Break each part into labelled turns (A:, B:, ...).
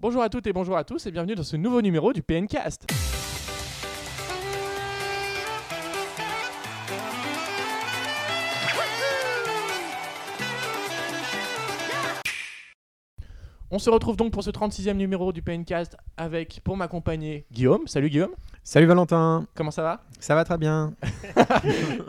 A: Bonjour à toutes et bonjour à tous et bienvenue dans ce nouveau numéro du PNcast. On se retrouve donc pour ce 36e numéro du PNcast avec, pour m'accompagner, Guillaume. Salut Guillaume,
B: Salut Valentin,
A: comment ça va
B: ça va très bien.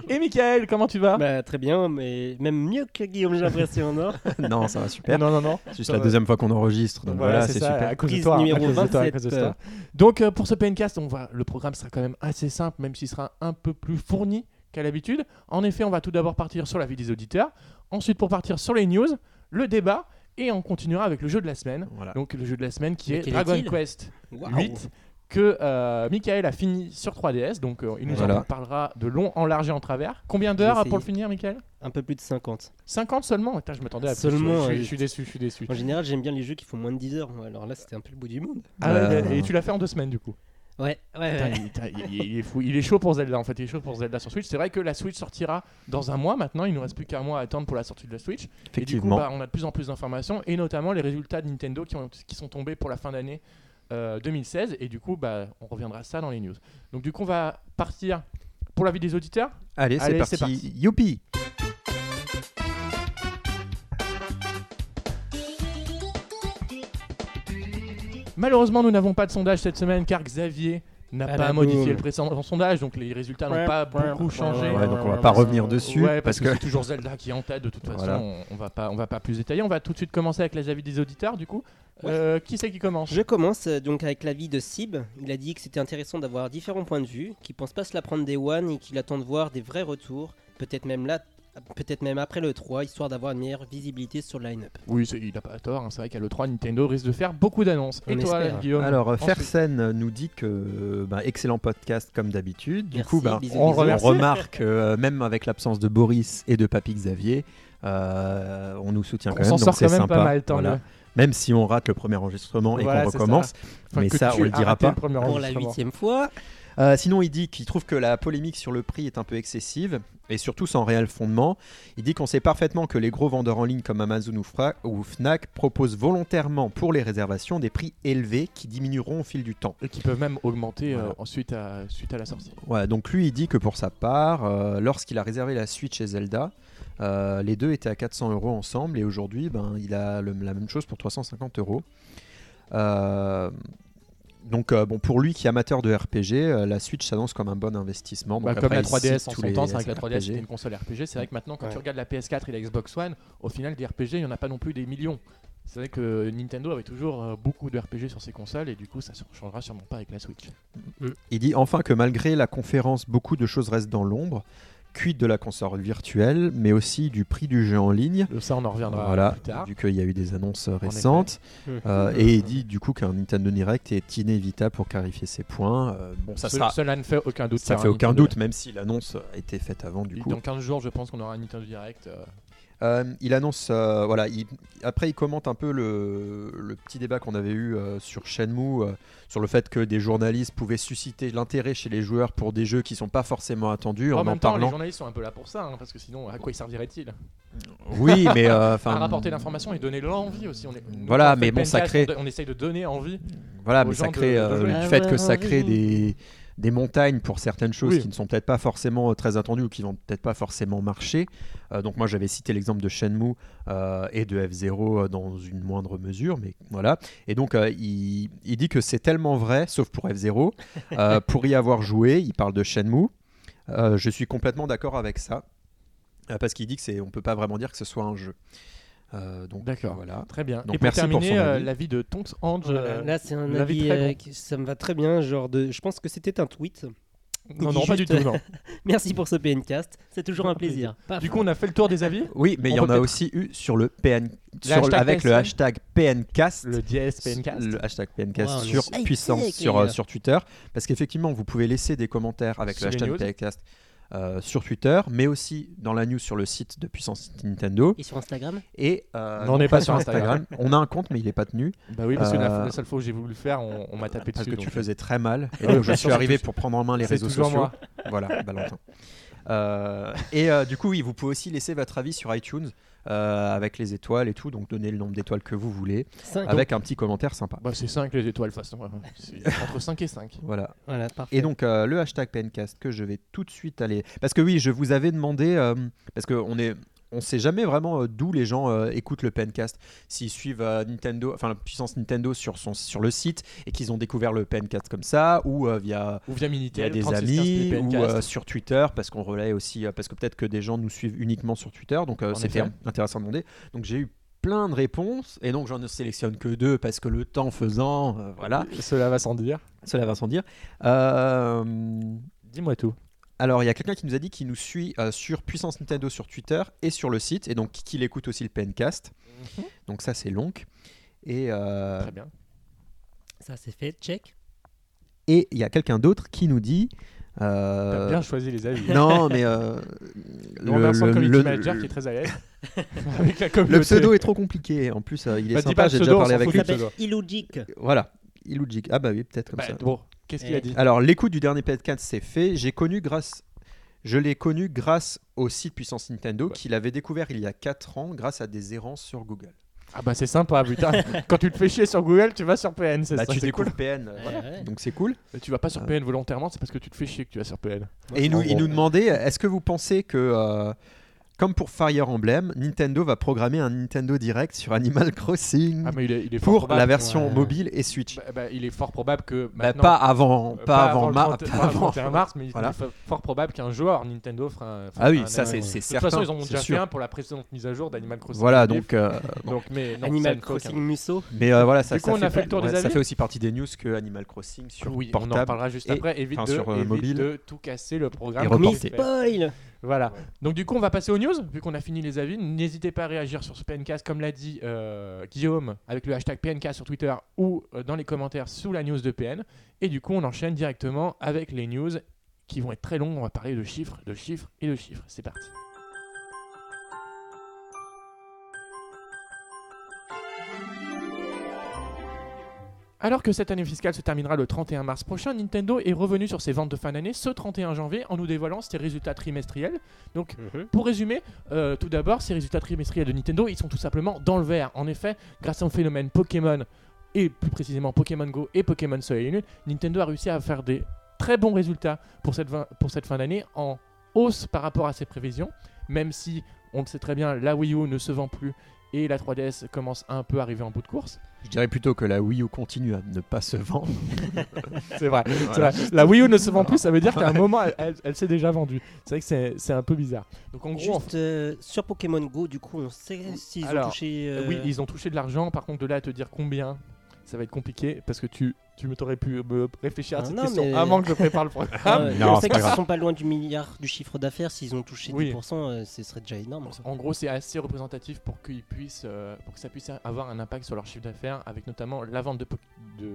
A: Et Michael, comment tu vas
C: Bah, très bien, mais même mieux que Guillaume, j'ai l'impression, non
B: non, ça va super.
A: Non, non, non.
B: C'est juste la deuxième fois qu'on enregistre, donc voilà, c'est
A: ça,
B: super.
A: À cause de
C: Prise
A: toi, à
C: numéro
A: cause de toi, à cause de
C: 27,
A: toi. Donc euh, pour ce PNcast, on va, le programme sera quand même assez simple, même s'il sera un peu plus fourni qu'à l'habitude. En effet, on va tout d'abord partir sur la vie des auditeurs, ensuite pour partir sur les news, le débat, et on continuera avec le jeu de la semaine.
B: Voilà.
A: Donc le jeu de la semaine qui
C: Mais
A: est
C: quel
A: Dragon
C: est-il
A: Quest
C: euh, Waouh.
A: 8 que euh, Michael a fini sur 3DS, donc euh, il nous en
B: Voilà.
A: parlera de long en large et en travers. Combien d'heures
C: J'ai
A: pour le
C: essayé.
A: finir, Michael
C: Un peu plus de 50.
A: 50 seulement Putain, Je m'attendais à plus.
C: Seulement,
A: je, suis- je
C: euh,
A: suis déçu, je suis déçu.
C: En général, j'aime bien les jeux qui font moins de 10 heures. moi, Alors là, c'était un peu le bout du monde.
A: Ah ouais,
B: Euh,
A: et tu l'as fait en deux semaines du coup
C: Ouais, ouais,
A: Putain, il, putain, il- il- il est fou. Il est chaud pour Zelda en fait. Il est chaud pour Zelda sur Switch. C'est vrai que la Switch sortira dans un mois maintenant. Il nous reste plus qu'un mois à attendre pour la sortie de la Switch. Et du coup,
B: Effectivement.
A: bah, on a de plus en plus d'informations et notamment les résultats de Nintendo qui, ont- qui sont tombés pour la fin d'année euh, 2016. Et du coup, bah, on reviendra à ça dans les news. Donc du coup, on va partir pour l'avis des auditeurs.
B: Allez, c'est
A: Allez,
B: parti.
A: c'est parti.
B: Youpi
A: Malheureusement, nous n'avons pas de sondage cette semaine car Xavier n'a
C: Ah
A: pas
C: bah,
A: modifié
C: boum.
A: le précédent sondage. Donc les résultats n'ont pas beaucoup changé. hein. Euh,
B: Ouais, donc on va pas revenir dessus
A: Ouais, parce,
B: parce
A: que,
B: que.
A: c'est toujours Zelda qui est en tête de toute façon.
B: Voilà.
A: On, on va pas, on va pas plus détailler. On va tout de suite commencer avec les avis des auditeurs du coup. Euh, qui c'est qui commence
C: Je commence euh, donc avec l'avis de Sib. Il a dit que c'était intéressant d'avoir différents points de vue, qu'il pense pas se la prendre des one et qu'il attend de voir des vrais retours, peut-être même là, peut-être même après le 3, histoire d'avoir une meilleure visibilité sur le line-up.
A: Oui, c'est- il a pas tort. hein. C'est vrai qu'à le 3 Nintendo risque de faire beaucoup d'annonces. Et
C: On
A: toi,
C: espère.
A: Guillaume
B: Alors, euh,
A: ensuite-
B: Fersen nous dit que euh, bah, excellent podcast comme d'habitude. Du
C: Merci,
B: coup, bah,
C: bisous,
B: on,
A: bisous.
B: on
A: Merci.
B: remarque euh, même avec l'absence de Boris et de Papy Xavier, euh, on nous soutient
A: On
B: quand même.
A: s'en
B: donc
A: sort
B: c'est
A: quand même
B: sympa.
A: pas mal, tant
B: Voilà.
A: mieux.
B: Même si on rate le premier enregistrement et
A: Voilà,
B: qu'on
A: c'est ça.
B: recommence.
A: Enfin,
B: mais
A: que
B: ça,
A: tu aies
B: on le dira
A: arrêté
B: pas.
A: le premier
C: Pour la
A: enregistrement.
C: huitième fois,
B: Euh, sinon, il dit qu'il trouve que la polémique sur le prix est un peu excessive et surtout sans réel fondement. Il dit qu'on sait parfaitement que les gros vendeurs en ligne comme Amazon ou, Fra- ou Fnac proposent volontairement pour les réservations des prix élevés qui diminueront au fil du temps.
A: Et qui peuvent même augmenter euh,
B: Voilà.
A: ensuite à, suite à la sortie.
B: Voilà, donc lui, il dit que pour sa part, euh, lorsqu'il a réservé la Switch chez Zelda, euh, les deux étaient à 400 euros ensemble et aujourd'hui, ben, il a le- la même chose pour 350 euros. Euh, Donc euh, bon pour lui qui est amateur de RPG, euh, la Switch s'annonce comme un bon investissement. Donc
A: Bah, comme la
B: après, il
A: 3DS
B: cite
A: en
B: tous
A: son
B: les
A: temps, c'est vrai que la 3DS
B: RPG.
A: c'était une console RPG. C'est vrai que maintenant, quand tu
C: Ouais.
A: regardes la PS4 et la Xbox One, au final, des RPG, il n'y en a pas non plus des millions. C'est vrai que Nintendo avait toujours euh, beaucoup de RPG sur ses consoles et du coup, ça ne changera sûrement pas avec la Switch.
B: Il dit enfin que malgré la conférence, beaucoup de choses restent dans l'ombre. Quid de la console virtuelle, mais aussi du prix du jeu en ligne.
A: Euh, Ça, on en reviendra
B: Voilà,
A: plus tard.
B: vu qu'il y a eu des annonces euh, récentes.
C: effet.
B: Euh, et il dit du coup qu'un Nintendo Direct est inévitable pour clarifier ses points. Euh, bon, ça,
A: Ce-
B: sera-
A: Cela ne fait aucun doute.
B: ça
A: car
B: fait
A: un
B: aucun
A: Nintendo-
B: doute, même si l'annonce a été faite avant du
A: Et
B: coup.
A: Dans 15 jours, je pense qu'on aura un Nintendo Direct. euh,
B: Euh, il annonce, euh, voilà, il- après il commente un peu le, le petit débat qu'on avait eu euh, sur Shenmue, euh, sur le fait que des journalistes pouvaient susciter l'intérêt chez les joueurs pour des jeux qui sont pas forcément attendus en en
A: Oh, même temps, les
B: parlant.
A: journalistes sont un peu là pour ça, hein, parce que sinon, à quoi ils serviraient-ils
B: Oui, mais euh, enfin,
A: À rapporter l'information et donner l'envie aussi. On est- nous,
B: Voilà,
A: quand on fait
B: mais
A: le
B: bon, ça
A: PNcast,
B: crée-
A: On, do- on essaye de donner envie.
B: Voilà,
A: aux
B: mais
A: gens
B: ça crée
A: de- de
B: euh,
A: jouer.
B: du
C: Ah
B: fait
C: ouais,
B: que ça
C: ouais,
B: crée
C: ouais.
B: des des montagnes pour certaines choses
A: Oui.
B: qui ne sont peut-être pas forcément euh, très attendues ou qui vont peut-être pas forcément marcher. Euh, donc moi j'avais cité l'exemple de Shenmue euh, et de F0 dans une moindre mesure, mais voilà. Et donc euh, il, il dit que c'est tellement vrai, sauf pour F0, euh, pour y avoir joué, il parle de Shenmue. Euh, je suis complètement d'accord avec ça euh, parce qu'il dit que c'est, on peut pas vraiment dire que ce soit un jeu. Euh, donc
A: D'accord.
B: voilà.
A: Très bien.
B: Donc,
A: et pour
B: merci pour
A: terminer,
B: son
A: euh,
B: avis.
A: l'avis de Tonks Ange.
C: Voilà,
A: euh,
C: là, c'est un
A: l'avis
C: avis,
A: très
C: euh,
A: bon.
C: qui- ça me va très bien. Genre de, je pense que c'était un tweet.
A: non, non,
C: dit
A: pas du tout.
C: juste-
A: non.
C: Merci pour ce PNcast, c'est toujours un plaisir. Paf.
A: Du coup, on a fait le tour des avis.
B: Oui, mais il y
A: On
B: en
A: peut
B: a
A: peut-être-
B: aussi eu sur le PN,
A: Le
B: sur-
A: hashtag
B: avec le
A: PSN.
B: hashtag PNcast.
A: Le DSPNcast.
B: Le hashtag PNcast
C: Wow, on est
B: sur
C: high-tech,
B: puissance
C: les
B: sur,
C: gars.
B: euh, sur Twitter. Parce qu'effectivement, vous pouvez laisser des commentaires avec
A: Sur
B: le
A: les
B: hashtag
A: news.
B: PNcast euh, sur Twitter, mais aussi dans la news sur le site de Puissance Nintendo.
C: Et sur Instagram
B: Et euh,
A: Non, on n'est pas sur
B: on a un compte, mais il n'est pas tenu
A: Bah oui, parce que la,
B: Euh,
A: la seule fois où j'ai voulu le faire, on, on m'a tapé
B: parce
A: dessus.
B: que tu
A: donc.
B: faisais très mal. Et
A: Ouais,
B: donc, je
A: bien sûr,
B: suis
A: c'est
B: arrivé
A: tout-
B: pour prendre en main les
A: C'est
B: réseaux
A: toujours
B: sociaux.
A: moi.
B: Voilà, Valentin. Euh, et euh, du coup, oui, vous pouvez aussi laisser votre avis sur iTunes. euh, avec les étoiles et tout. Donc donnez le nombre d'étoiles que vous voulez,
C: Cinq.
B: avec un petit commentaire sympa.
A: Bah, c'est 5 les étoiles, de toute façon. ouais. C'est Entre 5 et 5.
B: Voilà.
C: Voilà, parfait.
B: Et donc euh, le hashtag PNCast que je vais tout de suite aller. Parce que oui, je vous avais demandé, euh, parce qu'on est. On sait jamais vraiment euh, d'où les gens euh, écoutent le PNCast. S'ils suivent euh, Nintendo, enfin la puissance Nintendo sur, son, sur le site et qu'ils ont découvert le PNCast comme ça, ou euh, via
A: Ou via
B: Il y a
A: Minitel,
B: des
A: 36, 15,
B: amis ou
A: PNcast.
B: euh, sur Twitter parce qu'on relaie aussi euh, parce que peut-être que des gens nous suivent uniquement sur Twitter donc euh,
A: En
B: c'était
A: effet.
B: intéressant de demander donc j'ai eu plein de réponses et donc j'en ne sélectionne que deux parce que le temps faisant euh, voilà
A: Cela va sans dire.
B: cela va sans dire Euh,
A: Dis-moi tout.
B: alors il y a quelqu'un qui nous a dit qu'il nous suit euh, sur Puissance Nintendo sur Twitter et sur le site et donc qu'il écoute aussi le PNcast donc ça c'est long et euh,
A: Mhm. Très bien.
D: Ça, c'est fait. Check.
B: et il y a quelqu'un d'autre qui nous dit euh,
A: T'as bien choisi les avis.
B: non mais euh,
A: On remercie le community
B: le-
A: manager qui est très à l'aise avec la communauté.
B: Le pseudo est trop compliqué. En plus, euh, il est
A: Bah, dis pas
B: sympa.
A: le
B: J'ai
A: pseudo,
B: déjà
A: on
B: parlé
A: s'en
B: avec
A: fout
B: lui.
A: du pseudo.
C: Illogic.
B: Voilà. Illogic. Ah bah oui, peut-être comme
A: Bah,
B: ça.
A: Bon, qu'est-ce qu'il a dit
B: Alors, l'écoute du dernier podcast, c'est fait. J'ai connu grâce. Je l'ai connu grâce au site Puissance Nintendo
A: Ouais.
B: qu'il avait découvert il y a 4 ans grâce à des errances sur Google.
A: Ah bah c'est sympa, putain. Quand tu te fais chier sur Google, tu vas sur PN, c'est
B: Là,
A: ça,
B: tu
A: c'est
B: découvres
A: cool.
B: PN. euh,
D: Ouais,
B: voilà.
D: ouais.
B: Donc c'est cool.
A: Mais Tu vas pas sur
B: Euh.
A: PN volontairement, c'est parce que tu te fais chier que tu vas sur PN.
B: Et il nous,
A: En
B: il
A: gros.
B: nous demandait est-ce que vous pensez que, euh, comme pour Fire Emblem, Nintendo va programmer un Nintendo Direct sur Animal Crossing
A: Ah mais il est, il est fort
B: pour
A: probable.
B: la version
D: ouais.
B: mobile et Switch
A: Bah, bah, il est fort probable que
B: Bah,
A: maintenant-
B: Pas avant,
A: euh,
B: pas avant,
A: le
B: ma-
A: 30
B: pas
A: pas avant le
B: avant-
A: 31 mars, mais il
B: Voilà.
A: est fo- fort probable qu'un joueur Nintendo fera un. fera
B: Ah oui,
A: un-
B: ça
A: un-
B: c'est
D: ouais.
B: c'est
D: De toute
A: De toute
B: certain.
A: façon, ils en ont
B: c'est
A: déjà
B: sûr.
A: fait un pour la précédente mise à jour d'Animal Crossing.
B: Voilà,
A: Leaf.
B: donc. euh, bon.
A: donc mais non, ça
C: Animal
A: ne coque, hein.
C: Crossing Musso.
B: Mais euh, voilà, ça,
A: Du coup,
B: ça
A: on
B: fait
A: a fait le tour des
B: ouais, Ça
A: avis
B: fait aussi partie des news que Animal Crossing sur
A: Oui, on en
B: portable.
A: reparlera juste
B: et-
A: après. Évite,
B: enfin,
A: de,
B: sur, euh,
A: évite
B: mobile.
A: de tout casser le programme.
B: Et
A: qu'on
B: reporter.
A: fait.
C: Spoil
A: Voilà. Donc du coup, on va passer aux news. Vu qu'on a fini les avis, n'hésitez pas à réagir sur ce PNcast, comme l'a dit euh, Guillaume, avec le hashtag PNcast sur Twitter ou euh, dans les commentaires sous la news de PN. Et du coup, on enchaîne directement avec les news qui vont être très longues. On va parler de chiffres, de chiffres et de chiffres. C'est parti. Alors que cette année fiscale se terminera le 31 mars prochain, Nintendo est revenu sur ses ventes de fin d'année ce 31 janvier en nous dévoilant ses résultats trimestriels. Donc pour résumer, euh, tout d'abord, ces résultats trimestriels de Nintendo, ils sont tout simplement dans le vert. En effet, grâce au phénomène Pokémon, et plus précisément Pokémon Go et Pokémon Soleil et Lune, Nintendo a réussi à faire des très bons résultats pour cette, vin- pour cette fin d'année, en hausse par rapport à ses prévisions, même si, on le sait très bien, la Wii U ne se vend plus et la 3DS commence un peu à arriver en bout de course.
B: Je dirais plutôt que la Wii U continue à ne pas se vendre.
A: C'est vrai. C'est vrai. La Wii U ne se vend plus, ça veut dire qu'à un moment, elle, elle- elle s'est déjà vendue. C'est vrai que c'est- c'est un peu bizarre. Donc en gros, en
C: Juste euh, sur Pokémon Go, du coup, on sait s'ils ont
A: Alors,
C: touché.
A: Euh,
C: euh,
A: Oui, ils ont touché de l'argent. Par contre, de là à te dire combien, ça va être compliqué parce que tu, tu me- t'aurais pu me réfléchir à
C: Ah
A: cette
C: non,
A: question
C: mais-
A: avant que je prépare le
C: Ah,
A: programme.
C: ouais,
B: Non,
C: on
B: c'est
C: sait
B: pas
C: qu'ils
B: grave.
C: sont pas loin du milliard du chiffre d'affaires. S'ils ont touché
A: Oui.
C: 10%, euh, ce serait déjà énorme. quoi.
A: En gros, c'est assez représentatif pour, qu'ils puissent, euh, pour que ça puisse avoir un impact sur leur chiffre d'affaires, avec notamment la vente de, po- de,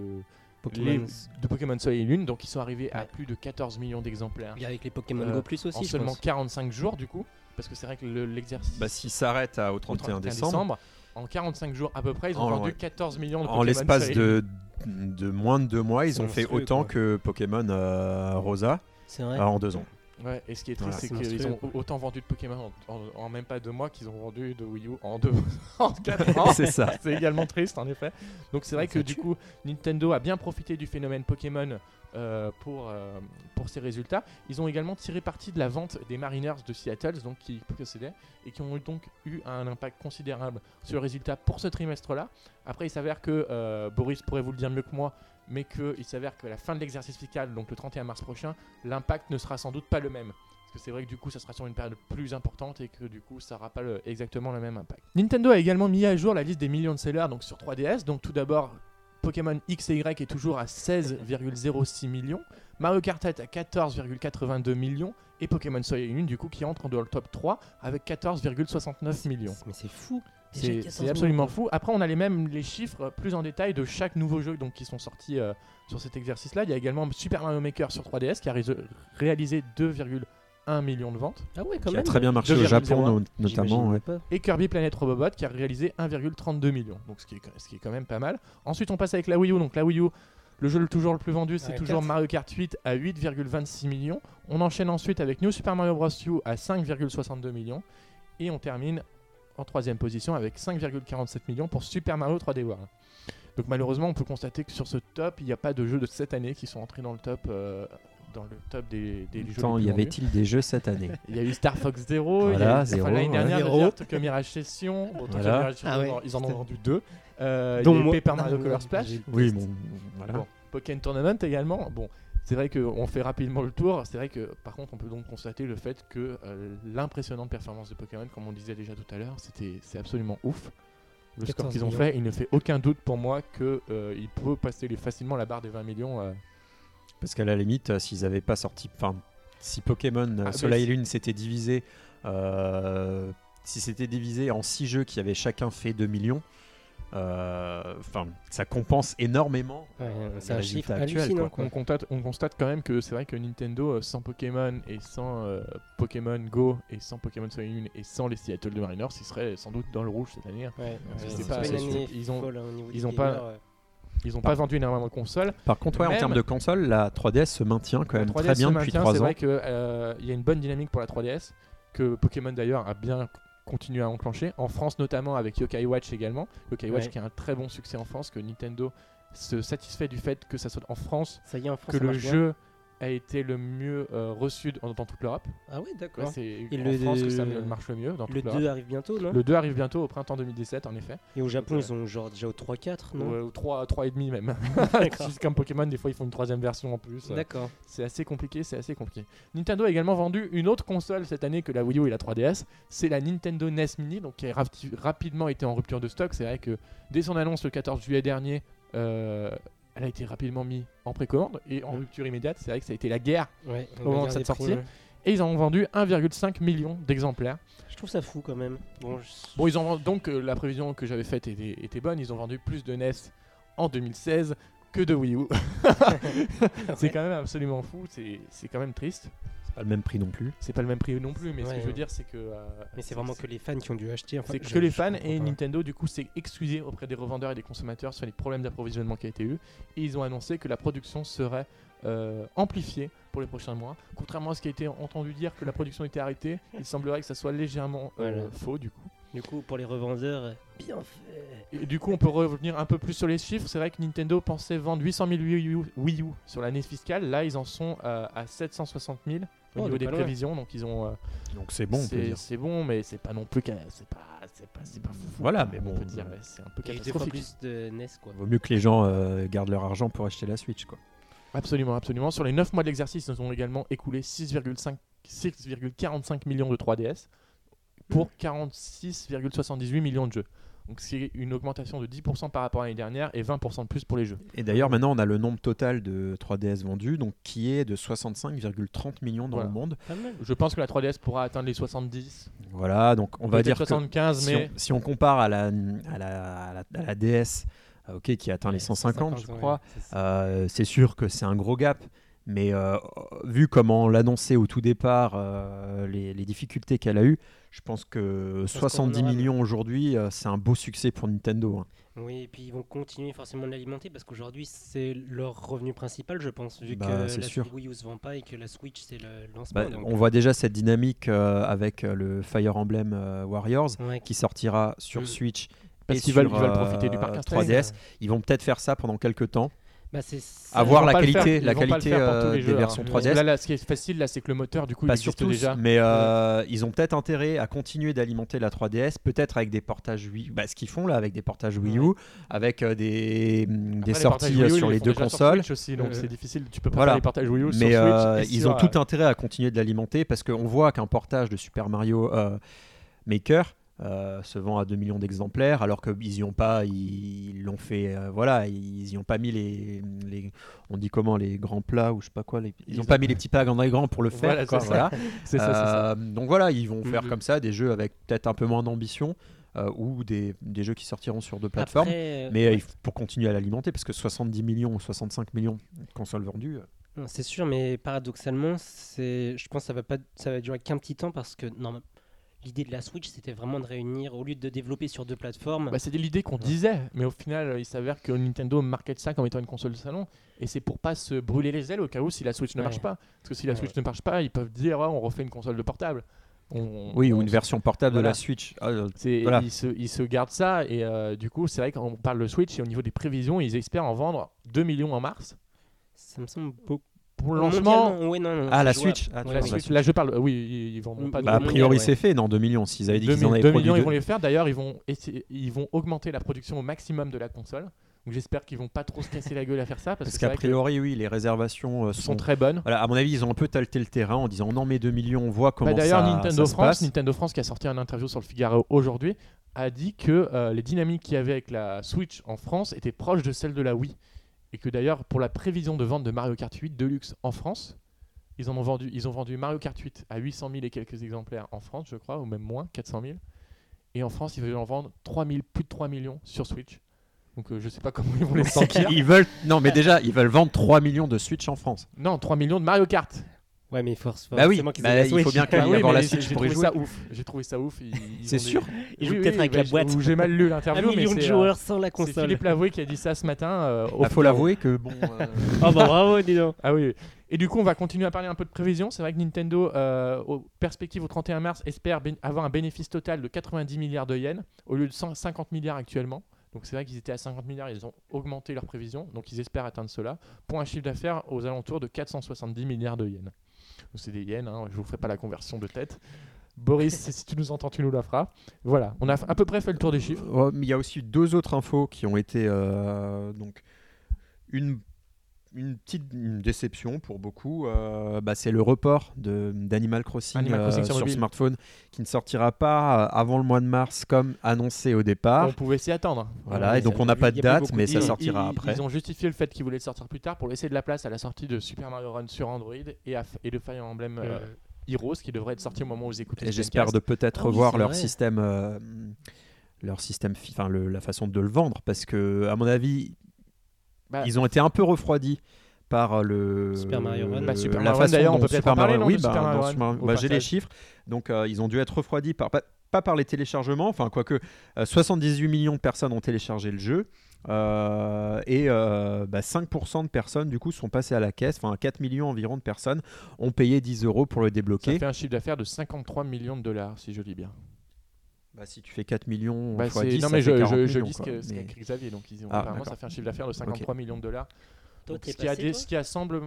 A: les-
C: Pokémon.
A: de Pokémon Soleil et Lune. Donc, ils sont arrivés à plus de 14 millions d'exemplaires
C: Et avec les Pokémon
A: Euh,
C: Go Plus aussi,
A: en
C: je
A: seulement
C: pense.
A: 45 jours, du coup, parce que c'est vrai que le- l'exercice.
B: Bah, s'il s'arrête à- au
A: au
B: 31 décembre,
A: en 45 jours à peu près, ils ont
B: En-
A: vendu
B: ouais.
A: 14 millions de Pokémon
B: en l'espace
A: Soleil et Lune.
B: de, de moins de deux mois, ils
C: C'est
B: ont fait
C: monstrueux,
B: autant
C: quoi.
B: que Pokémon euh, Rosa
C: C'est vrai.
B: euh, en deux ans.
A: Ouais, et ce qui est triste,
B: Voilà,
A: c'est
C: c'est
A: qu'ils ont
C: monstrueux,
A: autant vendu de Pokémon en, en- en même pas deux mois qu'ils ont vendu de Wii U en deux, en quatre ans.
B: C'est ça.
A: C'est également triste, en effet. Donc c'est vrai
C: Ça
A: que du
C: tue.
A: coup, Nintendo a bien profité du phénomène Pokémon euh, pour, euh, pour ses résultats. Ils ont également tiré parti de la vente des Mariners de Seattle, donc qui précédaient, et qui ont eu donc eu un impact considérable sur le résultat pour ce trimestre-là. Après, il s'avère que euh, Boris pourrait vous le dire mieux que moi, mais qu'il s'avère que la fin de l'exercice fiscal, donc le 31 mars prochain, l'impact ne sera sans doute pas le même. Parce que c'est vrai que du coup, ça sera sur une période plus importante et que du coup, ça n'aura pas le- exactement le même impact. Nintendo a également mis à jour la liste des millions de sellers donc sur 3DS. Donc tout d'abord, Pokémon X et Y est toujours à 16,06 millions. Mario Kart 8 à 14,82 millions. Et Pokémon Soleil et Lune, du coup, qui entre dans le top 3 avec 14,69 millions.
C: Mais c'est fou. Déjà
A: C'est
C: 14
A: c'est absolument fou. Après, on a les mêmes les chiffres plus en détail de chaque nouveau jeu donc, qui sont sortis euh, sur cet exercice-là. Il y a également Super Mario Maker sur 3DS qui a rés- réalisé 2,1 millions de ventes.
C: Ah ouais, quand
B: Qui a
C: même.
B: très bien marché au
A: 2,01,
B: Japon, no- notamment.
C: J'imagine
B: ouais.
C: pas.
A: Et Kirby Planet Robobot qui a réalisé 1,32 millions. Donc, ce qui, est, quand- ce qui est quand même pas mal. Ensuite, on passe avec la Wii U. Donc, la Wii U, le jeu le toujours le plus vendu, c'est
C: Ouais,
A: toujours
C: quatre.
A: Mario Kart 8 à 8,26 millions. On enchaîne ensuite avec New Super Mario Bros. U à 5,62 millions. Et on termine en troisième position avec 5,47 millions pour Super Mario 3D World. Donc malheureusement, on peut constater que sur ce top, il n'y a pas de jeux de cette année qui sont entrés dans le top, euh, dans le top des, des jeux.
B: Tant
A: les
B: y
A: plus vendus.
B: avait-il des jeux cette année
A: Il y a eu Star Fox 0, il y
B: Voilà,
A: a eu
B: zéro,
A: enfin, l'année
B: ouais.
A: dernière,
C: Zéro.
A: le que Mirage Session, autant que
B: Voilà.
A: Mirage Session,
C: Ah ouais.
A: ils en ont vendu deux. Euh, il
C: Dont
A: y a eu
C: moi.
A: Paper Mario
D: Ah,
A: Color Splash,
D: j'ai-
B: Oui, bon, voilà.
A: bon, Pokémon Tournament également. Bon, c'est vrai qu'on fait rapidement le tour. C'est vrai que par contre, on peut donc constater le fait que euh, l'impressionnante performance de Pokémon, comme on disait déjà tout à l'heure, c'était c'est absolument ouf. Le score
D: 14
A: qu'ils ont
D: millions.
A: fait, il ne fait aucun doute pour moi que euh, il peut passer les- facilement la barre des 20 millions. euh,
B: Parce qu'à la limite, euh, s'ils n'avaient pas sorti. Enfin, si Pokémon euh,
A: Ah, mais
B: Soleil et
A: c'est-
B: Lune s'était divisé. euh, si c'était divisé en 6 jeux qui avaient chacun fait 2 millions. euh, Enfin, ça compense énormément.
C: Ouais,
B: les
C: c'est un
B: résultats
C: chiffre
B: actuels,
C: hallucinant.
A: On
C: Quoi.
A: constate, on constate quand même que c'est vrai que Nintendo, euh, sans Pokémon et sans euh, Pokémon Go et sans Pokémon Soleil et Lune et sans les Seattle de Mariners, ils seraient sans doute dans le rouge cette année. hein.
C: Ouais, ouais,
A: que
C: ouais,
A: c'est
C: c'est
A: pas-
C: pas une
A: c'est
C: année
A: sûr. Ils ont-
C: folle, hein, au niveau
A: ils
C: des
A: ont pas-
C: gamers, ouais.
A: Ils
C: Bah.
A: n'ont pas vendu énormément de consoles.
B: Par contre, ouais, en
A: Même-
B: termes de console, la 3DS se maintient quand
A: La
B: même
A: 3DS
B: très bien
A: se
B: depuis
A: maintient,
B: 3
A: C'est
B: ans.
A: vrai qu'il y a une bonne dynamique pour la 3DS, que Pokémon d'ailleurs a bien continué à enclencher. En France notamment avec Yokai Watch également. Yokai Watch
C: Ouais.
A: qui a un très bon succès en France, que Nintendo se satisfait du fait que ça soit en France,
C: Ça y est, en France,
A: que
C: ça
A: le
C: marche bien.
A: jeu a été le mieux euh, reçu dans dans toute l'Europe.
C: Ah ouais,
A: Ouais,
C: d'accord.
A: Bah, c'est
C: Et
A: en
C: le-
A: France que ça
C: le-
A: marche le mieux dans
C: Le
A: toute l'Europe.
C: 2 arrive bientôt, non
A: Le 2 arrive bientôt au printemps 2017 en effet.
C: Et au Japon,
A: Ouais.
C: ils ont genre déjà au 3-4, non
A: Ou 3, 3,5 même.
C: Mmh. D'accord.
A: Juste comme Pokémon, des fois ils font une troisième version en plus.
C: D'accord.
A: C'est assez compliqué, c'est assez compliqué. Nintendo a également vendu une autre console cette année que la Wii U et la 3DS. C'est la Nintendo NES Mini, donc qui a rap- rapidement été en rupture de stock. C'est vrai que dès son annonce le 14 juillet dernier, euh, elle a été rapidement mise en précommande et en
C: Ouais.
A: rupture immédiate. C'est vrai que ça a été la guerre.
C: Ouais, on
A: Au moment de
C: va dire
A: cette
C: des
A: sortie.
C: prix, ouais.
A: Et ils en ont vendu 1,5 million d'exemplaires.
C: Je trouve ça fou quand même. Bon, je-
A: Bon, ils ont donc euh, la prévision que j'avais faite était, était bonne. Ils ont vendu plus de NES en 2016 que de Wii U. c'est quand même absolument fou. C'est c'est quand même triste.
B: C'est pas le même prix non plus.
A: C'est pas le même prix non plus, mais ce
C: Ouais,
A: que je veux
C: ouais.
A: dire, c'est que. euh,
C: mais c'est vraiment que les fans qui ont dû acheter. enfin,
A: c'est
C: je-
A: que les
C: je
A: fans
C: comprends
A: et
C: pas.
A: Nintendo du coup s'est excusé auprès des revendeurs et des consommateurs sur les problèmes d'approvisionnement qui a été eu et ils ont annoncé que la production serait euh, amplifiée pour les prochains mois. Contrairement à ce qui a été entendu dire que la production était arrêtée, il semblerait que ça soit légèrement euh,
C: Voilà.
A: faux du coup.
C: Du coup, pour les revendeurs, euh, bien fait.
A: Et du coup, on peut revenir un peu plus sur les chiffres. C'est vrai que Nintendo pensait vendre 800 000 Wii U, Wii U sur l'année fiscale. Là, ils en sont euh, à 760 000 au
C: Oh,
A: niveau
C: donc
A: des
C: pas loin.
A: prévisions. Donc, ils ont. euh,
B: Donc c'est bon, on peut
A: c'est-
B: dire.
A: c'est bon, mais c'est pas non plus. ca- C'est pas, c'est pas, c'est pas fou.
B: Voilà, mais bon, euh,
A: On peut dire, ouais, c'est un peu
C: Il y a eu deux fois
A: catastrophique.
C: plus de NES, quoi.
B: Vaut mieux que les gens euh, gardent leur argent pour acheter la Switch, quoi.
A: Absolument, absolument. Sur les 9 mois de l'exercice, ils ont également écoulé 6,5 6,45 millions de 3DS
C: Hmm.
A: pour 46,78 millions de jeux. Donc, c'est une augmentation de 10% par rapport à l'année dernière et 20% de plus pour les jeux.
B: Et d'ailleurs, maintenant, on a le nombre total de 3DS vendus, donc qui est de 65,30 millions dans
A: Voilà.
B: le monde.
C: Pas mal.
A: Je pense que la 3DS pourra atteindre les 70.
B: Voilà, donc on va
A: peut-être
B: dire que
A: 75,
B: si,
A: mais
B: on, si on compare à la, à la, à la- à la DS, euh, ok, qui a atteint les 150, je
C: 150, ouais,
B: crois,
C: c'est ça.
B: euh, c'est sûr que c'est un gros gap. Mais euh, vu comment on l'annonçait au tout départ, euh, les, les difficultés qu'elle a eues, je pense que
C: qu'on
B: 70
C: aura-
B: millions aujourd'hui, euh, c'est un beau succès pour Nintendo. hein.
C: Oui, et puis ils vont continuer forcément de l'alimenter parce qu'aujourd'hui c'est leur revenu principal, je pense, vu
B: Bah,
C: que
B: c'est
C: la
B: sûr.
C: Wii U se vend pas et que la Switch c'est le
B: Bah,
C: lancement. donc- euh,
B: on voit déjà cette dynamique euh, avec euh, le Fire Emblem euh, Warriors
C: Ouais,
B: qui sortira sur
C: Mm.
B: Switch.
A: Parce
B: et
A: qu'ils veulent-
B: sur,
A: ils veulent
B: euh,
A: profiter du parc installé.
B: 3DS. Ils vont peut-être faire ça pendant quelques temps.
C: Bah, c'est ça.
B: À voir
A: vont
B: la
A: pas le
B: qualité,
A: faire.
B: la
A: Ils vont pas le
B: qualité
A: faire pour tous
B: euh,
A: les
B: des
A: jeux, hein.
B: versions
A: Parce que
B: 3DS.
A: là, là, ce qui est facile, là, c'est que le moteur, du coup, il
B: pas sur
A: existe
B: tous,
A: déjà.
B: mais euh, ils ont peut-être intérêt à continuer d'alimenter la 3DS, peut-être avec des portages Wii, bah, ce qu'ils font là, avec des portages Wii U, avec euh, des, mm,
A: Après,
B: des
A: les
B: sorties
A: portages Wii U,
B: euh,
A: ils
B: sur les
A: font
B: deux
A: déjà sur
B: consoles.
A: Switch aussi, donc
C: Euh,
A: c'est difficile. Tu peux pas
B: voilà.
A: faire les portages Wii U sur
B: mais euh,
A: Switch. et
B: ils
A: sur,
B: ont
A: euh,
B: tout intérêt à continuer de l'alimenter parce qu'on voit qu'un portage de Super Mario euh, Maker euh, se vend à 2 millions d'exemplaires alors qu'ils y ont pas ils ils l'ont fait euh, voilà ils y ont pas mis les, les- on dit comment les grands plats ou je sais pas quoi les- ils
A: Ils
B: ont
A: ont-
B: pas mis les petits plats dans les grands pour le faire
A: Voilà,
B: quoi,
A: c'est ça.
B: voilà.
A: C'est ça, c'est ça.
B: Euh, donc voilà ils vont faire
A: Mm-hmm.
C: Mhm.
B: comme ça des jeux avec peut-être un peu moins d'ambition euh, ou des, des jeux qui sortiront sur deux plateformes
C: Après, euh,
B: mais euh, il faut- pour continuer à l'alimenter parce que 70 millions ou 65 millions de consoles vendues euh,
C: Non, C'est sûr, mais paradoxalement, c'est, je pense que ça va pas, ça va durer qu'un petit temps parce que non, l'idée de la Switch, c'était vraiment de réunir au lieu de développer sur deux plateformes.
A: Bah, c'est l'idée qu'on disait, mais au final, il s'avère que Nintendo market ça comme étant une console de salon, et c'est pour pas se brûler les ailes au cas où si la Switch ne
C: Ouais.
A: marche pas. Parce que si la
C: Ouais,
A: Switch ne marche pas, ils peuvent dire Ouais, on refait une console de portable. On-
B: Oui,
A: on-
B: ou une version portable de
A: Voilà.
B: la Switch. Ah, euh,
A: C'est,
B: Voilà.
A: ils, se, ils se gardent ça et euh, du coup c'est vrai qu'on parle de Switch et au niveau des prévisions ils espèrent en vendre 2 millions en mars
C: Ça me semble beaucoup.
A: pour le lancement.
C: Mondialement, ouais, non, non,
B: ah, la
C: je vois.
B: Switch. Ah, tu
A: Ouais, la
C: la
B: parles de
A: Switch, là je parle, euh, oui ils vendront
C: Mm,
A: pas
B: Bah, a
A: de-
B: priori,
C: ouais.
B: c'est fait, non 2 millions. S'ils avaient dit
A: 2,
B: qu'ils en avaient produit
A: millions ils
B: deux-
A: vont les faire d'ailleurs ils vont, essayer- ils vont augmenter la production au maximum de la console donc j'espère qu'ils vont pas trop se casser la gueule à faire ça parce,
B: Parce
A: que
B: qu'a priori, oui, les réservations euh,
A: elles
B: sont.
A: sont très bonnes
B: Voilà, à mon avis, ils ont un peu talté le terrain en disant on en met 2 millions, on voit comment
A: Bah, d'ailleurs,
B: ça,
A: Nintendo
B: ça se
A: France,
B: passe.
A: Nintendo France qui a sorti un interview sur le Figaro aujourd'hui, a dit que euh, les dynamiques qu'il y avait avec la Switch en France étaient proches de celles de la Wii et que d'ailleurs pour la prévision de vente de Mario Kart 8 Deluxe en France, ils en ont vendu, ils ont vendu Mario Kart 8 à 800 000 et quelques exemplaires en France, je crois, ou même moins, 400 000. Et en France, ils veulent en vendre 3 000, plus de 3 millions sur Switch. Donc euh, je sais pas comment ils vont les sortir.
B: ils veulent non mais déjà ils veulent vendre 3 millions de Switch en France.
A: non, 3 millions de Mario Kart.
C: Ouais, mais force, force,
B: Bah oui,
C: forcément qu'ils
B: bah
C: aient la
B: il faut
C: Switch.
B: bien
C: Ah
B: que-
A: Bah oui,
B: Il va avoir
A: mais
B: la
A: j'ai-
B: Switch
A: j'ai
B: pour y
A: trouvé
B: jouer.
A: ça ouf. J'ai trouvé ça ouf. Ils- ils
B: C'est
A: ont des-
B: sûr
A: Oui,
C: Ils jouent
A: oui,
C: peut-être avec
A: bah,
C: la
A: j'ai-
C: boîte.
A: ou J'ai mal lu
C: Un
A: l'interview, mais
C: million de
A: c'est euh,
C: joueurs sans la
A: c'est
C: console.
A: Philippe Lavoué qui a dit ça ce matin. euh, au
B: Il faut
A: Figaro.
B: l'avouer que bon euh,
C: Oh bah bravo, dis donc.
A: Ah oui. oui. Et du coup, on va continuer à parler un peu de prévision. C'est vrai que Nintendo, euh, aux perspectives au 31 mars, espère bén- avoir un bénéfice total de 90 milliards de yens au lieu de 150 milliards actuellement. Donc c'est vrai qu'ils étaient à 50 milliards, ils ont augmenté leurs prévisions, donc ils espèrent atteindre cela pour un chiffre d'affaires aux alentours de 470 milliards de yens. Donc c'est des yens, hein, je vous ferai pas la conversion de tête. Boris, si tu nous entends, tu nous la feras. Voilà, on a à peu près fait le tour des chiffres.
B: ouais, mais il y a aussi deux autres infos qui ont été euh, donc une une petite une déception pour beaucoup, euh, bah, c'est le report de- d'Animal Crossing,
A: Animal Crossing
B: euh,
A: sur
B: sur,
A: mobile.
B: smartphone qui ne sortira pas euh, avant le mois de mars comme annoncé au départ.
A: on pouvait s'y attendre.
B: Ah. Voilà,
C: Ouais,
B: et donc
C: ça-
B: on n'a
C: il y
B: pas
C: a
B: de
C: plus
B: date,
C: beaucoup
B: mais
C: de-
B: ça
A: Ils-
B: sortira
A: ils-
B: après.
A: Ils ont justifié le fait qu'ils voulaient le sortir plus tard pour laisser de la place à la sortie de Super Mario Run sur Android et, à- et de Fire Emblem euh, Heroes qui devrait être sorti au moment où vous écoutez.
B: Et
A: ce
B: j'espère de
A: podcast.
B: peut-être
D: Ah oui,
B: revoir
D: c'est
B: leur
D: vrai.
B: système, euh, leur système, fi- enfin le- la façon de le vendre, parce que à mon avis,
A: Bah.
B: ils ont été un peu refroidis par euh, le
C: Super Mario Run.
A: Bah, Super
B: la
A: Mario Run,
B: façon
A: d'ailleurs, on
B: dont
A: peut peut-être
B: Super
A: en parler,
B: Mario-
A: non,
B: oui,
A: de
B: bah,
A: Super Mario
B: dans
A: Run,
B: Super Mario-
A: au
B: bah, j'ai les
A: passage.
B: chiffres, donc euh, ils ont dû être refroidis par pas, pas par les téléchargements, enfin quoique euh, 78 millions de personnes ont téléchargé le jeu. euh, et euh, bah, 5% de personnes du coup sont passées à la caisse, enfin 4 millions environ de personnes ont payé 10 euros pour le débloquer.
A: Ça fait un chiffre d'affaires de 53 millions de dollars, si je lis bien.
B: Bah, si tu fais 4 millions
A: Bah,
B: fois
A: c'est-
B: 10,
A: non,
B: ça
A: mais je,
B: fait
A: je-
B: 40
A: je
B: millions,
A: lis ce
B: quoi.
A: que- ce qu'a
B: Mais-
A: écrit Xavier. Donc, ils ont,
B: Ah,
A: apparemment, ça
B: d'accord.
A: fait un chiffre d'affaires de 53 millions de dollars.
C: Toi,
A: Donc,
C: t'es
A: ce, qui a Oh.
C: passé,
A: dé-
C: toi
A: ce qui a semble-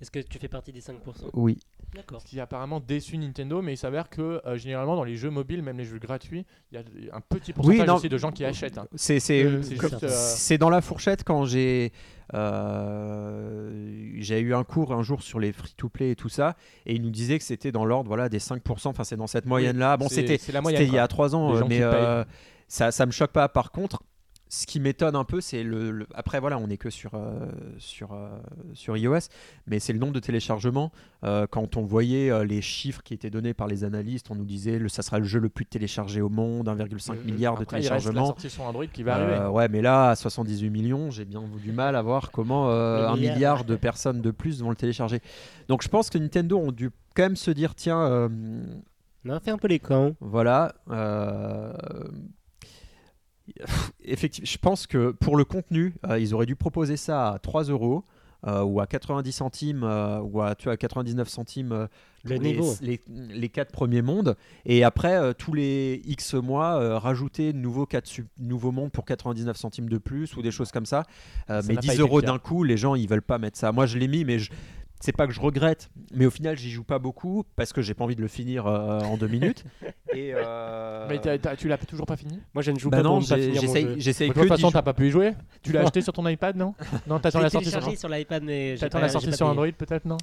C: Est-ce que tu fais partie des 5%
B: Oui.
C: D'accord.
A: ce qui a apparemment déçu Nintendo, mais il s'avère que euh, généralement dans les jeux mobiles, même les jeux gratuits, il y a un petit pourcentage
B: non.
A: aussi de gens qui achètent. hein.
B: C'est c'est
A: Euh, c'est
B: comme-
A: juste, euh,
B: c'est dans la fourchette quand j'ai euh, j'ai eu un cours un jour sur les free to play et tout ça et il nous disait que c'était dans l'ordre voilà des 5 enfin c'est dans cette moyenne là. Ah Bon
A: C'est-
B: c'était
A: c'est la
B: c'était
A: moyenne.
B: il y
A: quoi.
B: a 3 ans
A: Les
B: euh,
A: gens qui
B: mais euh, ça ça me choque pas par contre ce qui m'étonne un peu, c'est le, le- Après, voilà, on n'est que sur, euh, sur, euh, sur iOS, mais c'est le nombre de téléchargements. Euh, quand on voyait euh, les chiffres qui étaient donnés par les analystes, on nous disait le, ça sera le jeu le plus téléchargé au monde, 1,5 milliard de
A: Euh, Après, il reste la
B: téléchargements.
A: sortie sur Android qui va
B: Euh,
A: arriver.
B: ouais, mais là, à 78 millions, j'ai bien du mal à voir comment euh,
C: Le
B: un
C: milliard.
B: milliard de personnes de plus vont le télécharger. Donc je pense que Nintendo ont dû quand même se dire tiens, euh,
C: Non, fais un peu les camps.
B: voilà. euh, Effectivement, je pense que pour le contenu, euh, ils auraient dû proposer ça à 3 euros. euh, ou à 90 centimes euh, ou à tu vois, 99 centimes euh,
C: Le
B: les,
C: niveau.
B: les, les quatre premiers mondes et après euh, tous les X mois euh, rajouter de nouveaux quatre sup- nouveaux mondes pour 99 centimes de plus ou des choses comme ça Euh,
A: Ça
B: mais
A: n'a pas
B: 10
A: été
B: euros
A: le cas.
B: d'un coup les gens ils veulent pas mettre ça moi je l'ai mis mais je c'est pas que je regrette, mais au final j'y joue pas beaucoup parce que j'ai pas envie de le finir euh, en deux minutes. Et, euh,
A: Mais t'as- t'as- tu l'as toujours pas fini
C: Moi, je ne joue
B: bah
C: pas
B: non,
C: pour ne pas
B: j'ai-
C: finir mon
B: j'essaye
C: jeu.
B: j'essaye
A: De
B: que
A: toute
B: d'y
A: façon,
B: jouer.
A: t'as pas pu y jouer. Tu l'as acheté sur ton iPad, non Non,
C: Je
A: t'attends
C: l'ai
A: la sortie sur.
C: téléchargé sur l'iPad, mais j'ai
A: T'attends
C: pas-
A: la
C: j'ai
A: sortie
C: pas
A: sur
C: payé.
A: Android peut-être non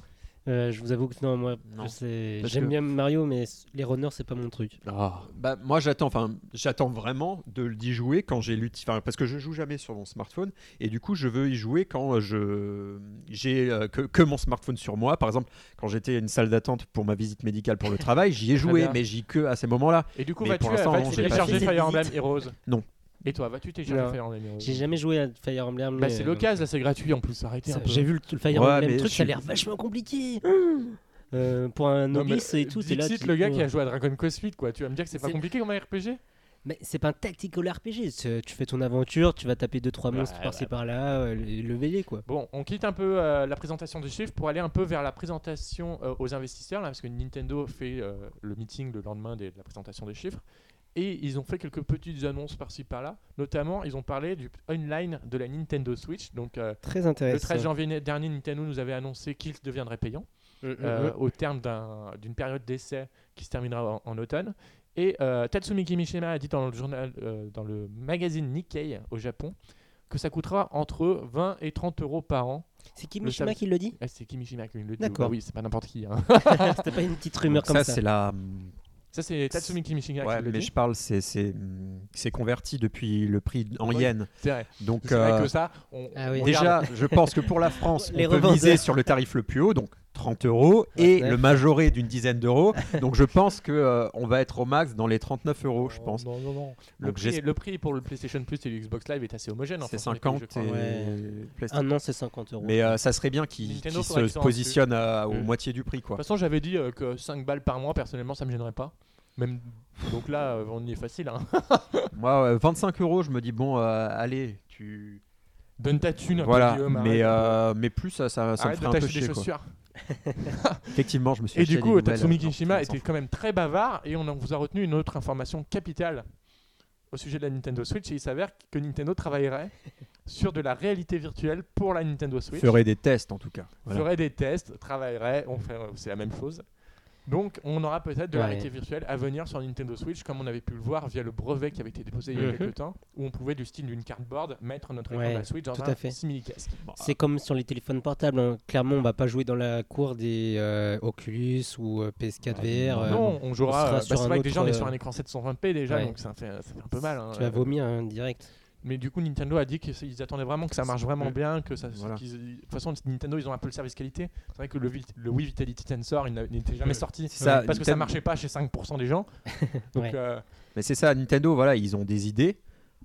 C: Euh, je vous avoue que non, moi,
B: Non.
C: je sais-
A: Bah,
B: Parce
C: j'aime
B: que-
C: bien Mario, mais s- les runners, c'est pas mon truc.
B: Bah, moi j'attends, enfin j'attends vraiment de le- d'y jouer quand j'ai l'outil, enfin, parce que je joue jamais sur mon smartphone et du coup je veux y jouer quand euh, je j'ai euh, que, que mon smartphone sur moi. Par exemple, quand j'étais à une salle d'attente pour ma visite médicale pour le travail, j'y ai joué,
A: bien.
B: mais j'y que à ces moments-là.
A: Et du coup,
B: Mais
A: vas-tu euh,
B: pour l'instant,
A: vas-tu
B: non, j'ai pas
A: télécharger
C: fait.
A: Fire Emblem Heroes
B: Non.
A: Et toi, vas-tu télécharger
C: Non.
A: Fire Emblem Heroes
C: J'ai jamais joué à Fire Emblem.
A: Bah,
C: mais,
A: c'est
C: euh,
A: l'occasion, là, c'est gratuit en plus. Arrêtez
C: ça-
A: un peu.
C: J'ai vu le, le Fire
B: Ouais,
C: Emblem
B: mais
C: truc,
B: je
C: ça
B: suis-
C: a
B: Ah.
C: l'air vachement compliqué. Euh, pour un
A: Non, mais
C: novice et tout, t'es là.
A: Dixit,
C: tu-
A: le gars qui
C: Ouais.
A: a joué à Dragon Quest 8, quoi. Tu vas me dire que c'est pas
C: C'est-
A: compliqué comme un RPG
C: Mais c'est pas un tactical RPG. c'est- Tu fais ton aventure, tu vas taper 2-3
A: Ouais,
C: monstres par-ci
A: ouais, bah.
C: par-là, euh, le le veiller quoi.
A: Bon, on quitte un peu euh, la présentation des chiffres pour aller un peu vers la présentation euh, aux investisseurs, là, parce que Nintendo fait euh, le meeting le lendemain des- de la présentation des chiffres. Et ils ont fait quelques petites annonces par-ci par-là. Notamment, ils ont parlé du online de la Nintendo Switch. Donc, euh,
C: Très
A: le
C: intéressant.
A: 13 janvier né- dernier, Nintendo nous avait annoncé qu'il deviendrait payant
C: Mm, Mhm.
A: euh, au terme d'un- d'une période d'essai qui se terminera en, en automne. Et euh, Tatsumi Kimishima a dit dans le, journal, euh, dans le magazine Nikkei au Japon que ça coûtera entre 20 et 30 euros par an.
C: C'est Kimishima
A: service-
C: qui le dit
A: Ah, c'est Kimishima qui le dit.
C: D'accord.
A: Ah oui, c'est pas n'importe qui. hein.
C: C'était pas une petite rumeur
B: Donc
C: comme ça.
B: c'est la.
A: Ça, c'est Tatsumi Kimishima
B: Ouais,
A: qui le
B: mais
A: dit.
B: je parle, c'est c'est, hum, c'est converti depuis le prix en
A: Oui.
B: yens.
A: C'est vrai.
B: Donc
A: C'est vrai
B: euh,
A: que ça, on,
C: Ah oui.
A: on
B: déjà,
A: regarde.
B: je pense que pour la France,
C: Les
B: on peut
C: revendeurs.
B: miser sur le tarif le plus haut, donc 30 euros, et
C: 29.
B: le majoré d'une dizaine d'euros. Donc je pense que euh, on va être au max dans les 39 euros, oh, je pense.
A: Non, non, non. Le,
B: Donc,
A: prix,
B: j'espère-
A: le prix pour le PlayStation Plus et le Xbox Live est assez homogène. en
B: C'est
A: fonction des pays,
B: 50
A: je
B: et
A: crois.
C: Ouais.
B: PlayStation.
C: Ah non, c'est 50 euros.
B: Mais euh, ça serait bien qu'ils
A: Nintendo,
B: qu'ils
A: faudrait qu'ils
B: se
A: soient en
B: positionnent à- aux
A: Mm.
B: moitié du prix,
A: De
B: quoi.
A: toute façon, j'avais dit euh, que 5 balles par mois, personnellement, ça me gênerait pas. Même... Donc là, euh, on y est facile. Hein.
B: Moi, ouais, 25 euros, je me dis bon, euh, allez, tu.
A: Donne ta thune.
B: Voilà,
A: Guillaume,
B: mais,
A: arrête.
B: euh, mais plus ça, ça, ça me
A: Arrête
B: ferait
A: de
B: un peu
A: t'acheter
B: chier.
A: des
B: quoi.
A: chaussures.
B: Effectivement, je me suis
A: Et
B: acheté
A: du
B: des
A: coup,
B: nouvelles,
A: Tatsumi
B: euh, non,
A: Kishima
B: on s'en
A: était
B: fout.
A: quand même très bavard et on en vous a retenu une autre information capitale au sujet de la Nintendo Switch. Et il s'avère que Nintendo travaillerait sur de la réalité virtuelle pour la Nintendo Switch.
B: ferait des tests en tout cas. Voilà.
A: ferait des tests, travaillerait, on fait, c'est la même chose. Donc, on aura peut-être de la
C: Ouais.
A: réalité virtuelle à venir sur Nintendo Switch, comme on avait pu le voir via le brevet qui avait été déposé il y a
C: Mhm.
A: quelques temps, où on pouvait, du style d'une cardboard, mettre notre écran
C: Ouais,
A: de la Switch dans
C: tout
A: un
C: à fait.
A: simili-casque.
C: C'est comme sur les téléphones portables. hein. Clairement, on va pas jouer dans la cour des euh, Oculus ou euh, PS4 VR. euh,
A: Bah, non, on jouera.
C: sera
A: euh, bah,
C: sur
A: c'est
C: un
A: vrai que déjà, on est
C: autre,
A: sur un
C: euh,
A: écran 720p déjà,
C: ouais.
A: donc ça fait, ça fait un peu mal. hein.
C: Tu vas vomir hein, direct.
A: Mais du coup, Nintendo a dit qu'ils attendaient vraiment que ça marche vraiment
B: Mm.
A: bien, que ça.
B: Voilà.
A: qu'ils- de toute façon, Nintendo, ils ont un peu le service qualité. C'est vrai que le, Vit- le Wii Vitality Tensor, il n'a- il n'était jamais
C: Ouais.
A: sorti
B: C'est ça,
A: parce que ça
B: Nintendo-
A: marchait pas chez 5% des gens. Donc,
C: Ouais.
A: euh,
B: Mais c'est ça, Nintendo, voilà, ils ont des idées.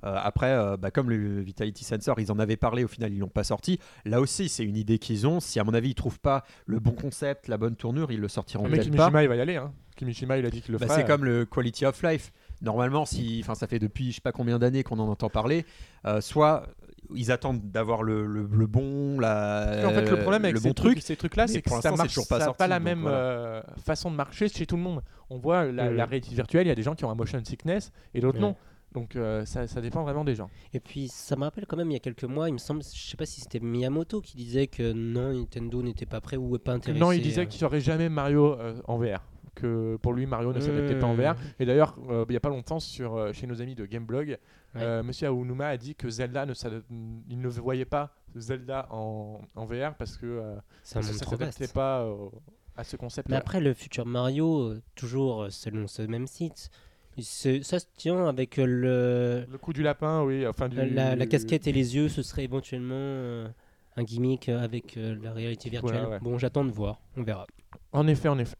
B: Euh, après, euh, bah, comme le Vitality Sensor, ils en avaient parlé, au final, ils l'ont pas sorti. Là aussi, c'est une idée qu'ils ont. Si, à mon avis, ils trouvent pas le bon concept, la bonne tournure, ils le sortiront
A: Ah, mais
B: peut-être pas.
A: Kimishima, il va y aller. Hein. Kimishima, il a dit qu'il le
B: Bah,
A: ferait. hein.
B: c'est comme le Quality of Life. Normalement, si, enfin, ça fait depuis je sais pas combien d'années qu'on en entend parler. euh, soit ils attendent d'avoir le, le- le bon, la,
A: Parce qu'en fait, le problème avec
B: euh, le
A: ces,
B: bon
A: trucs-
B: truc.
A: ces trucs-là,
B: mais
A: c'est que
B: pour
A: ça
B: l'instant, c'est
A: marche
B: toujours pas
A: ça a
B: sorti,
A: pas la
B: donc
A: même
B: voilà.
A: euh, façon de marcher chez tout le monde. On voit la,
C: Mhm.
A: la réalité virtuelle, il y a des gens qui ont un motion sickness et d'autres
C: Ouais.
A: non. Donc euh, ça, ça dépend vraiment des gens.
C: Et puis, ça me rappelle quand même, il y a quelques mois, il me semble, je sais pas si c'était Miyamoto qui disait que non, Nintendo n'était pas prêt ou pas intéressé.
A: Non, il disait
C: euh.
A: qu'il serait jamais Mario euh, en VR. Que pour lui, Mario ne s'adaptait pas en
C: Mhm.
A: VR. Et d'ailleurs, euh, il y a pas longtemps, sur, euh, chez nos amis de Gameblog,
C: Ouais.
A: euh, Monsieur Aonuma a dit que Zelda, ne s'adap- il ne voyait pas Zelda en, en VR parce que euh,
C: C'est un
A: ça
C: monde
A: ne
C: trop
A: s'adaptait
C: vaste.
A: pas euh, à ce concept.
C: Mais après, le futur Mario, euh, toujours euh, selon ce même site, il se- ça se tient avec euh, le,
A: Le coup du lapin, oui. Enfin, du...
C: la, la casquette et les yeux, ce serait éventuellement euh, un gimmick euh, avec euh, la réalité virtuelle.
A: Voilà, ouais.
C: Bon, j'attends de voir, on verra.
A: En effet, en effet.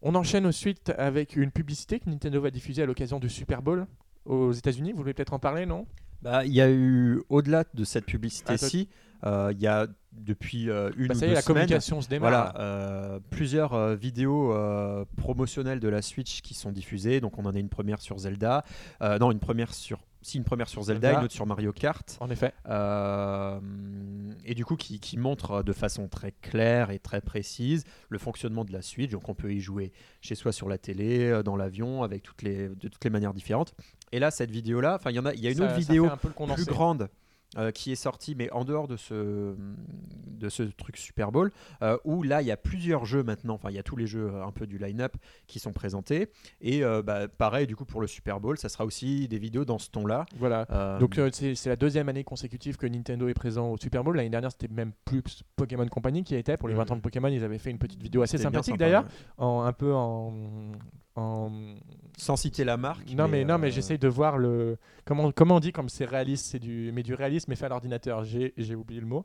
A: On enchaîne ensuite avec une publicité que Nintendo va diffuser à l'occasion du Super Bowl aux États-Unis. Vous voulez peut-être en parler, non
B: Bah, il y a eu au-delà de cette
A: Attends.
B: publicité-ci, euh, il y a depuis euh, une
A: Ah, Bah,
B: ou
A: Ça y
B: deux
A: est, la
B: semaines,
A: communication se démarre.
B: Voilà, euh, plusieurs euh, vidéos euh, promotionnelles de la Switch qui sont diffusées. Donc on en a une première sur Zelda, Euh, non une première sur, si une première sur Zelda,
A: Zelda.
B: une autre sur Mario Kart,
A: En effet.
B: Euh, et du coup qui, qui montre euh, de façon très claire et très précise le fonctionnement de la Switch. Donc on peut y jouer chez soi sur la télé, euh, dans l'avion, avec toutes les de toutes les manières différentes. Et là cette vidéo là, enfin il y en a, il y a une
A: Ça-
B: autre
A: ça
B: vidéo
A: fait un peu le condensé.
B: plus grande euh, qui est sortie, mais en dehors de ce, de ce truc Super Bowl, euh, où là, il y a plusieurs jeux maintenant, enfin, il y a tous les jeux euh, un peu du line-up qui sont présentés. Et euh, bah, pareil, du coup, pour le Super Bowl, ça sera aussi des vidéos dans ce ton-là.
A: Voilà.
B: Euh,
A: Donc euh, c'est c'est la deuxième année consécutive que Nintendo est présent au Super Bowl. L'année dernière, c'était même plus Pokémon Company qui y était. Pour les 20 ans de Pokémon, ils avaient fait une petite vidéo assez
B: c'était bien
A: sympathique
B: sympa,
A: d'ailleurs,
B: ouais.
A: en- un peu en, en-
B: Sans citer la marque.
A: Non mais, non mais
B: euh,
A: j'essaye de voir le comment comment on dit comme c'est réaliste, c'est du mais du réalisme mais fait à l'ordinateur. J'ai j'ai oublié le mot.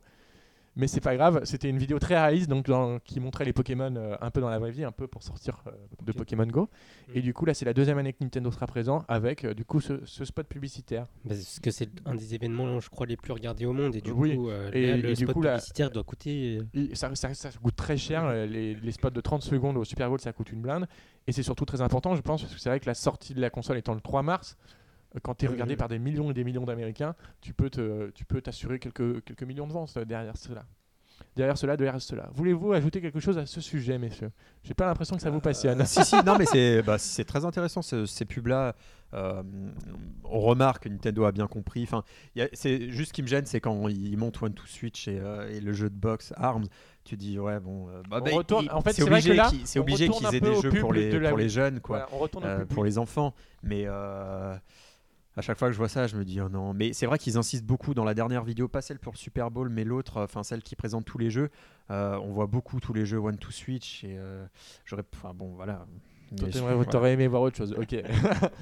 A: Mais c'est pas grave, c'était une vidéo très réaliste donc dans- qui montrait les Pokémon euh, un peu dans la vraie vie, un peu pour sortir euh, de
C: Ok.
A: Pokémon Go. Et
C: Mm.
A: du coup là, c'est la deuxième année que Nintendo sera présent avec euh, du coup ce- ce spot publicitaire.
C: Parce que c'est un des événements, je crois, les plus regardés au monde. Et du
A: Oui.
C: coup, euh,
A: Et-
C: là,
A: et
C: le
A: du
C: spot
A: coup, la-
C: publicitaire doit coûter. euh,
A: Et ça, ça- ça coûte très cher. euh, Les, les spots de 30 secondes au Super Bowl, ça coûte une blinde. Et c'est surtout très important, je pense, parce que c'est vrai que la sortie de la console étant le 3 mars, euh, quand tu es
B: Oui,
A: regardé
B: oui.
A: par des millions et des millions d'Américains, tu peux te- tu peux t'assurer quelques, quelques millions de ventes euh, derrière cela. Derrière cela, derrière cela. Voulez-vous ajouter quelque chose à ce sujet, messieurs J'ai pas l'impression que ça vous passionne.
B: Euh, si, si, non, mais c'est bah, c'est très intéressant ce- ces pubs-là. Euh, on remarque que Nintendo a bien compris. Enfin, il y a- c'est juste ce qui me gêne, c'est quand ils montent One to Switch et, euh, et le jeu de boxe Arms. Tu dis ouais bon. euh, bah,
A: On
B: bah,
A: retourne-
B: ils-
A: en fait,
B: c'est
A: c'est vrai que
B: obligé
A: là,
B: qu'ils c'est
A: on
B: obligé
A: retourne
B: qu'ils
A: un
B: aient
A: peu
B: des
A: au
B: jeux
A: pub
B: pour les
A: de la
B: pour
A: Wii.
B: les jeunes quoi.
A: Voilà, on retourne au
B: euh,
A: public.
B: pour les enfants. Mais euh, à chaque fois que je vois ça, je me dis oh non. Mais c'est vrai qu'ils insistent beaucoup dans la dernière vidéo, pas celle pour le Super Bowl, mais l'autre, euh, enfin celle qui présente tous les jeux. Euh, on voit beaucoup tous les jeux One to Switch et euh, j'aurais, enfin bon voilà.
A: Toi,
B: Mais je-
A: t'aimerais-
B: voilà.
A: T'aurais aimé voir autre chose. Ok.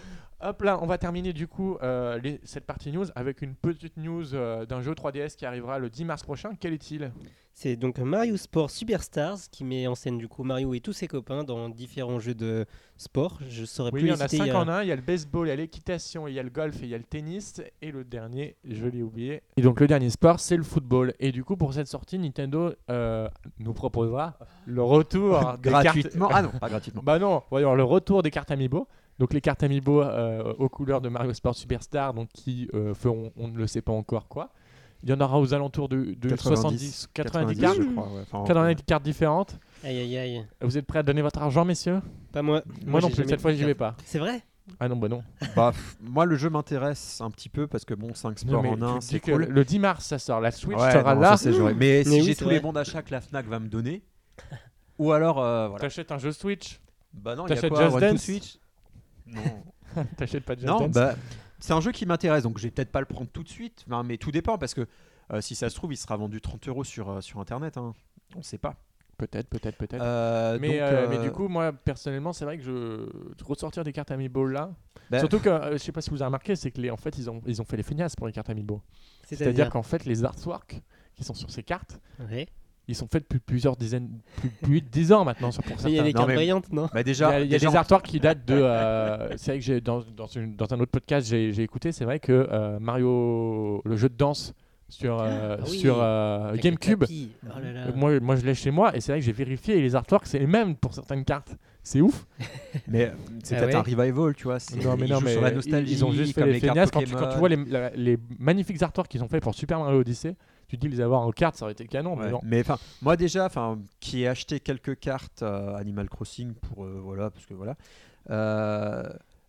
A: Hop là, on va terminer du coup euh, les- cette partie news avec une petite news euh, d'un jeu 3DS qui arrivera le 10 mars prochain. Quel est-il
C: C'est donc Mario Sport Superstars qui met en scène du coup Mario et tous ses copains dans différents jeux de sport. Je saurais
A: Oui,
C: plus
A: il y en a 5
C: les citer, euh,
A: en 1. Il y a le baseball, il y a l'équitation, il y a le golf et il y a le tennis. Et le dernier, je l'ai oublié. Et donc le dernier sport, c'est le football. Et du coup, pour cette sortie, Nintendo euh, nous proposera le retour des cartes-
B: gratuitement. Ah non, pas gratuitement.
A: Bah non, voyons, le retour des cartes Amiibo. Donc les cartes Amiibo euh, aux couleurs de Mario Sport Superstar, donc qui euh, feront, on ne le sait pas encore quoi. Il y en aura aux alentours de, de 70, 90, cartes,
B: je crois. ouais. Enfin,
A: 90 cartes différentes.
C: Aïe aïe aïe.
A: Vous êtes prêts à donner votre argent, messieurs
C: Pas moi.
A: Moi, non
C: j'ai
A: plus,
C: jamais
A: cette fois,
C: pris
A: j'y
C: de
A: vais
C: carte.
A: pas.
C: C'est vrai
A: Ah non, bah non.
B: bah, pff, moi, le jeu m'intéresse un petit peu parce que bon, 5
A: Non,
B: sports
A: mais
B: en un,
A: tu
B: c'est
A: dis que
B: cool.
A: Le 10 mars, ça sort. La Switch
B: Ouais,
A: sera
B: non,
A: là.
B: ça, c'est joué. Mais,
C: Mais
B: si
C: oui,
B: j'ai
C: c'est
B: tous les
C: vrai.
B: bons d'achat que la Fnac va me donner, ou alors euh, voilà.
A: T'achètes un jeu Switch
B: Bah non, il y a
A: T'achètes
B: quoi
A: Just
B: One to
A: Dance
B: Switch Non.
A: T'achètes pas de Just
B: Non,
A: Dance
B: bah, c'est un jeu qui m'intéresse, donc je vais peut-être pas le prendre tout de suite, hein, mais tout dépend parce que euh, si ça se trouve, il sera vendu 30 euros sur, euh, sur internet. hein. On sait pas.
A: Peut-être, peut-être, peut-être.
B: Euh,
A: mais,
B: donc,
A: euh, mais
B: euh,
A: du coup, moi, personnellement, c'est vrai que je... Ressortir des cartes Amiibo là,
C: Ben.
B: bah,
A: Surtout que, euh, je sais pas si vous avez remarqué, c'est que les, en fait, ils ont, ils ont fait les feignasses pour les cartes Amiibo. C'est-à-dire qu'en fait, les artworks qui sont sur ces cartes,
C: Ouais.
A: ils sont faits depuis plusieurs dizaines, plus, plus de 10 ans maintenant sur- pour
C: Mais il y a
A: certains.
C: des
B: Non,
C: cartes
B: mais-
C: brillantes, non
B: bah,
A: Il y a,
B: déjà,
A: il y a
B: déjà,
A: des artworks qui datent de. euh, c'est vrai que j'ai dans, dans, une- dans un autre podcast, j'ai j'ai écouté. C'est vrai que euh, Mario, le jeu de danse sur euh,
C: Ah oui.
A: sur euh,
C: Avec le
A: GameCube,
C: tapis. Oh là là.
A: moi, moi je l'ai chez moi et c'est vrai que j'ai vérifié et les artworks c'est les mêmes pour certaines cartes. C'est ouf.
B: mais euh, c'est
C: Ah
B: peut-être
C: ouais.
B: un revival, tu vois. c'est- ils jouent sur la
A: ils-
B: nostalgie,
A: ils ont juste fait
B: comme
A: les,
B: les cartes
A: feignasses. Quand tu, quand tu
B: Pokémon.
A: vois les, la- les magnifiques artworks qu'ils ont fait pour Super Mario Odyssey, tu te dis les avoir en cartes, ça aurait été canon.
B: Ouais,
A: Mais non.
B: Mais enfin, moi déjà, enfin, qui ai acheté quelques cartes euh, Animal Crossing pour euh, voilà, parce que voilà. euh,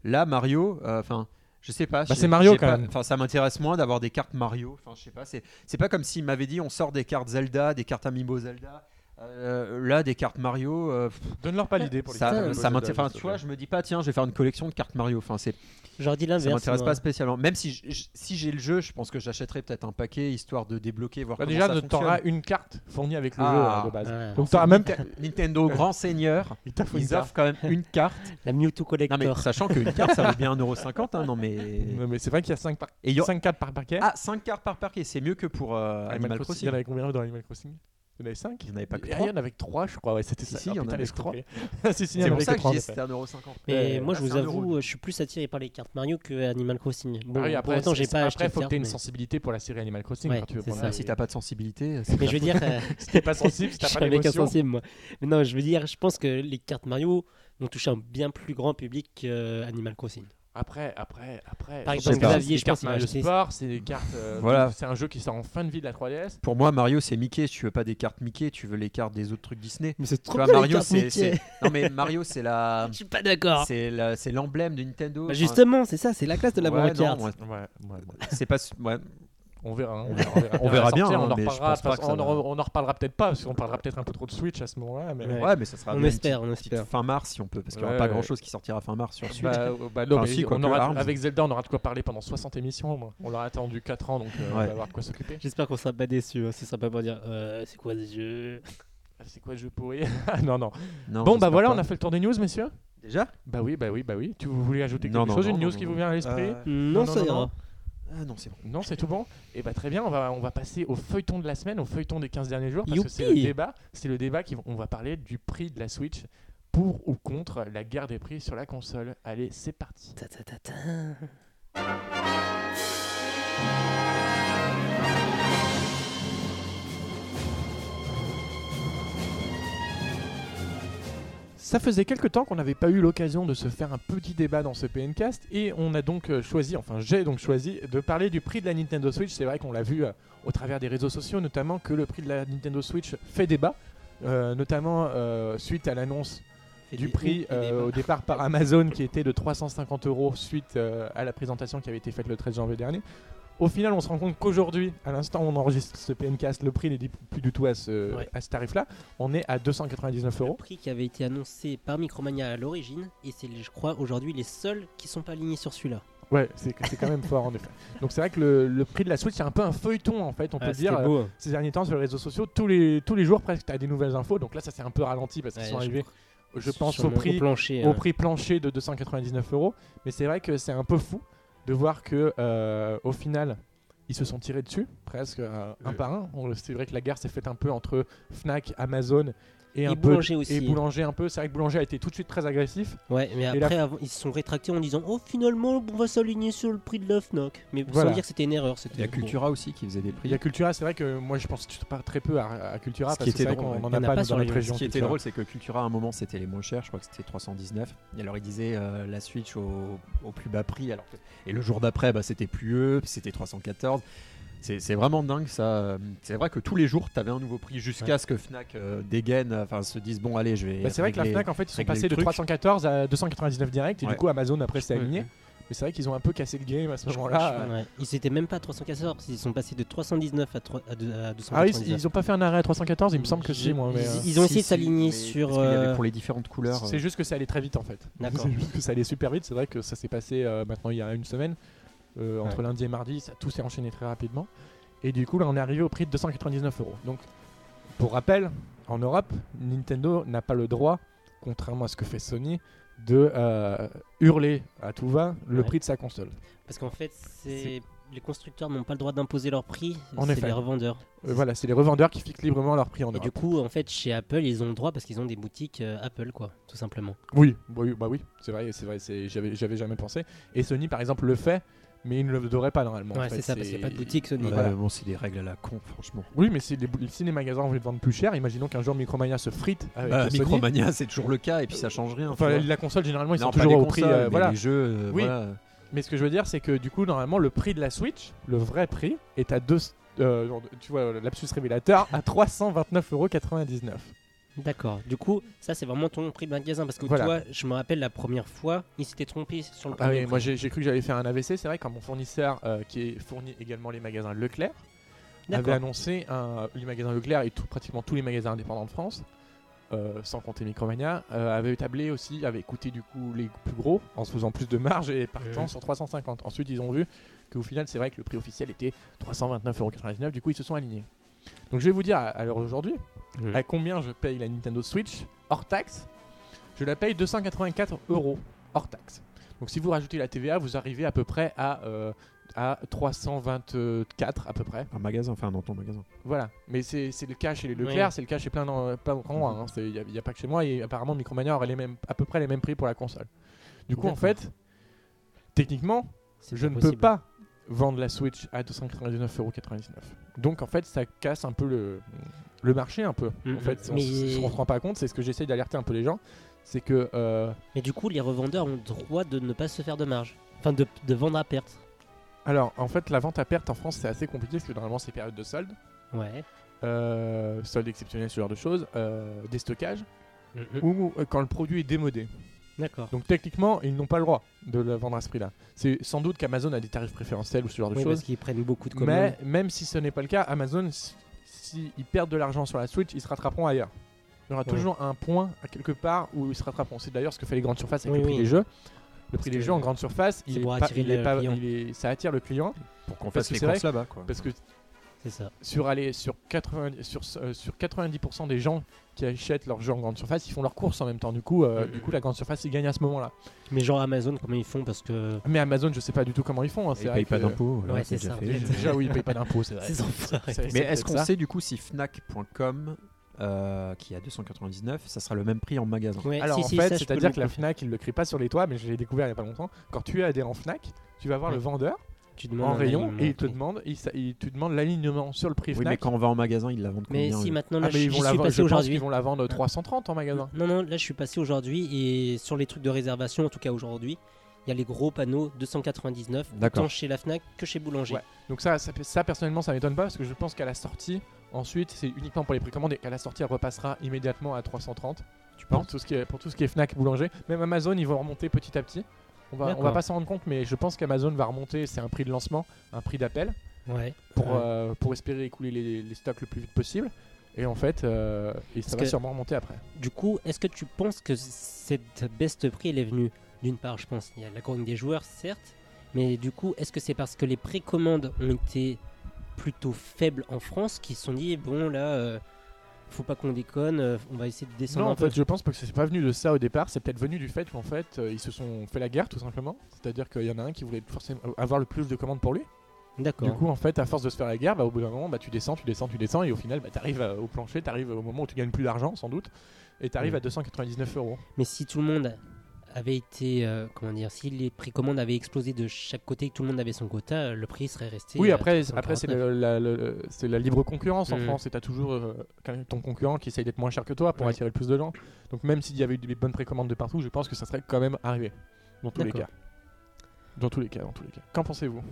B: là, Mario, euh, enfin. je sais pas.
A: Bah,
B: j'ai-
A: c'est Mario,
B: j'ai
A: quand
B: pas-
A: même.
B: Enfin, ça m'intéresse moins d'avoir des cartes Mario. Enfin, je sais pas. C'est c'est pas comme s'il m'avait dit on sort des cartes Zelda, des cartes Amiibo Zelda. euh, là, des cartes Mario. euh, pff,
A: Donne-leur pas l'idée pour les cartes.
B: ça,
A: Amiibo
B: ça
A: Zelda,
B: m'intéresse. Enfin,
A: s'il te
B: tu vois,
A: plaît.
B: je me dis pas tiens, je vais faire une collection de cartes Mario. Enfin, c'est
C: J'aurais dit l'inverse.
B: ça m'intéresse
C: moi.
B: pas spécialement. Même si je- je- si j'ai le jeu, je pense que j'achèterai peut-être un paquet histoire de débloquer voir
A: Bah,
B: comment
A: déjà,
B: ça fonctionne.
A: t'auras une carte fournie avec le
B: Ah.
A: jeu euh, de base.
C: Ah,
A: Donc t'auras même.
B: Nintendo grand seigneur.
A: Il t'a fourni
B: Ils
A: ça.
B: offrent quand même une carte.
C: la Mewtwo
B: Non mais
C: Collector.
B: sachant qu'une carte ça vaut bien 1,50€. Hein, non mais.
A: Non, mais c'est vrai qu'il y a 5
B: Et il y a-
A: cartes par paquet.
B: Ah, 5 cartes par parquet, c'est mieux que pour euh,
A: Animal
C: Ah,
B: Animal
A: Crossing, Il y
B: Crossing.
A: en avait combien dans Animal Crossing Il y en avait 5
B: Il n'y en avait pas que
A: Il y
B: 3.
A: en avait 3, je crois. Ouais, c'était
B: Si,
A: ça.
B: si,
A: Ah,
B: il y en
A: putain,
B: avait
A: laisse
B: que trois.
A: tomber. Si, si, il y
B: C'est
A: en
B: pour
A: avait
B: ça
A: que
B: que je
A: 3.
B: dis c'était 1,50€.
C: Mais
A: Euh,
C: moi,
B: là,
C: je vous
B: c'est un euro.
C: avoue, je suis plus attiré par les cartes Mario que Animal Crossing. Bon,
A: Après,
C: pour autant, j'ai
A: c'est-
C: pas acheté
A: après,
C: de
A: faut que
C: cartes,
A: t'aies une
C: mais-
A: sensibilité pour la série Animal Crossing
C: Ouais,
A: quand tu veux
C: c'est
A: prendre
C: ça.
A: la-
B: Bah, Si t'as pas de sensibilité, c'est
C: Mais je veux dire, euh,
A: Si t'es pas sensible, si
C: je
A: t'as
C: suis
A: pas
C: un mec
A: d'émotion.
C: insensible, moi. Mais non, je veux dire, je pense que les cartes Mario ont touché un bien plus grand public que euh, Animal Crossing.
A: Après, après, après.
C: Par
A: je
B: exemple,
A: sais pas,
C: Xavier,
A: c'est des
C: je pense
A: cartes
C: qu'il
A: Mario
C: va acheter-
A: Sport, c'est des cartes. euh,
B: Voilà.
A: tout- C'est un jeu qui sort en fin de vie de la 3DS.
B: Pour moi, Mario, c'est Mickey. Tu veux pas des cartes Mickey, tu veux les cartes des autres trucs Disney.
C: Mais Bah, c'est trop
B: Tu vois, Mario, c'est. c'est- Non, mais Mario, c'est la.
C: Je suis pas d'accord.
B: C'est la- c'est l'emblème de Nintendo.
C: Ah. Bah,
B: Enfin,
C: justement, c'est ça, c'est la classe de la
B: ouais,
C: bonne
B: non,
C: carte.
B: moi,
A: Ouais, ouais, ouais.
B: C'est pas. ouais,
A: On verra. hein,
B: On
A: on verra,
B: on verra
A: la
B: bien,
A: sortie,
B: hein,
A: on, en
B: mais je
A: reparlera,
B: pense pas
A: parce
B: que
A: qu'on
B: ça
A: en, on en reparlera peut-être pas, parce qu'on parlera peut-être un peu trop de Switch à ce moment-là. Mais...
C: Ouais.
B: ouais, mais ça sera.
C: On
B: bien une
C: espère, on
B: petite-
C: espère.
B: petite Fin mars, si on peut, parce qu'il n'y
A: Ouais,
B: aura pas
A: ouais.
B: grand chose qui sortira fin mars sur Switch.
A: Bah, euh, bah, non,
B: Enfin,
A: mais
B: si, quoi
A: on
B: que,
A: aura-
B: Arms.
A: avec Zelda, on aura de quoi parler pendant 60 émissions. au moins. On l'aura attendu 4 ans, donc euh, on va
B: Ouais.
A: avoir de quoi s'occuper.
C: J'espère qu'on sera pas déçus. hein. Ce sera pas pour dire euh, c'est quoi ce jeu
A: Ah, C'est quoi le jeu pourri Ah, Non, non.
B: Non,
A: Bon,
B: j'espère
A: bah voilà,
B: pas.
A: on a fait le tour des news, messieurs.
B: Déjà
A: Bah oui, bah oui, bah oui. Tu voulais ajouter quelque
B: Non, non,
A: chose,
B: non,
A: une
B: non,
A: news
B: non,
A: qui
B: non.
A: vous vient à l'esprit
B: Euh,
A: Non, non,
C: Non, ça ira.
B: Ah non, c'est bon.
A: Non, c'est tout bon. Et bah très bien, on va, on va passer au feuilleton de la semaine, au feuilleton des 15 derniers jours, parce que c'est le
C: Youpi
A: débat. C'est le débat qui on va parler du prix de la Switch pour ou contre la guerre des prix sur la console. Allez, c'est parti.
C: Ta, ta, ta, ta.
A: Ça faisait quelque temps qu'on n'avait pas eu l'occasion de se faire un petit débat dans ce PNcast et on a donc euh, choisi, enfin j'ai donc choisi de parler du prix de la Nintendo Switch. C'est vrai qu'on l'a vu euh, au travers des réseaux sociaux notamment que le prix de la Nintendo Switch fait débat, euh, notamment euh, suite à l'annonce
C: Fait
A: du
C: des-
A: prix
C: des
A: euh,
C: débats.
A: au départ par Amazon qui était de 350 euros suite euh, à la présentation qui avait été faite le 13 janvier dernier. Au final, on se rend compte qu'aujourd'hui, à l'instant où on enregistre ce PNcast, le prix n'est dit plus du tout à ce,
C: Ouais.
A: à ce tarif-là. On est à 299
C: Le
A: euros.
C: prix qui avait été annoncé par Micromania à l'origine, et c'est, je crois, aujourd'hui les seuls qui sont pas alignés sur celui-là.
A: Ouais, c'est c'est quand même fort en effet. Donc c'est vrai que le, le prix de la Switch, c'est un peu un feuilleton en fait, on
C: Ah,
A: peut dire. euh, Ces derniers temps sur les réseaux sociaux, tous les, tous les jours presque, tu as des nouvelles infos. Donc là, ça s'est un peu ralenti parce qu'ils sont arrivés, je, pense, au prix
C: plancher. hein.
A: au prix plancher de 299 euros. Mais c'est vrai que c'est un peu fou de voir que euh, au final, ils se sont tirés dessus presque euh, un
B: Oui.
A: par un. On- C'est vrai que la guerre s'est faite un peu entre Fnac, Amazon et,
C: Et
A: un
C: Boulanger
A: peu
C: aussi.
A: et Boulanger un peu. C'est vrai que Boulanger a été tout de suite très agressif.
C: Ouais, mais
A: Et la-
C: après, avant- ils se sont rétractés en disant Oh, finalement, on va s'aligner sur le prix de la Fnac. Mais
A: Voilà.
C: sans dire que c'était une erreur. C'était
B: Il y a
C: bon.
B: Cultura aussi qui faisait des
A: Il y
B: prix.
A: a Cultura, c'est vrai que moi je pense pas très peu à, à Cultura
B: Ce qui
A: parce que
B: était
A: c'est vrai
B: drôle,
A: qu'on
B: ouais.
A: n'en
C: Il y
A: a
C: en a
A: pas
C: pas
A: nous, dans
C: sur
A: les
C: les- ce
A: régions.
B: Ce qui était
A: Cultura.
B: drôle, c'est que Cultura, à un moment, c'était les moins chers. Je crois que c'était 319. Et alors, ils disaient euh, la Switch au, au plus bas prix. Alors que- Et le jour d'après, bah, c'était plus eux, puis c'était 314. C'est c'est vraiment dingue ça. C'est vrai que tous les jours, tu avais un nouveau prix jusqu'à ce que Fnac euh, dégaine, enfin se dise bon, allez, je vais.
A: Bah, c'est vrai que la
B: régler-
A: Fnac en fait ils sont
B: régler le
A: passés de
B: truc.
A: 314 à 299 direct et
B: Ouais.
A: du coup Amazon après s'est
B: Ouais,
A: aligné.
B: ouais.
A: Mais c'est vrai qu'ils ont un peu cassé le game à ce
B: Je crois-
A: moment-là. euh,
B: je-
C: Ouais. Ils étaient même pas à 314, ils sont passés de 319 à, 3, à, deux- à
A: Ah oui,
C: 299.
A: ils ont pas fait un arrêt à 314, il me semble que si moi. Mais,
C: Ils-
A: euh,
C: ils ont essayé de
B: Si, si,
C: s'aligner
B: mais
C: sur,
B: parce qu'il y avait
C: euh,
B: pour les différentes couleurs.
A: C'est juste que ça allait très vite en fait.
C: D'accord.
A: C'est juste que ça allait super vite. C'est vrai que ça s'est passé euh, maintenant il y a une semaine. Euh, entre
B: Ouais.
A: lundi et mardi, ça, tout s'est enchaîné très rapidement. Et du coup, là, on est arrivé au prix de 299 euros. Donc, pour rappel, en Europe, Nintendo n'a pas le droit, contrairement à ce que fait Sony, de euh, hurler à tout va le
C: Ouais.
A: prix de sa console.
C: Parce qu'en fait, c'est... les constructeurs n'ont pas le droit d'imposer leur prix,
A: En
C: c'est
A: effet.
C: les revendeurs.
A: Euh, voilà, c'est les revendeurs qui fixent librement leur prix en
C: Et
A: Europe.
C: du coup, en fait, chez Apple, ils ont le droit parce qu'ils ont des boutiques euh, Apple, quoi, tout simplement.
A: Oui, bah oui, bah oui, c'est vrai, c'est vrai, c'est- j'avais, j'avais jamais pensé. Et Sony, par exemple, le fait, mais il ne le devrait pas normalement. en
C: ouais,
A: fait.
C: c'est ça, parce qu'il n'y a pas de boutique Sony.
B: Ouais,
A: Voilà.
B: bon, c'est des règles à la con, franchement.
A: Oui, mais si les, bou- si les magasins ont envie de vendre plus cher, imaginons qu'un jour Micromania se frite avec euh,
B: Bah,
A: Sony.
B: Micromania, c'est toujours le cas, et puis ça change rien.
A: Enfin,
B: tu vois.
A: la console, généralement, ils
B: Non,
A: sont
B: pas
A: toujours
B: les
A: au prix.
B: consoles,
A: euh,
B: mais
A: voilà.
B: les jeux, euh,
A: Oui.
B: voilà.
A: Mais ce que je veux dire, c'est que du coup, normalement, le prix de la Switch, le vrai prix, est à deux, euh, tu vois, lapsus révélateur, à 329,99€.
C: D'accord. Du coup, ça, c'est vraiment ton prix de magasin. Parce que
A: Voilà.
C: toi, je me rappelle la première fois, ils s'étaient trompés sur le prix.
A: Ah
C: des
A: oui,
C: prix.
A: moi j'ai j'ai cru que j'allais faire un AVC. C'est vrai, quand mon fournisseur, euh, qui est fournit également les magasins Leclerc, avait
C: D'accord.
A: annoncé un, les magasins Leclerc et tout, pratiquement tous les magasins indépendants de France, euh, sans compter Micromania, euh, avaient tablé aussi, avaient coûté du coup les plus gros en se faisant plus de marge et partant
D: Ouais.
A: sur 350. Ensuite, ils ont vu qu'au final, c'est vrai que le prix officiel était 329,99€. Du coup, ils se sont alignés. Donc, je vais vous dire à, à l'heure d'aujourd'hui
C: Mhm.
A: à combien je paye la Nintendo Switch hors taxe. Je la paye 284 euros hors taxe. Donc, si vous rajoutez la TVA, vous arrivez à peu près à, euh, à 324 à peu près.
B: Un magasin, enfin, dans ton magasin.
A: Voilà, mais c'est c'est le cas chez les Leclerc,
C: Oui. Mm-hmm.
A: c'est le cas chez plein d'en- plein d'endroits. Il n'y a, y a pas que chez moi, et apparemment Micromania aurait les mêmes, à peu près les mêmes prix pour la console. Du coup, en
C: D'accord.
A: fait, techniquement,
C: C'est
A: je ne peux
C: possible.
A: pas vendre la Switch à 299,99€. Donc, en fait, ça casse un peu le, le marché, un peu.
C: Mhm.
A: En fait, on
C: Mais-
A: ne se rend pas compte, c'est ce que j'essaie d'alerter un peu les gens, c'est que euh,
C: Mais du coup, les revendeurs ont le droit de ne pas se faire de marge. Enfin, de, de vendre à perte.
A: Alors, en fait, la vente à perte en France, c'est assez compliqué parce que normalement, c'est période de solde,
C: Ouais.
A: euh, solde exceptionnel, ce genre de choses, euh, déstockage,
C: Mm.
A: ou euh, quand le produit est démodé.
C: D'accord.
A: Donc techniquement, ils n'ont pas le droit de la vendre à ce prix-là. C'est sans doute qu'Amazon a des tarifs préférentiels ou ce genre de
C: Oui, parce
A: choses.
C: qu'ils prennent beaucoup de commandes.
A: Mais même si ce n'est pas le cas, Amazon, s'ils perdent de l'argent sur la Switch, ils se rattraperont ailleurs. Il y aura
C: Ouais.
A: toujours un point à quelque part où ils se rattraperont. C'est d'ailleurs ce que fait les grandes surfaces avec
C: Oui,
A: le prix
C: oui.
A: des jeux. Le
C: Parce
A: prix des
C: que
A: jeux en grande surface, il
C: c'est
A: est
C: pour
A: pas-
C: attirer
A: il est
C: le
A: pas-
C: client.
A: il est- ça attire le client
B: Pour qu'on
A: Parce
B: fasse
A: que
B: les
A: c'est vrai
B: courses là-bas, quoi.
A: parce que
C: C'est ça.
A: sur, allez, sur, 80, sur, euh, sur 90% des gens qui achètent leurs jeux en grande surface, ils font leurs courses en même temps. Du coup, euh,
C: Mhm.
A: du coup la grande surface, ils gagnent à ce moment-là.
C: Mais genre Amazon, comment ils font Parce que.
A: Mais Amazon, je sais pas du tout comment ils font. hein. C'est
B: Ils
A: vrai
B: payent pas
A: que-
B: d'impôts. voilà,
C: Ouais,
B: c'est
C: c'est
B: déjà
C: ça,
B: fait.
C: en fait.
A: Déjà, oui, ils payent pas d'impôts, c'est vrai.
C: Ces enfoirés.
A: Bah, C'est-
B: Mais
A: c'est
B: est-ce
A: peut-être
B: qu'on
A: ça.
B: sait du coup si Fnac.com, euh, qui est à 299, ça sera le même prix en magasin
C: Ouais,
A: Alors
C: si,
A: en
C: si,
A: fait,
C: ça, je peux
A: c'est-à-dire
C: le
A: que la
C: confirmer.
A: Fnac, il le crie pas sur les toits, mais je l'ai découvert il y a pas longtemps. Quand tu es adhérent Fnac, tu vas voir
C: Ouais.
A: le vendeur
C: Tu
A: en
C: demandes un
A: rayon
C: alignement
A: et il te
C: prix.
A: demande, il, sa- il te demande l'alignement sur le prix
B: Oui, mais
A: Fnac.
B: quand on va en magasin, ils la vendent
C: Mais
B: combien
C: si
B: eux
C: maintenant
A: Ah,
C: là
A: mais
C: je
A: ils
C: j'y
A: vont la
C: suis
A: vendre-
C: passé
A: je pense
C: aujourd'hui.
A: qu'ils vont la vendre 330 en magasin.
C: Non non, là je suis passé aujourd'hui et sur les trucs de réservation en tout cas aujourd'hui, il y a les gros panneaux 299
B: D'accord.
C: tant chez la Fnac que chez Boulanger.
A: Ouais. Donc ça, ça, ça, personnellement, ça m'étonne pas parce que je pense qu'à la sortie, ensuite, c'est uniquement pour les précommandes et qu'à la sortie, elle repassera immédiatement à 330.
B: Tu
A: Pour
B: penses
A: tout ce qui est, pour tout ce qui est Fnac, boulanger, même Amazon, ils vont remonter petit à petit. On va, on va
C: D'accord.
A: pas s'en rendre compte, mais je pense qu'Amazon va remonter. C'est un prix de lancement, un prix d'appel
C: Ouais.
A: pour,
C: Ouais.
A: euh, pour espérer écouler les, les stocks le plus vite possible. Et en fait, euh, et ça
C: Parce
A: va
C: que-
A: sûrement remonter après.
C: Du coup, est-ce que tu penses que cette baisse de prix elle est venue D'une part, je pense, il y a la grogne des joueurs, certes, mais du coup, est-ce que c'est parce que les précommandes ont été plutôt faibles en France qu'ils se sont dit, bon là, euh, faut pas qu'on déconne, euh, on va essayer de descendre
A: Non,
C: un
A: en
C: peu
A: fait, je pense pas que c'est pas venu de ça au départ. C'est peut-être venu du fait qu'en fait, euh, ils se sont fait la guerre tout simplement. C'est-à-dire qu'il y en a un qui voulait forcément euh, avoir le plus de commandes pour lui. Du
C: D'accord.
A: coup, en fait, à force de se faire la guerre, bah, au bout d'un moment, bah, tu descends, tu descends, tu descends, et au final, bah, t'arrives euh, au plancher, t'arrives au moment où tu gagnes plus d'argent, sans doute, et t'arrives
C: Mm.
A: à 299 euros.
C: Mais si tout le monde avait été, euh, comment dire, si les précommandes avaient explosé de chaque côté et que tout le monde avait son quota, euh, le prix serait resté.
A: Oui,
C: à
A: après, après c'est
C: 349.
A: le- la, le- c'est la libre concurrence en
B: Mm-hmm.
C: Mm.
A: France, et t'as toujours euh, quand même ton concurrent qui essaye d'être moins cher que toi pour
C: Ouais.
A: attirer le plus de gens. Donc, même s'il y avait eu des bonnes précommandes de partout, je pense que ça serait quand même arrivé, dans tous les cas.
C: D'accord.
A: Dans tous les cas, dans tous les cas. Qu'en pensez-vous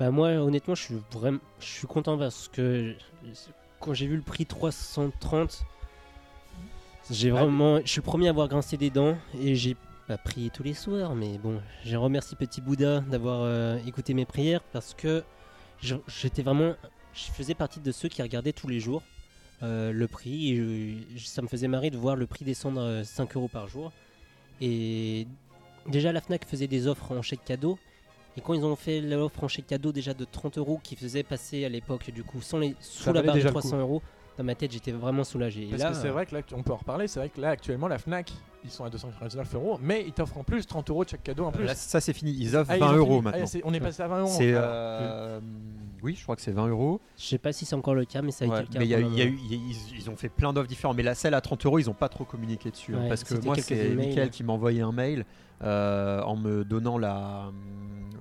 C: Bah moi honnêtement je suis vraiment je suis content parce que euh, quand j'ai vu le prix 330 j'ai
A: Ah.
C: vraiment je suis le premier à avoir grincé des dents et j'ai pas prié tous les soirs mais bon j'ai remercié petit Bouddha d'avoir euh, écouté mes prières parce que je- j'étais vraiment je faisais partie de ceux qui regardaient tous les jours euh, le prix et je- ça me faisait marrer de voir le prix descendre euh, 5 euros par jour et déjà la Fnac faisait des offres en chèque cadeau et quand ils ont fait l'offre en chèque cadeau déjà de 30 euros qui faisait passer à l'époque du coup sans les, sous la
A: valait
C: barre de
A: déjà le coup.
C: 300 euros, dans ma tête j'étais vraiment soulagé. Et
A: Parce
C: là,
B: euh,
A: que c'est vrai que là, on peut en reparler, c'est vrai que là, actuellement, la Fnac, ils sont à 299 euros, mais ils t'offrent en plus 30 euros de chaque cadeau en plus.
B: Là, ça c'est fini. Ils offrent
A: Ah, ils
B: 20
A: ont
B: euros
A: fini.
B: maintenant.
A: Ah, c'est- on est passé à 20 euros.
B: C'est.
A: Alors,
B: euh, Oui, je crois que c'est 20 euros.
C: je sais pas si c'est encore le cas mais ça a
B: Ouais,
C: été le cas.
B: mais il y a,
C: pendant
B: eu-
C: un
B: il y a
C: moment.
B: eu- il y a- ils, ils ont fait plein d'offres différentes. Mais la celle à 30 euros, ils n'ont pas trop communiqué dessus. hein,
C: Ouais,
B: parce que
C: c'était
B: moi,
C: quelques
B: c'est
C: emails.
B: Mickaël qui m'a envoyé un mail euh, en me donnant la.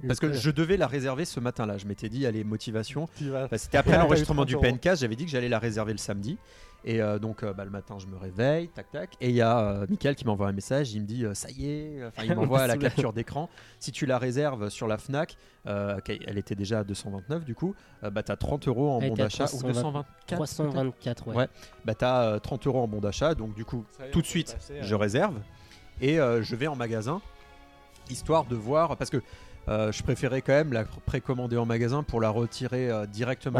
C: Le
B: Parce que
C: code.
B: je devais la réserver ce matin-là. Je m'étais dit, allez, motivation.
A: tu vas-
B: Bah, C'était
A: Et
B: après
A: là, t'as eu
B: l'enregistrement du
A: 30 euros.
B: PNK, j'avais dit que j'allais la réserver le samedi. Et euh, donc, euh, bah, le matin, je me réveille, tac, tac. Et il y a euh, Michael qui m'envoie un message. Il me dit, euh, ça y est, enfin, il m'envoie la
C: Soulagé.
B: capture d'écran. Si tu la réserves sur la Fnac, euh, ok, elle était déjà à 229 du coup, euh, bah, t'as 30 euros en
C: Elle
B: bon
C: était à
B: d'achat. Ou
C: 320,
B: 224 peut-être
C: 324 ouais.
B: Ouais. Bah, t'as euh, 30 euros en bon d'achat. Donc, du coup,
A: Ça y est,
B: tout
A: on
B: de
A: peut
B: suite,
A: passer, euh,
B: je réserve et euh, je vais en magasin histoire de voir parce que euh, je préférais quand même la pr- précommander en magasin pour la retirer euh, directement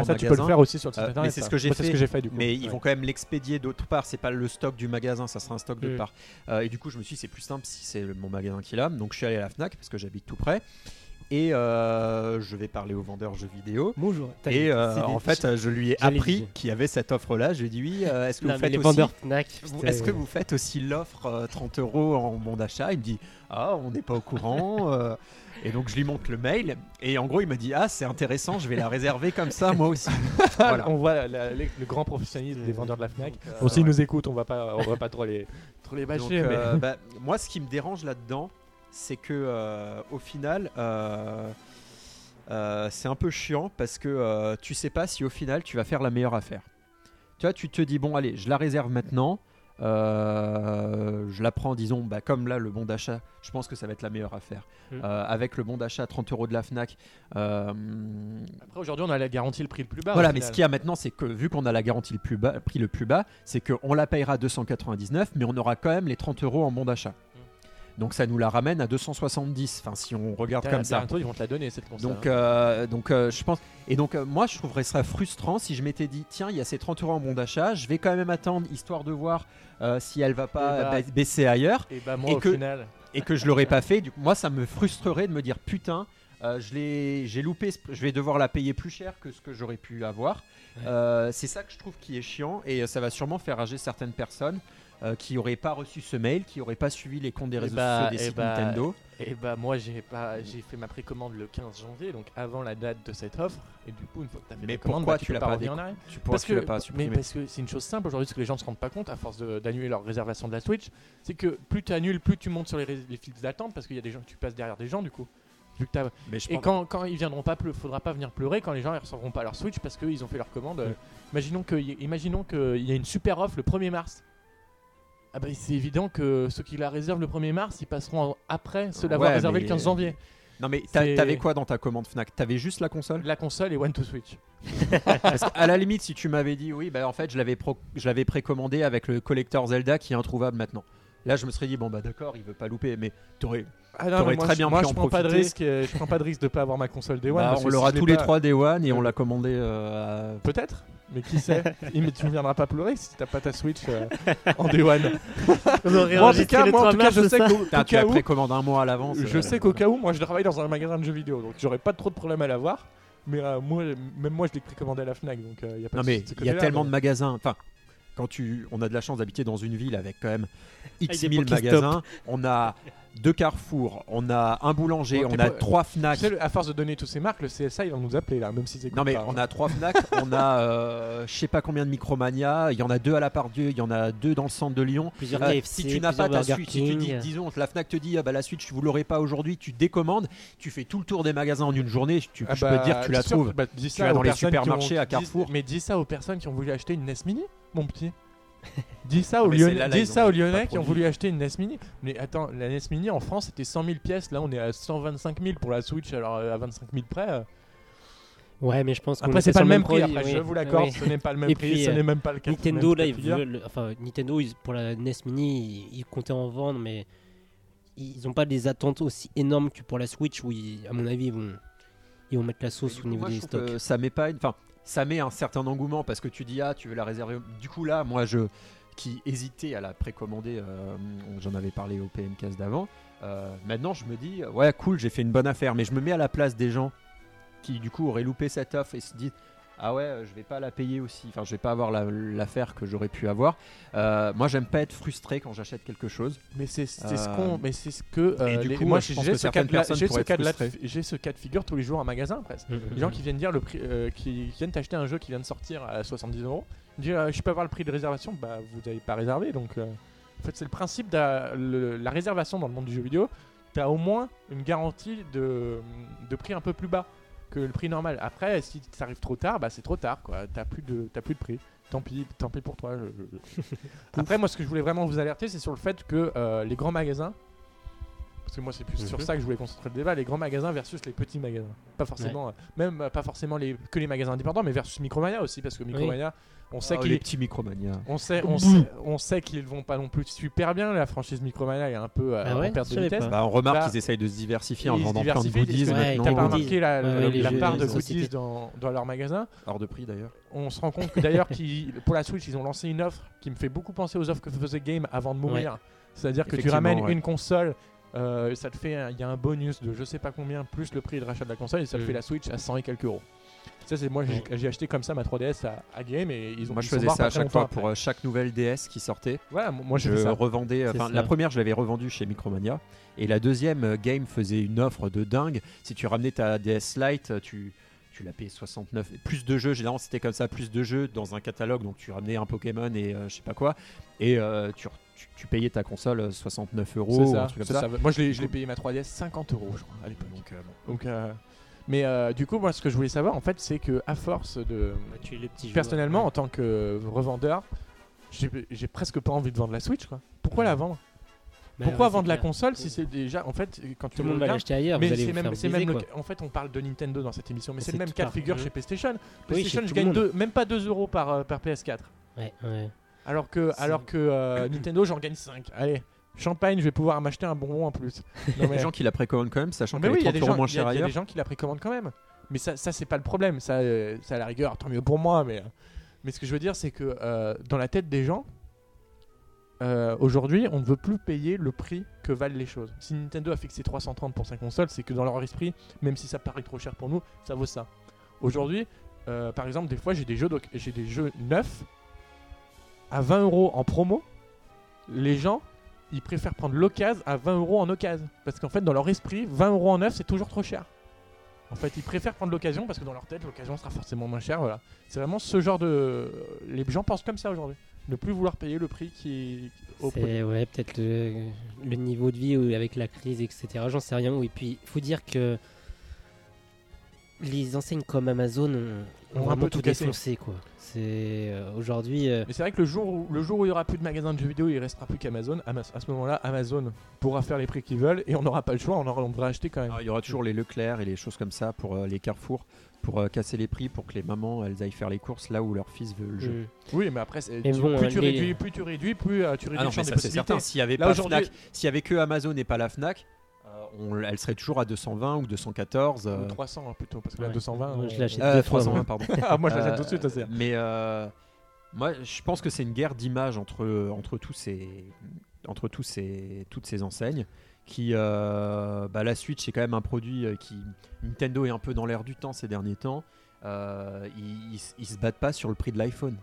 A: bah,
B: en
A: ça, tu
B: magasin.
A: peux le faire aussi sur le site
B: Euh, mais
A: internet.
B: c'est
A: ça.
B: ce que j'ai
A: Moi, c'est
B: fait.
A: du coup.
B: Mais ils
A: Ouais.
B: vont quand même l'expédier d'autre part. C'est pas le stock du magasin, ça sera un stock d'autre
C: Mm.
B: part. Euh, et du coup, je me suis dit, c'est plus simple si c'est le- mon magasin qui l'a. Donc, je suis allé à la Fnac parce que j'habite tout près. Et euh, je vais parler au vendeur jeux vidéo.
C: Bonjour.
B: Et euh, en fait, euh, je lui ai
C: j'allais
B: appris
C: dire.
B: qu'il y avait cette offre-là. Je lui ai dit, oui, euh, est-ce que vous faites
C: les
B: aussi
C: vendeurs Fnac.
B: vous- Est-ce que vous faites aussi l'offre euh, 30 euros en bon d'achat Il me dit Ah, on n'est pas au courant. euh. et donc je lui montre le mail. Et en gros, il m'a dit Ah, c'est intéressant, je vais la réserver comme ça moi aussi. Voilà.
A: On voit la- la- les- le grand professionnalisme des vendeurs de la Fnac.
B: Donc, euh,
A: Bon, s'ils
B: ouais.
A: nous écoutent, on va pas, on va pas trop les, trop les
B: Donc,
A: bâcher. mais-
B: euh, bah, moi, ce qui me dérange là-dedans, c'est que euh, au final, euh, euh, c'est un peu chiant parce que euh, tu sais pas si au final tu vas faire la meilleure affaire. Tu vois, tu te dis bon, allez, je la réserve maintenant. euh, je la prends, disons, bah, comme là, le bon d'achat, je pense que ça va être la meilleure affaire.
C: Mm.
B: Euh, avec le bon d'achat à 30 euros de la Fnac, euh,
A: Après, aujourd'hui, on a la garantie le prix le plus bas.
B: voilà,
A: au
B: mais
A: final.
B: ce qu'il y a maintenant, c'est que vu qu'on a la garantie le plus bas, prix le plus bas, c'est qu'on la payera 299, mais on aura quand même les 30 euros en bon d'achat. Donc ça nous la ramène à 270, enfin si on regarde
A: Mm. Putain,
B: comme ça.
A: bientôt, ils vont te la donner, cette console.
B: Donc,
A: hein.
B: euh, donc euh, je pense. Et donc, euh, moi, je trouverais ça frustrant si je m'étais dit, tiens, il y a ces 30 euros en bon d'achat, je vais quand même attendre histoire de voir euh, si elle va
A: Eh
B: pas
A: bah.
B: ba- baisser ailleurs
A: Et bah, moi,
B: et
A: au
B: que-
A: final,
B: et que je l'aurais pas fait. Du coup, moi, ça me frustrerait de me dire putain, euh, je l'ai, j'ai loupé. ce- Je vais devoir la payer plus cher que ce que j'aurais pu avoir.
C: Ouais.
B: Euh, c'est ça que je trouve qui est chiant et euh, ça va sûrement faire rager certaines personnes euh, qui auraient pas reçu ce mail, qui auraient pas suivi les comptes des
A: Eh
B: réseaux
A: bah,
B: sociaux des
A: eh
B: sites
A: bah,
B: Nintendo.
A: et bah, moi, j'ai pas, j'ai fait ma précommande le 15 janvier, donc avant la date de cette offre. Et du coup, une fois que t'as fait
B: Mais
A: ta commande,
B: pourquoi
A: bah, tu,
B: tu
A: peux
B: l'as
A: pas
B: pas
A: revenir
B: déco-
A: en arrière.
B: Tu pourras tu l'as pas
A: mais
B: supprimer.
A: parce que c'est une chose simple aujourd'hui, ce que les gens se rendent pas compte à force de- d'annuler leur réservation de la Switch, c'est que plus tu annules, plus tu montes sur les, ré- les files d'attente parce qu'il y a des gens, tu passes derrière des gens du coup. Vu que t'as-
B: Mais je
A: Et
B: pense-
A: quand, quand ils viendront pas, pleu- faudra pas venir pleurer quand les gens ils recevront pas leur Switch parce qu'ils ont fait leur commande. euh,
B: Mm.
A: Imaginons que- imaginons qu'il y a une super offre le 1er mars. Ah bah, c'est évident que ceux qui la réservent le 1er mars, ils passeront en- après ceux l'avoir
B: Ouais,
A: réservé
B: mais-
A: le 15 janvier.
B: Non mais t'a-
A: C'est-
B: t'avais quoi dans ta commande Fnac T'avais juste la console
A: La console et One to Switch.
B: Parce qu'à la limite, si tu m'avais dit oui, bah en fait, je l'avais pro- je l'avais précommandé avec le collector Zelda qui est introuvable maintenant. Là, je me serais dit bon bah d'accord, il veut pas louper, mais t'aurais.
A: Ah
B: T'aurais
A: mais moi,
B: très
A: je-
B: bien
A: moi,
B: pu
A: je
B: en
A: prends pas de
B: profiter.
A: risque, euh, je prends pas de risque de pas avoir ma console Day One.
B: Bah,
A: parce
B: on
A: que
B: l'aura
A: si je
B: tous
A: l'ai
B: les
A: pas-
B: trois Day One et on
A: Ouais.
B: l'a commandé. euh, à-
A: Peut-être, mais qui sait Il- mais Tu ne viendras pas pleurer si t'as pas ta Switch euh, en Day One.
D: Vous aurez
A: Moi, en tout
D: enregistré
A: cas,
D: le
A: moi, en
D: 3
A: tout cas,
D: mars,
A: je
D: c'est
A: sais
D: ça
A: qu'au-
B: Putain,
A: qu'au
B: tu la
A: cas où,
B: précommandes un mois à l'avance.
A: Je
B: euh,
A: sais qu'au cas où, moi je travaille dans un magasin de jeux vidéo, donc j'aurais pas trop de problèmes à l'avoir. Mais euh, moi, même moi, je l'ai précommandé à la Fnac, donc il y a pas
B: Non
A: de
B: mais
A: ce
B: il y a
A: côté-là,
B: tellement
A: mais-
B: de magasins. Enfin, quand tu, on a de la chance d'habiter dans une ville avec quand même x
A: Ah,
D: Avec des
B: mille
D: Pokéstop.
B: magasins. On a deux carrefours, on a un boulanger,
A: Bon, t'es
B: on
A: pas-
B: a trois
A: Tu
B: Fnac.
A: sais, le- à force de donner tous ces marques, le CSA, il va nous appeler là, même s'ils écoutent
B: Non mais
A: pas,
B: on
A: hein.
B: a trois Fnac, on a euh, je sais pas combien de Micromania, il y en a deux à la part Dieu, il y en a deux dans le centre de Lyon.
D: Plusieurs
B: Euh,
D: KFC,
B: si tu n'as pas ta
D: plusieurs
B: suite,
D: Burger
B: si tu dis,
D: King.
B: disons, la Fnac te dit, ah bah la suite, vous l'aurez pas aujourd'hui, tu décommandes, tu fais tout le tour des magasins en une journée, tu,
A: Ah
B: je
A: bah,
B: peux te dire, tu la
A: c'est sûr,
B: trouves.
A: bah, dis
B: Tu
A: ça
B: vas
A: aux
B: dans les
A: personnes qui
B: supermarchés,
A: ont-
B: à
A: dis-
B: Carrefour.
A: mais dis ça aux personnes qui ont voulu acheter une NES Mini, mon petit. dis ça aux,
B: mais c'est
A: Lyonnais,
B: là, là,
A: dis
B: ils
A: ça
B: ont
A: aux
B: pas
A: Lyonnais qui ont
B: produit.
A: voulu acheter une NES Mini. Mais attends, la NES Mini en France c'était 100 000 pièces, là on est à 125 000 pour la Switch, alors euh, à 25 000 près. euh,
D: Ouais, mais je pense qu'on
A: Après,
D: le
A: c'est
D: fait
A: pas
D: sur
A: le même prix,
D: produit,
A: après,
D: oui.
A: je vous l'accorde,
D: Oui.
A: ce n'est pas le même
D: Et
A: prix,
D: puis,
A: ce
D: euh,
A: n'est même pas le cas.
D: Nintendo,
A: même
D: là,
A: cas
D: ils
A: figure.
D: veulent- Enfin, Nintendo, ils- pour la NES Mini, ils, ils comptaient en vendre, mais ils n'ont pas des attentes aussi énormes que pour la Switch, où, ils- à mon avis, ils vont, ils vont mettre la
B: Mais
D: sauce
B: du
D: au
B: coup,
D: niveau
B: moi,
D: des
B: je trouve
D: stocks.
B: que ça met pas une- enfin, ça met un certain engouement parce que tu dis ah tu veux la réserver. Du coup là, moi je qui hésitais à la précommander, euh, j'en avais parlé au PMcast d'avant. euh, maintenant je me dis ouais cool, j'ai fait une bonne affaire, mais je me mets à la place des gens qui du coup auraient loupé cette offre et se disent ah ouais, euh, je vais pas la payer aussi. Enfin, je vais pas avoir la- l'affaire que j'aurais pu avoir. Euh, moi, j'aime pas être frustré quand j'achète quelque chose.
A: Mais c'est c'est ce
B: Euh,
A: qu'on, mais c'est ce que.
B: et
A: euh,
B: du
A: les-
B: coup,
A: moi,
B: je
A: j'ai
B: pense
A: j'ai
B: que
A: ce
B: certaines
A: cas de la-
B: personnes
A: j'ai ce
B: pourraient être
A: cas de la-
B: frustrées.
A: j'ai ce cas de figure tous les jours en magasin presque.
D: Mmh,
A: Les gens qui viennent dire le prix, euh, qui viennent t'acheter un jeu qui vient de sortir à 70 euros, ils disent, euh, je peux avoir le prix de réservation, bah vous n'avez pas réservé donc. euh, en fait, c'est le principe de la, le- la réservation dans le monde du jeu vidéo. T'as au moins une garantie de, de prix un peu plus bas que le prix normal. Après, si ça arrive trop tard, bah c'est trop tard quoi. T'as plus de t'as plus de prix. Tant pis, tant pis pour toi. je- je- Après, moi, ce que je voulais vraiment vous alerter, c'est sur le fait que euh, les grands magasins, parce que moi, c'est plus sur
D: Mhm.
A: ça que je voulais concentrer le débat, les grands magasins versus les petits magasins. Pas forcément, euh, même euh, pas forcément les, que les magasins indépendants, mais versus Micromania aussi, parce que Micromania, on
D: Ah,
A: sait
B: Oh,
A: qu'il
B: les
A: est
B: petits micromania.
A: on sait, on sait, on sait qu'ils vont pas non plus super bien. La franchise Micromania est un peu euh,
D: Ah ouais,
A: en perte
D: je
A: de
D: savais
A: vitesse.
D: pas.
B: Bah, on remarque
A: Bah,
B: qu'ils essayent de se diversifier en
A: ils se
B: vendant plein de
A: diversifient,
B: goodies
A: parce
D: que
B: maintenant.
A: T'as
D: Non,
A: pas
D: goodies.
A: remarqué la,
D: Ouais, ouais,
A: la
D: les
A: part
D: jeux,
A: de
D: les
A: goodies
D: sociétés.
A: dans, dans leur magasin
B: hors de prix d'ailleurs.
A: On se rend compte que d'ailleurs, qu'ils- pour la Switch, ils ont lancé une offre qui me fait beaucoup penser aux offres que faisait Game avant de mourir. C'est-à-dire que tu
B: Effectivement,
A: ramènes
B: ouais.
A: une console, euh, ça te fait, un- il y a un bonus de je sais pas combien plus le prix de rachat de la console et ça te
D: Mm.
A: fait la Switch à 100 et quelques euros. Ça, c'est moi, j'ai-
D: Ouais.
A: j'ai acheté comme ça ma 3DS à, à Game et ils ont.
B: Moi,
A: ils
B: je
A: sont
B: faisais
A: morts
B: ça
A: pas
B: à
A: très
B: chaque fois
A: longtemps
B: pour euh, chaque nouvelle DS qui sortait.
A: après. Voilà, moi je
B: je
A: fais ça.
B: revendais.
D: C'est
B: Enfin,
D: ça.
B: la première, je l'avais revendue chez Micromania. Et la deuxième, euh, Game faisait une offre de dingue. Si tu ramenais ta DS Lite, euh, tu, tu la payais 69. Et Plus de jeux, généralement, c'était comme ça plus de jeux dans un catalogue. Donc, tu ramenais un Pokémon et euh, je sais pas quoi. Et euh, tu, re- tu, tu payais ta console euh, 69 euros
A: C'est
B: ou
A: ça,
B: un truc
A: c'est
B: comme ça.
A: ça. Moi, je l'ai je l'ai payé ma 3DS 50 euros, je crois, à l'époque.
B: Donc, euh, bon.
A: Donc, euh, mais euh, du coup, moi, ce que je voulais savoir, en fait, c'est que à force de,
D: Bah, Tu es le petit
A: personnellement, en tant que revendeur, j'ai j'ai presque pas envie de vendre la Switch, quoi. Pourquoi la vendre Pourquoi vendre la console si c'est déjà, en fait, quand tu
D: Bah, Tout le monde va
A: regardes-
D: l'acheter ailleurs,
A: mais
D: vous allez
A: c'est
D: vous
A: même,
D: faire
A: c'est
D: biaiser,
A: même le-
D: quoi.
A: en fait, on parle de Nintendo dans cette émission, mais
D: Mais
A: c'est le
D: c'est
A: même
D: tout
A: cas de
D: pareil.
A: figure
D: Mhm.
A: chez PlayStation.
D: Oui,
A: PlayStation,
D: chez
A: je
D: tout le
A: gagne
D: monde.
A: deux- même pas 2 euros par, euh, par PS4.
D: Ouais, ouais.
A: Alors que,
D: C'est-
A: alors que euh, Nintendo, j'en gagne 5. Allez, champagne, je vais pouvoir m'acheter un bonbon en plus. Non,
B: Les gens qui la précommandent quand même, sachant
A: mais
B: qu'elle
A: oui,
B: est
A: il y a des
B: 30 euros
A: gens,
B: moins
A: il y a-
B: chère
A: il y a
B: ailleurs.
A: des gens qui la précommandent quand même. Mais ça, ça c'est pas le problème. Ça, euh, ça, à la rigueur, tant mieux pour moi. Mais, euh, mais ce que je veux dire, c'est que euh, dans la tête des gens, euh, aujourd'hui, on ne veut plus payer le prix que valent les choses. Si Nintendo a fixé 330 pour sa console, c'est que dans leur esprit, même si ça paraît trop cher pour nous, ça vaut ça. Aujourd'hui, euh, par exemple, des fois, j'ai des jeux, doc- j'ai des jeux neufs à 20 euros en promo. Les gens, ils préfèrent prendre l'occasion à 20 euros en occasion. Parce qu'en fait, dans leur esprit, 20 euros en neuf, c'est toujours trop cher. En fait, ils préfèrent prendre l'occasion parce que dans leur tête, l'occasion sera forcément moins chère. Voilà. euh, C'est vraiment ce genre de. Les gens pensent comme ça aujourd'hui. Ne plus vouloir payer le prix qui. au produit.
D: C'est ouais, peut-être le, le niveau de vie ou avec la crise, etc. J'en sais rien. Oui, puis il faut dire que les enseignes comme Amazon ont, ont
A: Ont un
D: vraiment
A: peu
D: tout
A: tout cassé.
D: défoncé, quoi. C'est euh, aujourd'hui. euh,
A: Mais c'est vrai que le jour, où, le jour où il n'y aura plus de magasins de jeux vidéo, il restera plus qu'Amazon. Ama- À ce moment-là, Amazon pourra faire les prix qu'ils veulent et on n'aura pas le choix, on, aura- on devra acheter quand même.
B: Alors, Ah, il y aura toujours les Leclerc et les choses comme ça pour euh, les carrefours, pour euh, casser les prix, pour que les mamans elles aillent faire les courses là où leur fils veut le
A: Euh,
B: jeu.
D: hmm.
A: Oui, mais après, c'est-
D: Mais
A: tu-
D: bon,
A: plus,
D: euh,
A: tu
D: les-
A: réduis, plus tu réduis, plus euh, tu réduis
B: Ah
A: le
B: non,
A: champ
B: mais
A: des
B: ça c'est certain.
A: possibilités.
B: S'il y avait
A: Là,
B: pas
A: aujourd'hui-
B: Fnac, s'il y avait que Amazon et pas la Fnac, euh, on- elle serait toujours à 220 ou 214. euh,
A: Ou 300 hein, plutôt, parce que
D: Ouais.
A: la 220.
D: Moi,
A: on-
D: je l'achète.
B: euh,
D: Deux fois,
B: 320
D: moi.
B: pardon.
A: ah, moi, je l'achète
B: Euh,
A: tout de suite, ça c'est-
B: Mais euh, moi, je pense que c'est une guerre d'image entre entre tous ces entre tous ces toutes ces enseignes. Qui euh, bah, la Switch c'est quand même un produit euh, qui Nintendo est un peu dans l'air du temps ces derniers temps. Euh, ils, ils s- ils se battent pas sur le prix de l'iPhone.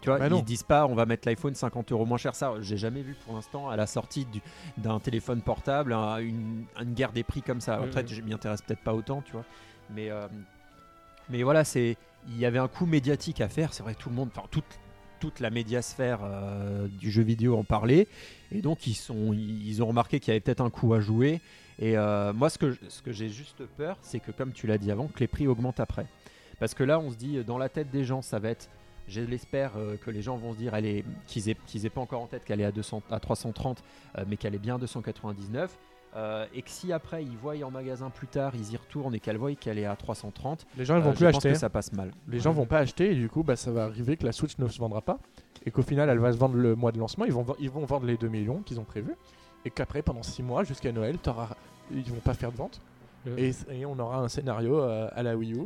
B: Tu vois,
A: Bah
B: ils
A: non.
B: se disent pas on va mettre l'iPhone 50 euros moins cher. Ça, j'ai jamais vu pour l'instant à la sortie du- d'un téléphone portable un- une, une guerre des prix comme ça.
D: Mhm.
B: Après, je m'y intéresse peut-être pas autant, tu vois. Mais euh, mais voilà, c'est il y avait un coup médiatique à faire. C'est vrai, que tout le monde, enfin toute toute la médiasphère euh, du jeu vidéo en parlait. Et donc ils sont ils ont remarqué qu'il y avait peut-être un coup à jouer. Et euh, moi, ce que je- ce que j'ai juste peur, c'est que comme tu l'as dit avant, que les prix augmentent après. Parce que là, on se dit euh, dans la tête des gens, ça va être je l'espère euh, que les gens vont se dire elle est- qu'ils n'aient pas encore en tête qu'elle est à, 200, à 330, euh, mais qu'elle est bien à 299. euh, et que si après ils voient en magasin plus tard, ils y retournent et qu'elle voient qu'elle est à 330,
A: Les gens ne vont
B: euh,
A: plus
B: je pense
A: acheter.
B: que ça passe mal.
A: Les gens vont pas acheter et du coup, bah, ça va arriver que la Switch ne se vendra pas et qu'au final, elle va se vendre le mois de lancement. Ils vont, ven- ils vont vendre les 2 millions qu'ils ont prévus et qu'après, pendant 6 mois, jusqu'à Noël, t'auras- ils vont pas faire de vente
D: Mm.
A: et, et on aura un scénario euh, à la Wii U,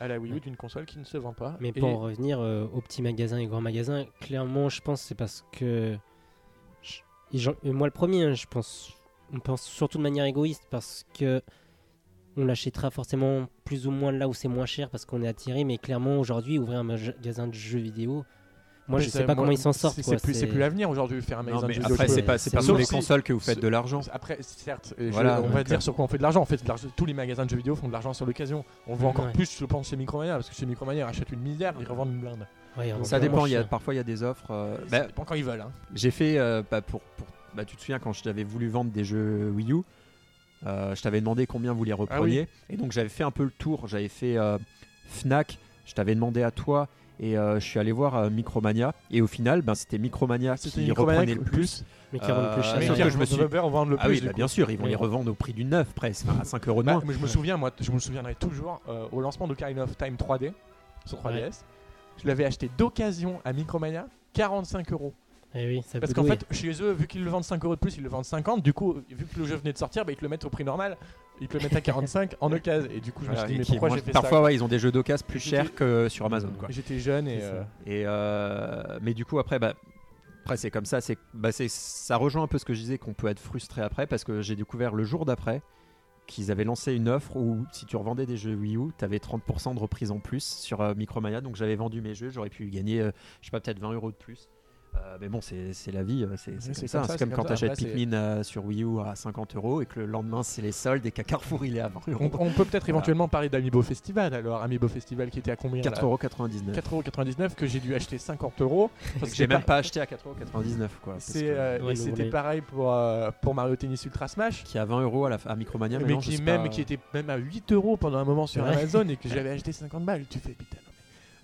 A: à la Wii U d'une console qui ne se vend pas.
D: Mais
A: Et-
D: pour en revenir euh, aux petits magasins et grands magasins, clairement, je pense que c'est parce que. je- et j'en- et moi, le premier, hein, je pense. On pense surtout de manière égoïste parce que. On l'achètera forcément plus ou moins là où c'est moins cher parce qu'on est attiré, mais clairement aujourd'hui, ouvrir un magasin de jeux vidéo, moi
A: Mais
D: je
A: ça-
D: sais pas
A: moi,
D: comment ils s'en sortent.
A: c'est-
D: quoi,
A: C'est plus, c'est plus l'avenir aujourd'hui faire un
B: Non,
A: magasin de
B: mais
A: jeux vidéo.
B: après,
A: je
B: c'est
A: trouve.
B: pas, c'est pas
A: Sauf
B: sur les
A: si-
B: consoles que vous
A: ce-
B: faites de l'argent.
A: Après, certes, euh, je-
B: Voilà,
A: on
B: donc,
A: va
B: euh,
A: dire sur quoi on fait de l'argent. On fait de l'argent. Tous les magasins de jeux vidéo font de l'argent sur l'occasion. On
B: Mm,
A: le voit encore
D: Ouais.
A: plus, je pense, chez Micromania, parce que chez Micromania, ils achètent une milliard, ils revendent une blinde. Ça
D: Ouais,
B: Ça
D: encore
B: dépend,
D: moins
B: il y a,
D: cher.
B: parfois il y a des offres. euh,
A: Ça
B: bah,
A: dépend quand ils veulent. hein.
B: J'ai fait, euh, bah, pour, pour- bah, tu te souviens quand je t'avais voulu vendre des jeux Wii U, euh, je t'avais demandé combien vous les
A: Ah
B: repreniez, et donc j'avais fait un peu le tour. J'avais fait euh, Fnac, je t'avais demandé à toi, et euh, je suis allé voir euh, Micromania, et au final, ben, c'était Micromania
A: C'était
B: qui
A: Micromania
B: reprenait le
A: qui- Ah
B: plus.
D: Mais qui rendent plus
B: Euh,
D: cher.
A: Mais
B: sauf
A: qui
B: que je me suis-
A: reprend le vendre le
B: Ah
A: plus,
B: oui,
A: du
B: bah,
A: coup.
B: bien sûr, ils vont
D: Oui.
B: les revendre au prix du neuf presque, enfin, à 5 euros de
A: Bah,
B: moins.
A: mais je me souviens, moi, je me souviendrai toujours euh, au lancement de Karina of Time 3D sur 3DS. Je l'avais acheté d'occasion à Micromania 45 euros.
D: Eh oui, ça
A: Parce qu'en
D: bouille.
A: fait, chez eux, vu qu'ils le vendent 5 euros de plus, ils le vendent 50. Du coup, vu que le jeu venait de sortir, bah, ils te le mettent au prix normal. Ils te le mettent à 45 en occasion. Et du coup, je
B: Voilà,
A: me suis dit,
B: et
A: mais
B: qui-
A: pourquoi
B: moi,
A: j'ai fait
B: parfois,
A: ça
B: ouais, ils ont des jeux d'occasion plus
A: J'étais-
B: chers que sur Amazon. Quoi.
A: J'étais jeune et.
D: C'est ça.
A: euh,
B: Et euh, mais du coup après bah après c'est comme ça c'est bah c'est ça rejoint un peu ce que je disais qu'on peut être frustré après parce que j'ai découvert le jour d'après qu'ils avaient lancé une offre où si tu revendais des jeux Wii U, t'avais 30% de reprise en plus sur euh, Micromania. Donc j'avais vendu mes jeux, j'aurais pu gagner, euh, je sais pas, peut-être 20 euros de plus. Euh, mais bon, c'est c'est la vie, euh, c'est c'est
A: Oui,
B: comme ça. hein. C'est comme, quand
A: ça.
B: t'achètes
A: Après, c'est-
B: Pikmin euh, sur Wii U à 50 euros et que le lendemain c'est les soldes et qu'à Carrefour il est à 20
A: euh, On,
B: euros.
A: on peut peut-être éventuellement parler d'Amiibo Festival alors. Amiibo Festival qui était à combien là
B: 4,99€.
A: 4,99 que j'ai dû acheter 50 euros. Parce que
B: J'ai même
A: par-
B: pas acheté à 4,99€. quoi, Ah, parce
A: c'est,
B: que-
A: euh,
D: Ouais,
A: et
D: nous, on
A: c'était
D: l'est.
A: pareil pour, euh, pour Mario Tennis Ultra Smash.
B: qui est à 20 euros à, la- à Micromania
A: mais
B: maintenant, je
A: qui,
B: sais
A: même,
B: pas.
A: qui était même à 8 euros pendant un moment sur
D: Ouais.
A: Amazon et que j'avais acheté 50 balles. Tu fais putain. non, mais-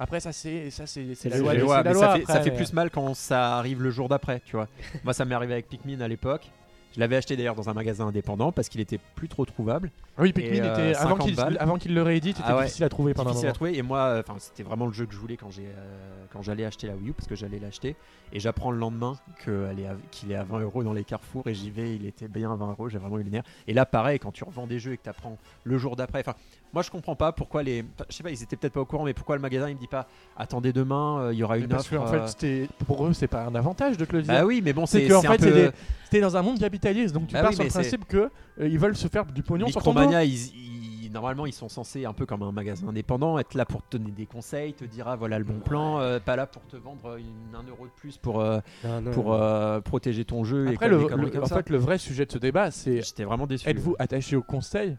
A: Après, ça, c'est ça c'est c'est
D: C'est
A: la
D: la
A: loi.
B: Ouais,
A: de-
B: mais
A: c'est la
B: ça,
A: loi,
B: fait, ça
A: après,
B: fait
A: mais-
B: plus mal quand ça arrive le jour d'après, tu vois. Moi, ça m'est arrivé avec Pikmin à l'époque. Je l'avais acheté d'ailleurs dans un magasin indépendant parce qu'il était plus trop trouvable.
A: Ah Oui, Pikmin
B: Et, euh,
A: était. Avant
B: 50
A: qu'il
B: balles.
A: avant qu'il le réédite, c'était
B: Ah ouais.
A: difficile à trouver pendant un
B: difficile à
A: moment.
B: trouver. Et moi, enfin, c'était vraiment le jeu que je voulais quand j'ai euh, quand j'allais acheter la Wii U parce que j'allais l'acheter. Et j'apprends le lendemain que elle est à- qu'il est à 20 euros dans les carrefours et j'y vais. Il était bien à 20 euros. J'ai vraiment eu les nerfs. Et là, pareil, quand tu revends des jeux et que t'apprends le jour d'après. Enfin, moi, je comprends pas pourquoi les. enfin, Je sais pas, ils étaient peut-être pas au courant, mais pourquoi le magasin il me dit pas attendez demain, euh, il y aura
A: Mais
B: une
A: parce
B: offre.
A: que, en
B: euh,
A: fait, c'était- pour eux, c'est pas un avantage de te le dire.
B: Bah oui, mais bon,
A: C'est
B: c'est
A: que, en
B: c'est un
A: fait,
B: peu...
A: c'est des- C'était dans un monde capitaliste, donc tu
B: Bah
A: pars
B: oui,
A: sur le
B: mais c'est-
A: principe que euh, ils veulent se faire du pognon sur ton dos.
B: Micromania, ils- ils- normalement, ils sont censés, un peu comme un magasin indépendant, être là pour te donner des conseils, te dire ah, voilà le bon plan, euh, pas là pour te vendre une, un euro de plus pour, euh,
D: Ah, Non, non,
B: pour euh, protéger ton jeu et
A: Après,
B: comme-
A: le,
B: des conneries
A: le-
B: comme
A: en
B: ça.
A: fait, le vrai sujet de ce débat, c'est
B: J'étais vraiment déçu.
A: êtes-vous attaché au conseil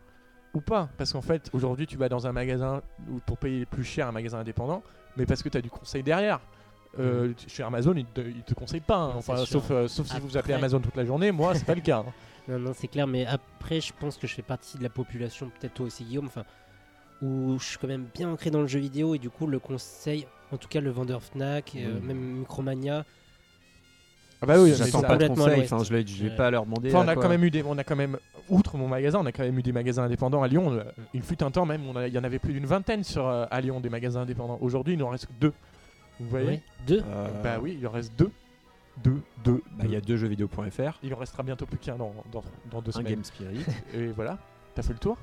A: ou pas Parce qu'en fait, aujourd'hui, tu vas dans un magasin où- pour payer plus cher un magasin indépendant, mais parce que tu as du conseil derrière. Euh,
B: Mm.
A: tu- Chez Amazon, ils te, ils te conseillent pas. hein.
D: Non,
A: Enfin,
D: c'est sûr.
A: sauf, euh, sauf si vous appelez
D: Après-
A: Amazon toute la journée, moi, c'est pas le cas. hein.
D: Non, non, c'est clair, mais après, je pense que je fais partie de la population, peut-être toi aussi, Guillaume, enfin, où je suis quand même bien ancré dans le jeu vidéo et du coup, le conseil, en tout cas, le vendeur Fnac, et, euh,
B: Mm.
D: même Micromania,
A: Ah bah oui, mais
B: J'attends
A: ça-
B: pas de
D: complètement à
B: conseils,
D: l'ouest.
B: enfin, je ne vais, je vais
D: Ouais.
B: pas leur demander.
A: Enfin, on
B: à
A: a
B: quoi.
A: quand même eu des, on a quand même, outre mon magasin, on a quand même eu des magasins indépendants à Lyon. Euh, Il fut un temps même, on a- il y en avait plus d'une vingtaine sur euh, à Lyon des magasins indépendants. Aujourd'hui, il nous en reste que deux. Vous voyez
D: ouais, deux.
B: Euh,
A: Bah oui, il en reste deux, deux, deux.
B: bah, il y a deux jeux vidéo.fr,
A: Il en restera bientôt plus qu'un dans, dans, dans deux
B: un
A: semaines.
B: Game Spirit.
A: Et voilà, t'as fait le tour.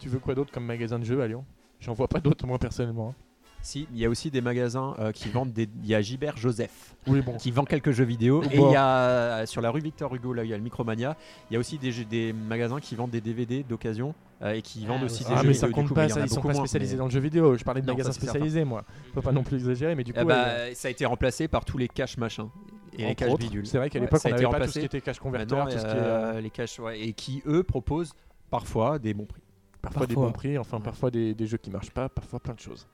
A: Tu veux quoi d'autre comme magasin de jeux à Lyon J'en vois pas d'autres moi personnellement. hein.
B: si, il y a aussi des magasins euh, qui vendent des. Il y a Gilbert Joseph.
A: Oui bon.
B: qui vend quelques jeux vidéo.
A: Bon.
B: Et il y a euh, sur la rue Victor Hugo, là il y a le Micromania. Il y a aussi des, jeux- des magasins qui vendent des DVD d'occasion euh, et qui
D: Ah
B: vendent
D: ouais.
B: aussi des
A: Ah
B: jeux
A: mais
B: vidéo.
A: ça
B: du
A: compte
B: coup, mais
A: pas,
B: il y en
A: ça,
B: a
A: ils sont
B: beaucoup
A: pas
B: moins,
A: spécialisés
B: mais-
A: dans le jeu vidéo. Je parlais de
B: Non,
A: magasins
B: ça, c'est
A: spécialisés moi. Faut pas non plus exagérer, mais du coup.
B: Ah
A: ouais,
B: bah, Ça a été remplacé par tous les caches machin et les
A: entre
B: caches
A: autres,
B: bidules.
A: C'est vrai qu'à
B: Ouais,
A: l'époque
B: ça a
A: on
B: été
A: avait pas tout ce
B: remplacé.
A: qui était cache
B: Maintenant,
A: converteur, tout ce qui est euh,
B: Bah euh, les caches ouais, et qui eux proposent parfois des bons prix.
A: parfois, des
D: parfois.
A: bons prix, enfin parfois des, des jeux qui marchent pas, parfois plein de choses.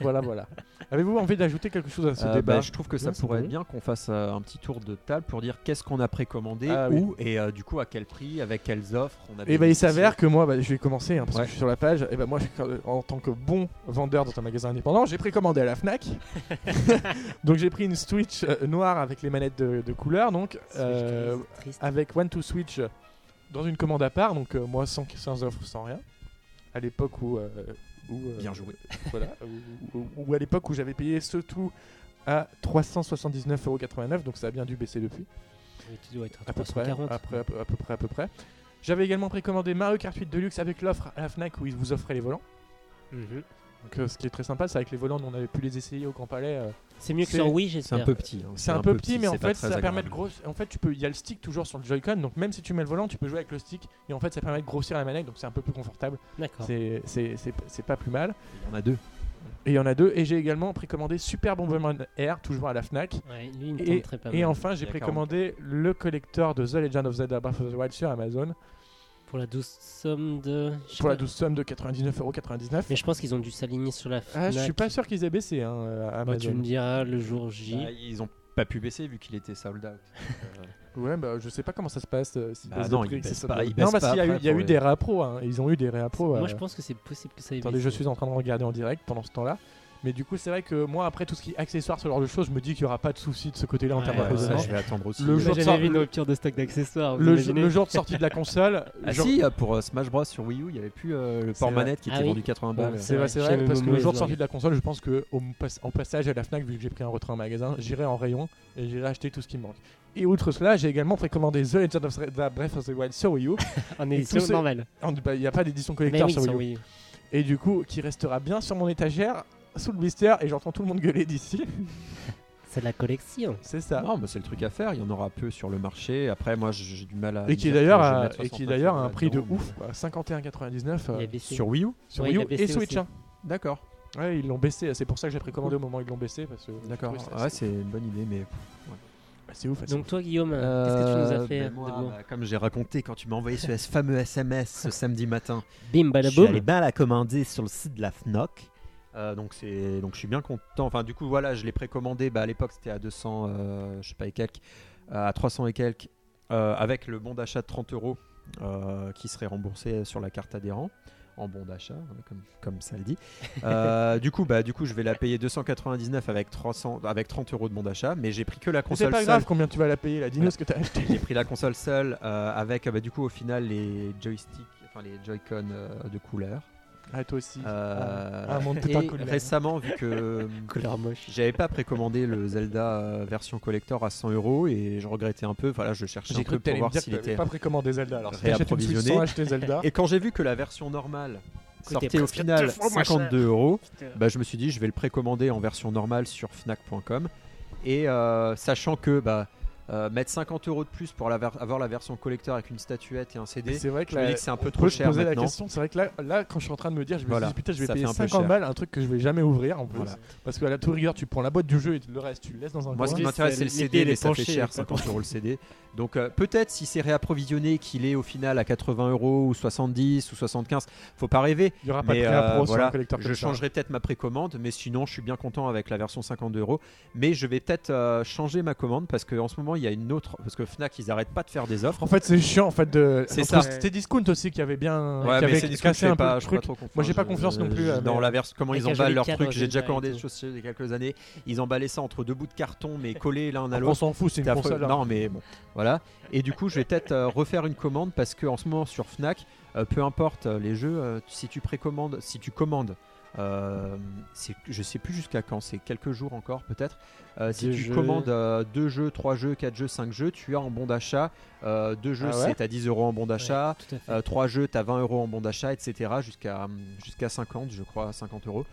A: voilà voilà. Avez-vous envie d'ajouter quelque chose à ce
B: Euh,
A: débat
B: bah, je trouve que ça
A: Non, c'est
B: pourrait
A: bon.
B: être bien qu'on fasse euh, un petit tour de table pour dire qu'est-ce qu'on a précommandé
A: Ah oui.
B: où et euh, du coup à quel prix, avec quelles offres on a.
A: Et ben il
B: bénéficié.
A: s'avère que moi, bah, je vais commencer hein, parce
B: Ouais.
A: que je suis sur la page. Et ben moi, je- en tant que bon vendeur dans un magasin indépendant, j'ai précommandé à la Fnac. donc j'ai pris une Switch euh, noire avec les manettes de, de couleur, donc euh,
D: C'est triste.
A: avec One to Switch euh, dans une commande à part. Donc euh, moi, sans, sans offre, sans rien. À l'époque où, euh, où, euh,
B: bien joué.
A: voilà, ou, ou- ou à l'époque où j'avais payé ce tout à 379,89€, donc ça a bien dû baisser depuis
D: Oui, tu dois être à
A: à peu près,
D: 340.
A: après, à, peu, à peu près, à peu près. J'avais également précommandé Mario Kart 8 Deluxe avec l'offre à la Fnac où ils vous offraient les volants.
D: Mhm.
A: Donc, euh, ce qui est très sympa, c'est avec les volants, nous, on avait pu les essayer au Grand Palais. euh.
D: C'est mieux que
A: C'est-
D: sur Wii,
B: C'est
D: j'espère.
B: un peu petit. hein,
A: C'est un, peu petit, mais en
B: c'est pas
A: fait,
B: très
A: ça permet de
B: agréable.
A: grossir. En fait, tu peux, il y a le stick toujours sur le Joy-Con, donc même si tu mets le volant, tu peux jouer avec le stick et en fait, ça permet de grossir la manette, donc c'est un peu plus confortable.
C: Ah.
D: D'accord.
A: C'est- C'est c'est- c'est pas plus mal.
B: Il y en a deux.
A: Et il y en a deux. Et j'ai également précommandé Super Bomberman Air, toujours à la Fnac.
D: Ouais, lui, il me
A: Et-
D: tente
C: Ah
D: très pas
A: Et
D: mal.
A: enfin, j'ai
B: Il y a
A: précommandé le collector de The Legend of Zelda Breath of the Wild sur Amazon
D: Pour la douce somme de. je sais
A: pour la
D: pas.
A: douce somme de 99,99€.
D: Mais je pense qu'ils ont dû s'aligner sur la
A: Ah,
D: Fnac.
A: je suis pas sûr qu'ils aient baissé hein, euh,
D: Bah, tu
A: Amazon.
D: me diras le jour J.
B: Bah, ils ont pas pu baisser vu qu'il était sold out. Euh,
A: ouais, bah, je sais pas comment ça se passe. euh, s'ils
B: Bah
A: baissent
B: non,
A: le prix,
B: ils
A: si
B: baissent
A: ça
B: pas,
A: doit-
B: ils
A: Non,
B: baissent
A: parce
B: pas
A: qu'il y a eu,
B: après
A: il y a
B: pour
A: eu
B: les-
A: des réappros. hein, Ils ont eu des réappros.
D: Moi,
A: euh,
D: je pense que c'est possible que ça ait
A: Attendez, je
D: baissé.
A: suis en train de regarder en direct pendant ce temps-là. Mais du coup, c'est vrai que moi, après tout ce qui est accessoires, ce genre de choses, je me dis qu'il y aura pas de souci de ce côté-là en
D: Ouais,
A: termes
D: ouais,
B: ça,
A: d'approvisionnement.
B: je vais attendre aussi.
A: Le
B: Euh,
D: J'ai
A: jour de
D: jamais
A: sort-
D: vu une
A: le-
D: rupture de stock d'accessoires. vous
A: Le, ju-
D: imaginez
A: le jour de sortie de la console,
B: Ah
A: genre-
B: si, euh, pour euh, Smash Bros sur Wii U, il y avait plus euh, le
A: C'est
B: port
A: vrai.
B: manette qui
D: Ah
B: était
D: oui.
B: vendu 80
D: Bon,
B: balles.
D: c'est
A: Bah, C'est vrai,
D: vrai,
A: c'est
D: j'ai
A: vrai,
D: même
A: parce que le
D: mauvaise
A: jour de
D: langue.
A: sortie de la console, je pense que au pas- en passage à la Fnac, vu que j'ai pris un retrait en magasin, j'irai en rayon et j'irai acheter tout ce qui me manque. Et outre cela, j'ai également précommandé The Legend of Zelda Breath of the Wild sur Wii U.
D: en
A: tous
D: édition
A: ces-
D: normale.
A: En- bah, Il n'y a pas d'édition
D: Mais
A: collector
D: oui,
A: sur Wii U.
D: sur Wii U.
A: Et du coup, qui restera bien sur mon étagère sous le blister et j'entends tout le monde gueuler d'ici.
D: C'est de la collection.
A: C'est ça.
B: Non, mais c'est le truc à faire. Il y en aura peu sur le marché. Après, moi, j'ai j'ai du mal à.
A: Et qui
B: me
A: est
B: dire
A: d'ailleurs
B: que Ah, je vais
A: à,
B: mettre
A: et qui est
B: 69
A: d'ailleurs à un
B: euros
A: prix de
B: là-dedans,
A: ouf, quoi, 51,99 euh,
D: Il a
B: mais-
D: baissé.
B: Sur Wii U.
A: sur
D: Ouais,
A: Wii
D: il a
A: U et
D: baissé
A: Switch.
D: aussi.
A: hein.
B: D'accord.
A: Ouais, ils l'ont baissé, c'est pour ça que j'ai précommandé au moment où ils l'ont baissé. parce que j'ai
B: D'accord.
A: trouvé ça-
B: Ah ouais, c'est une bonne idée, mais.
A: bah, c'est ouf.
D: Donc toi, Guillaume, qu'est-ce que tu nous as fait
B: Euh, ben
D: de
B: moi,
D: bon
B: bah, Comme j'ai raconté quand tu m'as envoyé ce fameux SMS ce samedi matin. Je
D: Bim,
B: suis
D: badaboum.
B: allé bien la commander sur le site de la Fnac. Euh, donc c'est donc je suis bien content. Enfin du coup voilà, je l'ai précommandé. Bah, à l'époque c'était à 200, euh, je sais pas et quelques, euh, à 300 et quelques, euh, avec le bon d'achat de 30 euros euh, qui serait remboursé sur la carte adhérent en bon d'achat, euh, comme, comme ça le dit. Euh, du coup bah du coup je vais la payer 299 avec 300 avec 30 euros de bon d'achat, mais j'ai pris que la
A: Mais C'est
B: console
A: pas
B: seule.
A: grave combien tu vas la payer, la dinos ce que t'as acheté.
B: J'ai pris la console seule euh, avec euh, bah, du coup au final les joysticks, enfin les Joy-Con euh, de couleur.
A: Ah, toi aussi.
B: Euh,
A: Ah, un monde tout
B: et
A: en couleur.
B: récemment, vu que
D: Couleur moche.
B: j'avais pas précommandé le Zelda euh, version collector à 100 euros et je regrettais un peu. Voilà, je cherchais un
A: J'ai cru
B: peu
A: que
B: pour
A: t'allais me
B: voir
A: dire que
B: s'il
A: t'avais
B: était.
A: pas précommandé Zelda. Alors, si t'achètes une Switch
B: réapprovisionné.
A: sans acheter Zelda,
B: Et quand j'ai vu que la version normale
D: Coûtait
B: sortait au
D: presque
B: final
D: deux fois moins
B: 52 euros,
D: Putain.
B: bah, je me suis dit je vais le précommander en version normale sur Fnac.com et euh, sachant que bah euh, mettre 50 euros de plus pour la ver- avoir la version collector avec une statuette et un CD.
A: C'est vrai que
B: Je me
A: là,
B: dis que c'est un peu
A: on
B: trop
A: peut se
B: cher
A: poser la
B: maintenant.
A: question. C'est vrai que là, là, quand je suis en train de me dire, je me
B: Voilà,
A: dis putain, je vais
B: ça
A: payer
B: fait un peu
A: 50
B: cher.
A: balles, un truc que je vais jamais ouvrir en plus.
B: Voilà.
A: Parce que à la tout rigueur, tu prends la boîte du jeu et le reste, tu le laisses dans un
B: Moi, ce
A: coin.
B: qui
C: Oui,
B: m'intéresse,
C: c'est
B: c'est le
C: les
B: CD,
C: pieds,
B: mais
C: les
B: ça fait
C: penchés,
B: cher,
C: quoi.
B: 50 euros le CD. Donc, euh, peut-être si c'est réapprovisionné, qu'il est au final à 80 euros ou 70 ou 75, faut pas rêver.
A: Il y aura pas de
B: Mais
A: créa
B: euh,
A: pro sur
B: voilà,
A: un collecteur
B: je
A: comme ça.
B: changerai peut-être ma précommande, mais sinon, je suis bien content avec la version 52 euros. Mais je vais peut-être euh, changer ma commande parce qu'en ce moment, il y a une autre. Parce que Fnac, ils arrêtent pas de faire des offres.
A: En fait, c'est chiant en fait de.
B: C'est
A: entre-
B: ça.
A: C'était Discount aussi qui avait bien.
B: Ouais,
A: qui
B: mais
A: avait
B: c'est des trucs, je
A: cassé
B: fais
A: un peu
B: pas,
A: le
B: je fais
A: truc.
B: pas trop confiance.
A: Moi, j'ai pas
B: Je-
A: confiance non plus,
B: je-
A: euh,
B: Dans
A: mais-
B: la version, comment
C: Avec
B: ils
C: un
B: emballent
C: joli
B: leurs
C: cadre
B: trucs. J'ai déjà
C: déjà et
B: commandé des
C: tout.
B: choses il y a quelques années. Ils emballaient ça entre deux bouts de carton, mais collés l'un à
A: On
B: l'autre.
A: s'en fout, c'est
B: C'était
A: une
B: affreux.
A: console. hein.
B: Non, mais bon, voilà. Et du coup, je vais peut-être euh, refaire une commande parce que en ce moment sur Fnac, euh, peu importe euh, les jeux, euh, si tu précommandes, si tu commandes. euh, c'est- je sais plus jusqu'à quand, c'est quelques jours encore peut-être. Euh, si
C: Deux
B: tu
C: jeux.
B: commandes euh, deux jeux, trois jeux, quatre jeux, cinq jeux, tu as en bon d'achat euh, deux jeux,
A: Ah ouais
B: c'est à 10 euros en bon d'achat.
C: Tout à fait.
B: Euh, trois jeux, t'as 20 euros en bon d'achat, etc. Jusqu'à hum, jusqu'à 50, je crois, 50 euros.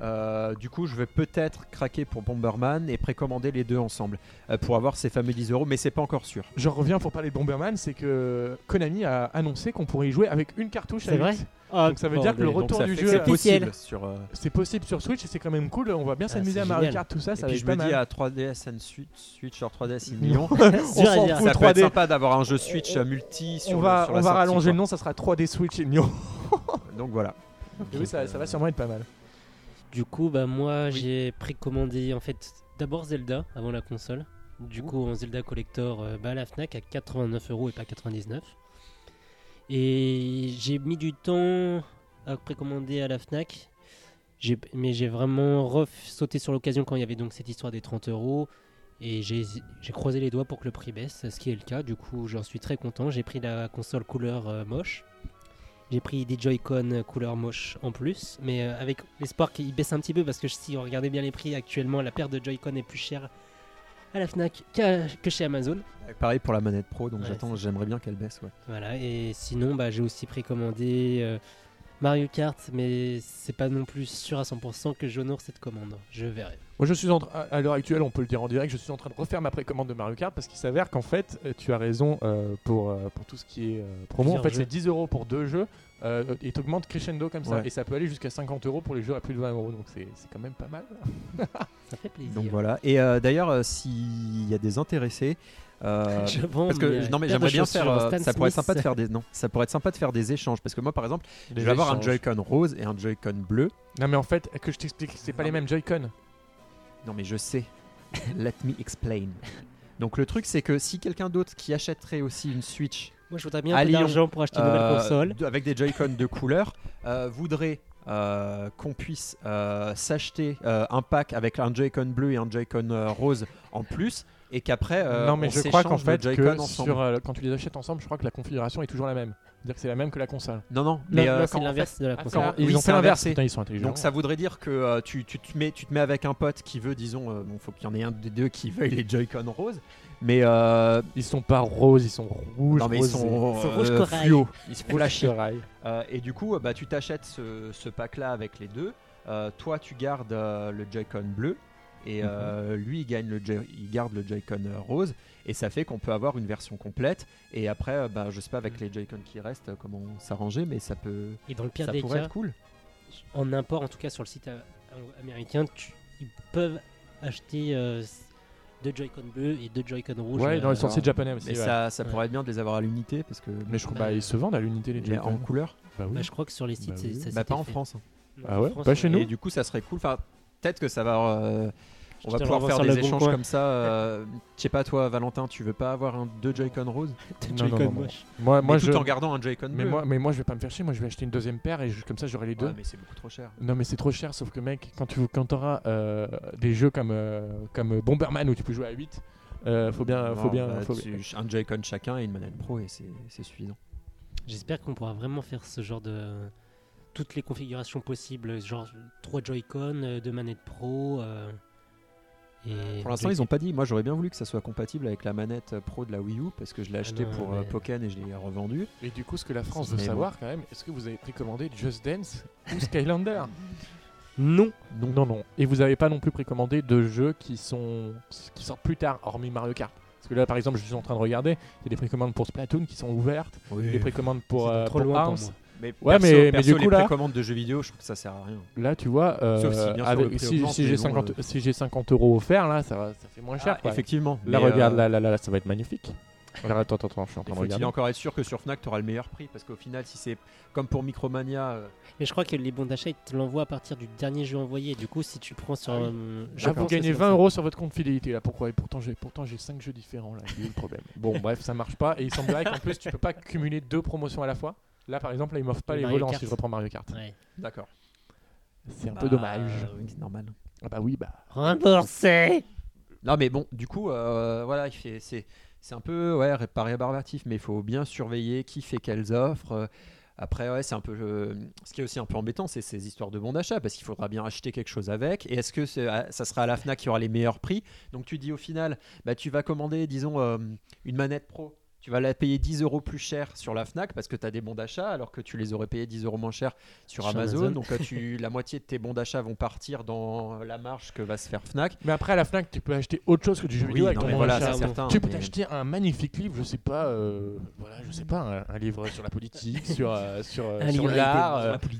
B: Euh, du coup, je vais peut-être craquer pour Bomberman et précommander les deux ensemble euh, pour avoir ces fameux 10 euros, mais c'est pas encore sûr.
A: Je reviens pour parler de Bomberman, c'est que Konami a annoncé qu'on pourrait y jouer avec une cartouche à
C: C'est vrai
A: huit.
C: Ah,
A: Donc ça veut dire que le
B: Donc,
A: retour
B: ça
A: du
B: fait que
A: jeu,
B: c'est
A: euh,
B: possible
C: officiel.
B: sur. euh,
A: c'est possible sur Switch et c'est quand même cool. On va bien
C: Ah,
A: s'amuser
C: c'est
A: à Mario
C: génial.
A: Kart, tout ça,
B: et
A: ça va
B: puis
A: être
B: je
A: pas
B: me dis
A: mal.
B: à 3DS and Switch, Switch or 3DS in
A: Non.
B: million,
A: On
C: dur à
A: s'en
C: dire.
A: fout,
B: ça peut être
A: 3D.
B: sympa d'avoir un jeu Switch euh, multi sur
A: On
B: le-
A: va,
B: sur la
A: on va
B: sortie,
A: rallonger
B: quoi.
A: le nom, ça sera 3D Switch et Nioh.
B: Donc voilà.
A: Et Oui, ça, ça va sûrement être pas mal.
C: Du coup, bah moi
B: Oui.
C: j'ai précommandé en fait d'abord Zelda avant la console. Du coup, en Zelda Collector, euh, bah, à la Fnac à 89 euros et pas 99. Et j'ai mis du temps à précommander à la Fnac. J'ai- Mais j'ai vraiment ref- sauté sur l'occasion quand il y avait donc cette histoire des 30 euros. Et j'ai j'ai croisé les doigts pour que le prix baisse, ce qui est le cas. Du coup, j'en suis très content. J'ai pris la console couleur euh, moche. J'ai pris des Joy-Con euh, couleur moche en plus, mais euh, avec l'espoir qu'ils baissent un petit peu parce que si on regardait bien les prix actuellement, la paire de Joy-Con est plus chère à la Fnac qu'à- que chez Amazon.
B: Et pareil pour la manette pro, donc
C: Ouais,
B: j'attends, j'aimerais bien qu'elle baisse. Ouais.
C: Voilà, et sinon, bah, j'ai aussi précommandé euh, Mario Kart, mais c'est pas non plus sûr à 100% que j'honore cette commande. Je verrai.
A: Moi, je suis en tra- à l'heure actuelle, on peut le dire en direct, je suis en train de refaire ma précommande de Mario Kart parce qu'il s'avère qu'en fait, euh, tu as raison euh, pour, euh, pour tout ce qui est euh, promo. En
C: Plusieurs
A: fait,
C: jeux.
A: c'est 10 euros pour deux jeux euh, et t'augmentes crescendo comme ça.
B: Ouais.
A: Et ça peut aller jusqu'à 50 euros pour les jeux à plus de 20 euros. Donc, c'est c'est quand même pas mal.
C: Ça fait plaisir.
B: Donc voilà. Et euh, d'ailleurs, euh, s'il y a des intéressés, euh,
C: Je vends
B: parce
C: mes,
B: que
C: euh,
B: non mais
C: paires de
B: j'aimerais bien
C: chaussures
B: faire. euh,
C: Stan
B: ça pourrait être
C: Smith.
B: sympa de faire des non. Ça pourrait être sympa de faire des échanges parce que moi, par exemple, je
A: Les
B: vais avoir un
A: échanges.
B: Joy-Con rose et un Joy-Con bleu.
A: Non, mais en fait, que je t'explique, c'est pas
B: Non,
A: les
B: mais-
A: mêmes Joy-Con.
B: Non mais je sais. Let me explain. Donc le truc, c'est que si quelqu'un d'autre qui achèterait aussi une Switch
C: Moi, je voudrais bien
B: à
C: un peu
B: Lyon,
C: d'argent pour acheter une
B: euh,
C: nouvelle console.
B: de- avec des Joy-Con de couleur euh, voudrait euh, qu'on puisse euh, s'acheter euh, un pack avec un Joy-Con bleu et un Joy-Con euh, rose en plus. Et qu'après, euh,
A: non, mais
B: on
A: je crois qu'en
B: s'échange nos
A: fait,
B: Joy-Con
A: que
B: ensemble.
A: sur, euh, quand tu les achètes ensemble, je crois que la configuration est toujours la même. C'est-à-dire que c'est la même que la console.
B: Non, non,
C: Non,
B: mais euh,
C: non,
B: quand-
C: c'est l'inverse de la
A: Ah,
C: console.
A: ça,
B: oui,
A: ils ont
B: c'est
A: fait l'inverse.
B: inversé.
A: Putain, ils sont intelligents.
B: donc ça voudrait dire que euh, tu, tu te mets, tu te mets avec un pote qui veut, disons, euh, bon, faut qu'il y en ait un des deux qui veuille les Joy-Con roses, mais euh,
A: Ils sont pas roses, ils sont rouges.
B: non mais ils
A: rosés.
B: sont, euh,
C: Ils sont rouge corail.
B: fluo, ils sont
A: Rouges
B: flashy.
A: corail.
B: Euh, et du coup, euh, bah, tu t'achètes ce, ce pack-là avec les deux. Euh, toi, tu gardes euh, le Joy-Con bleu. Et
A: Mhm.
B: euh, lui, il, gagne le Joy- il garde le Joy-Con euh, rose. Et ça fait qu'on peut avoir une version complète. Et après, euh, bah, je sais pas
A: Mhm.
B: avec les Joy-Con qui restent euh, comment s'arranger, mais ça peut.
C: Et dans le pire
B: Ça
C: des
B: pourrait
C: cas,
B: être cool.
C: en import, en tout cas sur le site euh, américain, tu- ils peuvent acheter euh, s- deux Joy-Con bleus et deux Joy-Con rouges.
A: Ouais,
C: euh,
A: dans les
B: sorties
A: sorties japonais aussi.
B: Mais
A: ouais.
B: ça, ça
C: Ouais.
B: pourrait être bien de les avoir à l'unité parce que.
A: Mais je crois
C: Bah,
A: bah, ils se vendent à l'unité les
B: mais en
A: Joy-Con.
B: couleur,
A: Bah oui.
C: bah, je crois que sur les sites,
A: Bah
C: c'est-
A: oui.
C: ça
B: bah,
C: s'était
B: pas en
C: fait.
B: France. hein.
C: Non,
A: Ah
C: en
A: ouais
C: France, euh,
A: Pas chez nous
B: Et du coup, ça serait cool. Enfin, peut-être que ça va. euh, on va
C: Putain,
B: pouvoir
C: on va
B: faire
C: sur
B: des
C: le bon
B: échanges
C: coin.
B: comme ça. euh, Je sais pas, toi, Valentin, tu veux pas avoir un deux Joy-Con rose
C: Des
A: Non, non,
C: Joy-Con
A: non, non.
C: moches.
A: Moi,
B: Moi,
A: moi je.
B: tout en gardant un Joy-Con
A: Mais
B: bleu.
A: moi, mais moi, je vais pas me faire chier. Moi, je vais acheter une deuxième paire et je- comme ça, j'aurai les deux.
B: Ouais, mais c'est beaucoup trop cher.
A: Non, mais c'est trop cher. Sauf que, mec, quand tu quand auras euh, des jeux comme, euh, comme Bomberman où tu peux jouer à 8, euh, faut bien. Faut
B: Non,
A: bien,
B: bah,
A: faut-
B: tu- Un Joy-Con chacun et une manette pro et c'est c'est suffisant.
C: J'espère qu'on pourra vraiment faire ce genre de. Toutes les configurations possibles, genre 3 Joy-Con, 2 manettes pro. euh, et
B: Pour l'instant, ils ont pas dit. Moi, j'aurais bien voulu que ça soit compatible avec la manette euh, pro de la Wii U parce que je l'ai acheté
C: non,
B: pour euh,
C: mais-
B: Pokémon et je l'ai revendu.
A: Et du coup, ce que la France veut
B: Mais bon.
A: savoir quand même, est-ce que vous avez précommandé Just Dance ou Skylander
C: Non
A: Non, non, non. Et vous avez pas non plus précommandé de jeux qui sont qui sortent plus tard, hormis Mario Kart. Parce que là, par exemple, je suis en train de regarder, il y a des précommandes pour Splatoon qui sont ouvertes, des précommandes pour,
D: C'est
A: euh,
D: trop
A: pour
D: loin pour
A: Arms.
D: moi.
B: Mais,
A: Ouais,
B: perso-
A: mais- mais
B: perso,
A: du
B: les
A: coup, là-
B: précommandes de jeux vidéo, je trouve que ça sert à rien.
A: Là, tu vois, euh,
B: Sauf si, bien sûr,
A: avec-
B: le prix
A: si,
B: augmente,
A: si
B: mais
A: j'ai
B: bon,
A: 50,
B: euh.
A: si j'ai 50 euros offerts, là, ça, va- ça fait moins cher.
B: Ah,
A: quoi.
B: effectivement.
A: Là,
B: mais,
A: regarde,
B: euh,
A: là, là, là, là, ça va être magnifique. Regarde, attends, attends, attends, je suis en train
B: Il
A: de
B: faut
A: regarder.
B: il encore être sûr que sur Fnac, tu auras le meilleur prix. Parce qu'au final, si c'est comme pour Micromania, euh,
D: Mais je crois que les bons d'achat, ils te l'envoient à partir du dernier jeu envoyé. Du coup, si tu prends sur.
A: Ah oui.
D: euh, je
A: Là,
D: pense
A: vous
D: que c'est
A: gagnez
D: pour ça.
A: 20 euros sur votre compte fidélité là. Pourquoi Et pourtant j'ai pourtant j'ai 5 jeux différents là. C'est le problème. Bon bref, ça marche pas et il semblerait qu'en plus tu peux pas cumuler deux promotions à la fois. Là par exemple, là, ils m'offrent pas
D: Et
A: les
D: Mario
A: volants
D: Kart. Bah.
A: si je reprends Mario Kart.
D: Ouais.
B: d'accord. Euh,
A: C'est un peu dommage.
B: C'est normal.
A: Ah bah oui bah.
D: Remboursé
B: Non, mais bon, du coup, euh, voilà, il fait- c'est c'est un peu ouais, ré- pas rébarbatif, mais il faut bien surveiller qui fait quelles offres. euh, Après, ouais, c'est un peu. euh, ce qui est aussi un peu embêtant, c'est ces histoires de bons d'achat, parce qu'il faudra bien acheter quelque chose avec. Et est-ce que c'est- ah, ça sera à la Fnac qui aura les meilleurs prix Donc tu dis au final, bah, tu vas commander, disons, euh, une manette pro. Tu vas la payer 10 euros plus cher sur la Fnac parce que tu as des bons d'achat, alors que tu les aurais payés 10 euros moins cher sur
D: Sur
B: Amazon.
D: Amazon.
B: Donc euh, tu, la moitié de tes bons d'achat vont partir dans la marge que va se faire Fnac.
A: Mais après à la Fnac, tu peux acheter autre chose que du jeu
B: Oui,
A: vidéo avec
B: non,
A: ton
B: mais
A: bon
B: voilà,
A: d'achat.
B: c'est certain,
A: Tu peux
B: mais-
A: t'acheter un magnifique livre, je sais pas, euh, voilà, je sais pas, un, un livre sur la politique, sur euh, sur, euh,
D: Un
A: sur
D: livre avec
A: l'art.
D: des-
A: euh,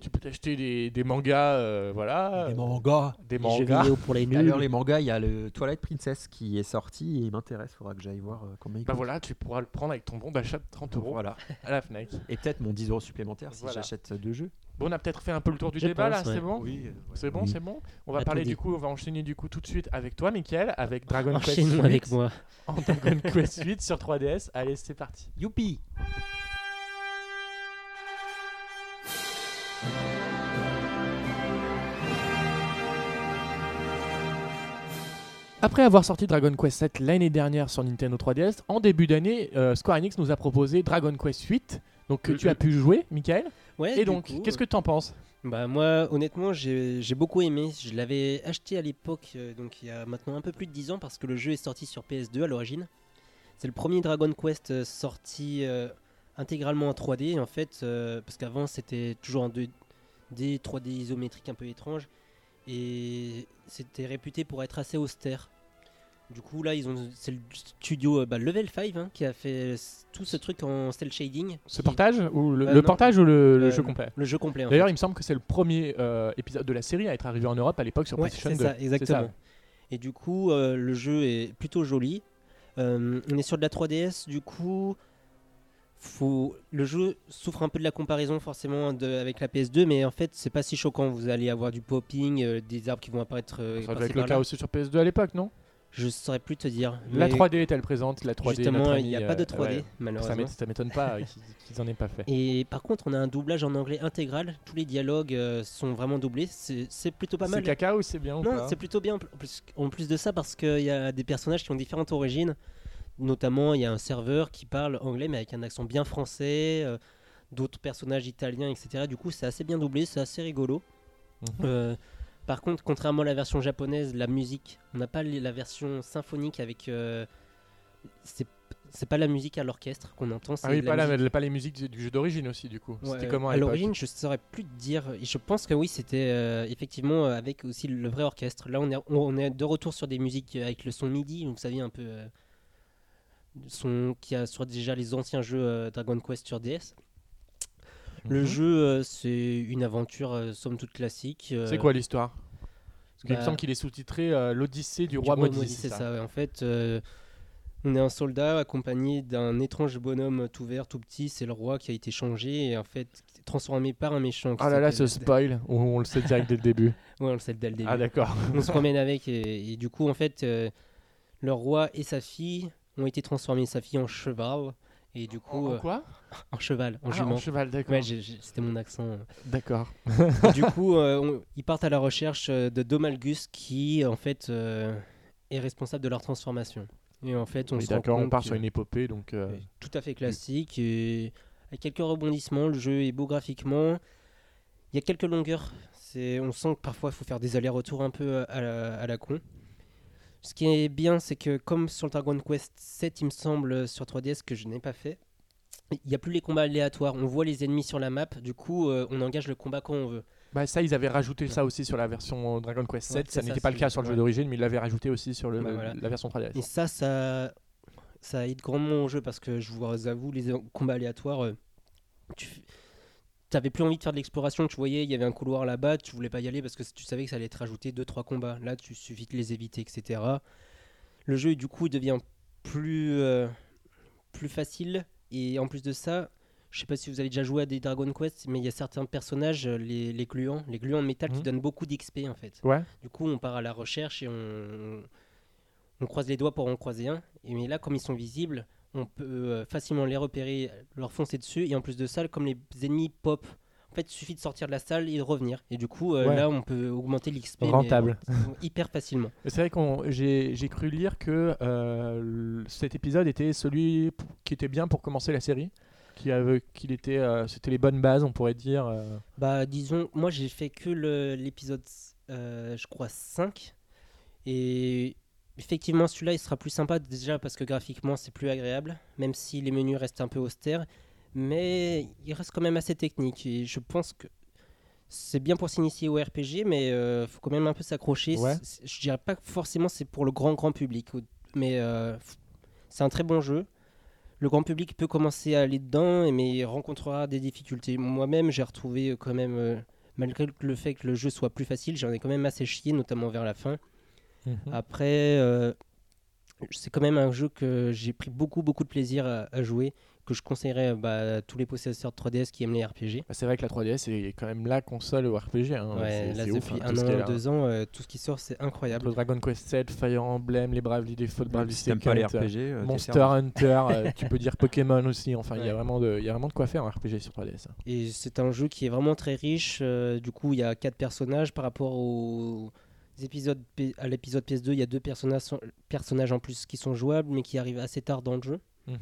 A: tu peux t'acheter des, des mangas, euh, voilà,
B: Des
A: euh,
B: mangas.
A: des
D: Jeux
A: mangas.
D: vidéo pour les nuls.
B: D'ailleurs, les mangas, il y a le Twilight Princess qui est sorti et il m'intéresse. Faudra que j'aille voir euh, combien il
A: Bah
B: coûte.
A: voilà, tu pourras le prendre avec ton bon d'achat de 30 euros
B: Voilà.
A: à la Fnac.
B: Et peut-être mon 10 euros supplémentaire si
A: Voilà.
B: j'achète euh, deux jeux.
A: Bon, on a peut-être fait un peu le tour du
D: Je
A: débat
D: pense,
A: là,
D: ouais.
A: c'est bon
B: Oui.
A: C'est bon,
B: Oui.
A: c'est bon. On va
D: On a
A: parler
D: tout dit.
A: du coup, on va enchaîner du coup tout de suite avec toi, Mickaël, avec Dragon Quest
D: Enchaînons
A: 8.
D: avec moi.
A: En Dragon Quest 8 sur 3DS. Allez, c'est parti.
B: Youpi
A: Après avoir sorti Dragon Quest 7 l'année dernière sur Nintendo 3DS, en début d'année, euh, Square Enix nous a proposé Dragon Quest 8, donc que tu as pu jouer, Mickaël.
C: Ouais,
A: Et donc, qu'est-ce que t'en penses
C: Bah moi honnêtement j'ai j'ai beaucoup aimé, je l'avais acheté à l'époque euh, donc il y a maintenant un peu plus de 10 ans parce que le jeu est sorti sur PS2 à l'origine. C'est le premier Dragon Quest euh, sorti euh, intégralement en 3D en fait euh, parce qu'avant c'était toujours en 2D 3D isométrique un peu étrange et c'était réputé pour être assez austère. Du coup là ils ont c'est le studio euh, bah, Level 5 hein, qui a fait euh, tout ce truc en cel shading.
A: Ce
C: qui-
A: portage ou le,
C: Euh,
A: le
C: non.
A: portage ou le, le
C: Euh,
A: jeu complet
C: Le jeu complet. en fait.
A: D'ailleurs, il me semble que c'est le premier euh, épisode de la série à être arrivé en Europe à l'époque sur
C: Ouais,
A: PlayStation 2.
C: c'est ça, exactement.
A: ouais.
C: Et du coup, euh, le jeu est plutôt joli. Euh, on est sur de la 3DS, du coup, faut... le jeu souffre un peu de la comparaison forcément de- avec la PS2, mais en fait, c'est pas si choquant. Vous allez avoir du popping, euh, des arbres qui vont apparaître. euh,
A: Ça devait
C: par-ci,
A: être le
C: par-là.
A: cas aussi sur PS2 à l'époque, non
C: Je saurais plus te dire.
A: La
C: mais
A: 3D est-elle présente La 3D
C: Justement,
A: notre
C: il n'y a
A: ami,
C: pas de
A: euh,
C: 3D,
A: ouais. Ça
C: malheureusement.
A: m'é- ça m'étonne pas euh, qu'ils qu'ils en aient pas fait.
C: Et par contre, on a un doublage en anglais intégral. Tous les dialogues euh, sont vraiment doublés. C'est c'est plutôt pas
A: C'est
C: mal.
A: caca ou c'est bien ou
C: Non,
A: pas
C: c'est plutôt bien. En plus- En plus de ça, parce qu'il y a des personnages qui ont différentes origines. Notamment, il y a un serveur qui parle anglais, mais avec un accent bien français. euh, D'autres personnages italiens, etc. Du coup, c'est assez bien doublé, c'est assez rigolo.
A: Mhm.
C: Euh, par contre, contrairement à la version japonaise, la musique, on n'a pas les- la version symphonique avec. euh, c'est c'est pas la musique à l'orchestre qu'on entend. c'est
A: Ah oui,
C: de
A: pas, la-
C: musique-
A: pas les musiques du, du jeu d'origine aussi, du coup.
C: Ouais,
A: C'était comment à
C: À
A: l'époque
C: l'origine, je saurais plus te dire. Et Je pense que oui, c'était euh, effectivement euh, avec aussi le vrai orchestre. Là, on est, on est de retour sur des musiques euh, avec le son MIDI, vous savez, un peu. euh, son qui a sur déjà les anciens jeux euh, Dragon Quest sur DS. Le
A: Mhm.
C: jeu, euh, c'est une aventure euh, somme toute classique.
A: C'est
C: euh,
A: quoi l'histoire Parce qu'il me
C: bah,
A: semble qu'il est sous-titré euh, L'Odyssée du
C: du
A: roi maudit.
C: maudit, C'est ça, ouais. en fait. euh, on est un soldat accompagné d'un étrange bonhomme tout vert, tout petit. C'est le roi qui a été changé et en fait transformé par un méchant. qui
A: Ah là là, ce
C: s'appelle-
A: spoil, on, on le sait direct dès le début.
C: Ouais, on le sait dès le début.
A: Ah d'accord.
C: on se promène avec et, et du coup en fait euh, le roi et sa fille ont été transformés sa fille en cheval et du coup euh,
A: quoi
C: en cheval en
A: ah,
C: jument
A: en cheval, d'accord.
C: Ouais, j'ai- j'ai- c'était mon accent.
A: D'accord.
C: Et du coup, euh, on- ils partent à la recherche euh, de Domalgus qui, en fait, euh, est responsable de leur transformation. Et en fait, on
A: Oui,
C: se rend
A: d'accord, on
C: compte
A: part
C: que-
A: sur une épopée, donc... euh,
C: Ouais, tout à fait classique et avec quelques rebondissements. Le jeu est beau graphiquement. Il y a quelques longueurs. C'est, on sent que parfois il faut faire des allers-retours un peu à la, à la con. Ce qui est bien, c'est que comme sur le Dragon Quest 7, il me semble, sur 3DS, que je n'ai pas fait, il n'y a plus les combats aléatoires. On voit les ennemis sur la map. Du coup, euh, on engage le combat quand on veut.
A: Bah ça, ils avaient rajouté ça aussi sur la version euh, Dragon Quest 7.
C: Ouais,
A: ça
C: c'est
A: n'était
C: ça,
A: pas le
C: c'est-
A: cas sur le jeu
C: ouais.
A: d'origine, mais ils l'avaient rajouté aussi sur le,
C: Bah, voilà.
A: la version 3DS.
C: Et ça, ça, ça aide grandement au jeu parce que je vous avoue, les combats aléatoires, euh, tu n'avais plus envie de faire de l'exploration. Tu voyais, il y avait un couloir là-bas, tu voulais pas y aller parce que tu savais que ça allait te rajouter 2-3 combats. Là, tu suffit de les éviter, etc. Le jeu, du coup, devient plus, euh, plus facile. Et en plus de ça, je sais pas si vous avez déjà joué à des Dragon Quest, mais il y a certains personnages, euh, les, les gluants, les gluants de métal
A: Mhm.
C: qui donnent beaucoup d'XP en fait.
A: Ouais.
C: Du coup, on part à la recherche et on, on croise les doigts pour en croiser un. Et mais là, comme ils sont visibles, on peut euh, facilement les repérer, leur foncer dessus. Et en plus de ça, comme les ennemis pop, en fait, il suffit de sortir de la salle et de revenir. Et du coup, euh,
A: Ouais.
C: là, on peut augmenter l'XP.
D: Rentable.
C: Hyper facilement.
A: C'est vrai qu'on j'ai j'ai cru lire que euh, l- cet épisode était celui p- qui était bien pour commencer la série, qui avait qu'il était euh, c'était les bonnes bases, on pourrait dire. euh.
C: Bah, disons, moi j'ai fait que le- l'épisode, euh, je crois, 5. Et effectivement, celui-là, il sera plus sympa déjà parce que graphiquement, c'est plus agréable, même si les menus restent un peu austères. Mais il reste quand même assez technique. Et je pense que c'est bien pour s'initier au RPG, mais il faut quand même un peu s'accrocher.
A: Ouais.
C: C'est- c'est- Je dirais pas que forcément c'est pour le grand, grand public, ou- mais euh, f- c'est un très bon jeu le grand public peut commencer à aller dedans, mais il rencontrera des difficultés. Moi-même, j'ai retrouvé euh, quand même, euh, malgré le fait que le jeu soit plus facile, j'en ai quand même assez chié, notamment vers la fin. Mhm.
A: Mmh. Bah,
C: Après, euh, c'est quand même un jeu que j'ai pris beaucoup, beaucoup de plaisir à, à jouer, que je conseillerais euh, bah, à tous les possesseurs de 3DS qui aiment les RPG.
A: Bah, c'est vrai que la 3DS est quand même la console au RPG. hein.
C: ouais,
A: C'est-
C: là,
A: c'est ouf,
C: depuis
A: hein,
C: un
A: tout ce qu'elle
C: an,
A: a.
C: deux ans, euh, tout ce qui sort, c'est incroyable.
A: Entre Dragon Quest 7, Fire Emblem, les Bravely Default, Bravely
B: Si t'aimes pas les
A: Second,
B: RPG, euh, t'es
A: Monster
B: servi.
A: Hunter, euh, tu peux dire Pokémon aussi. Enfin, il y a
C: Ouais.
A: vraiment de, il y a vraiment de quoi faire en RPG sur 3DS. hein.
C: Et c'est un jeu qui est vraiment très riche. euh, du coup, il y a quatre personnages par rapport aux épisodes P- à l'épisode PS2. Il y a deux personnages, personnages en plus qui sont jouables, mais qui arrivent assez tard dans le jeu.
A: Il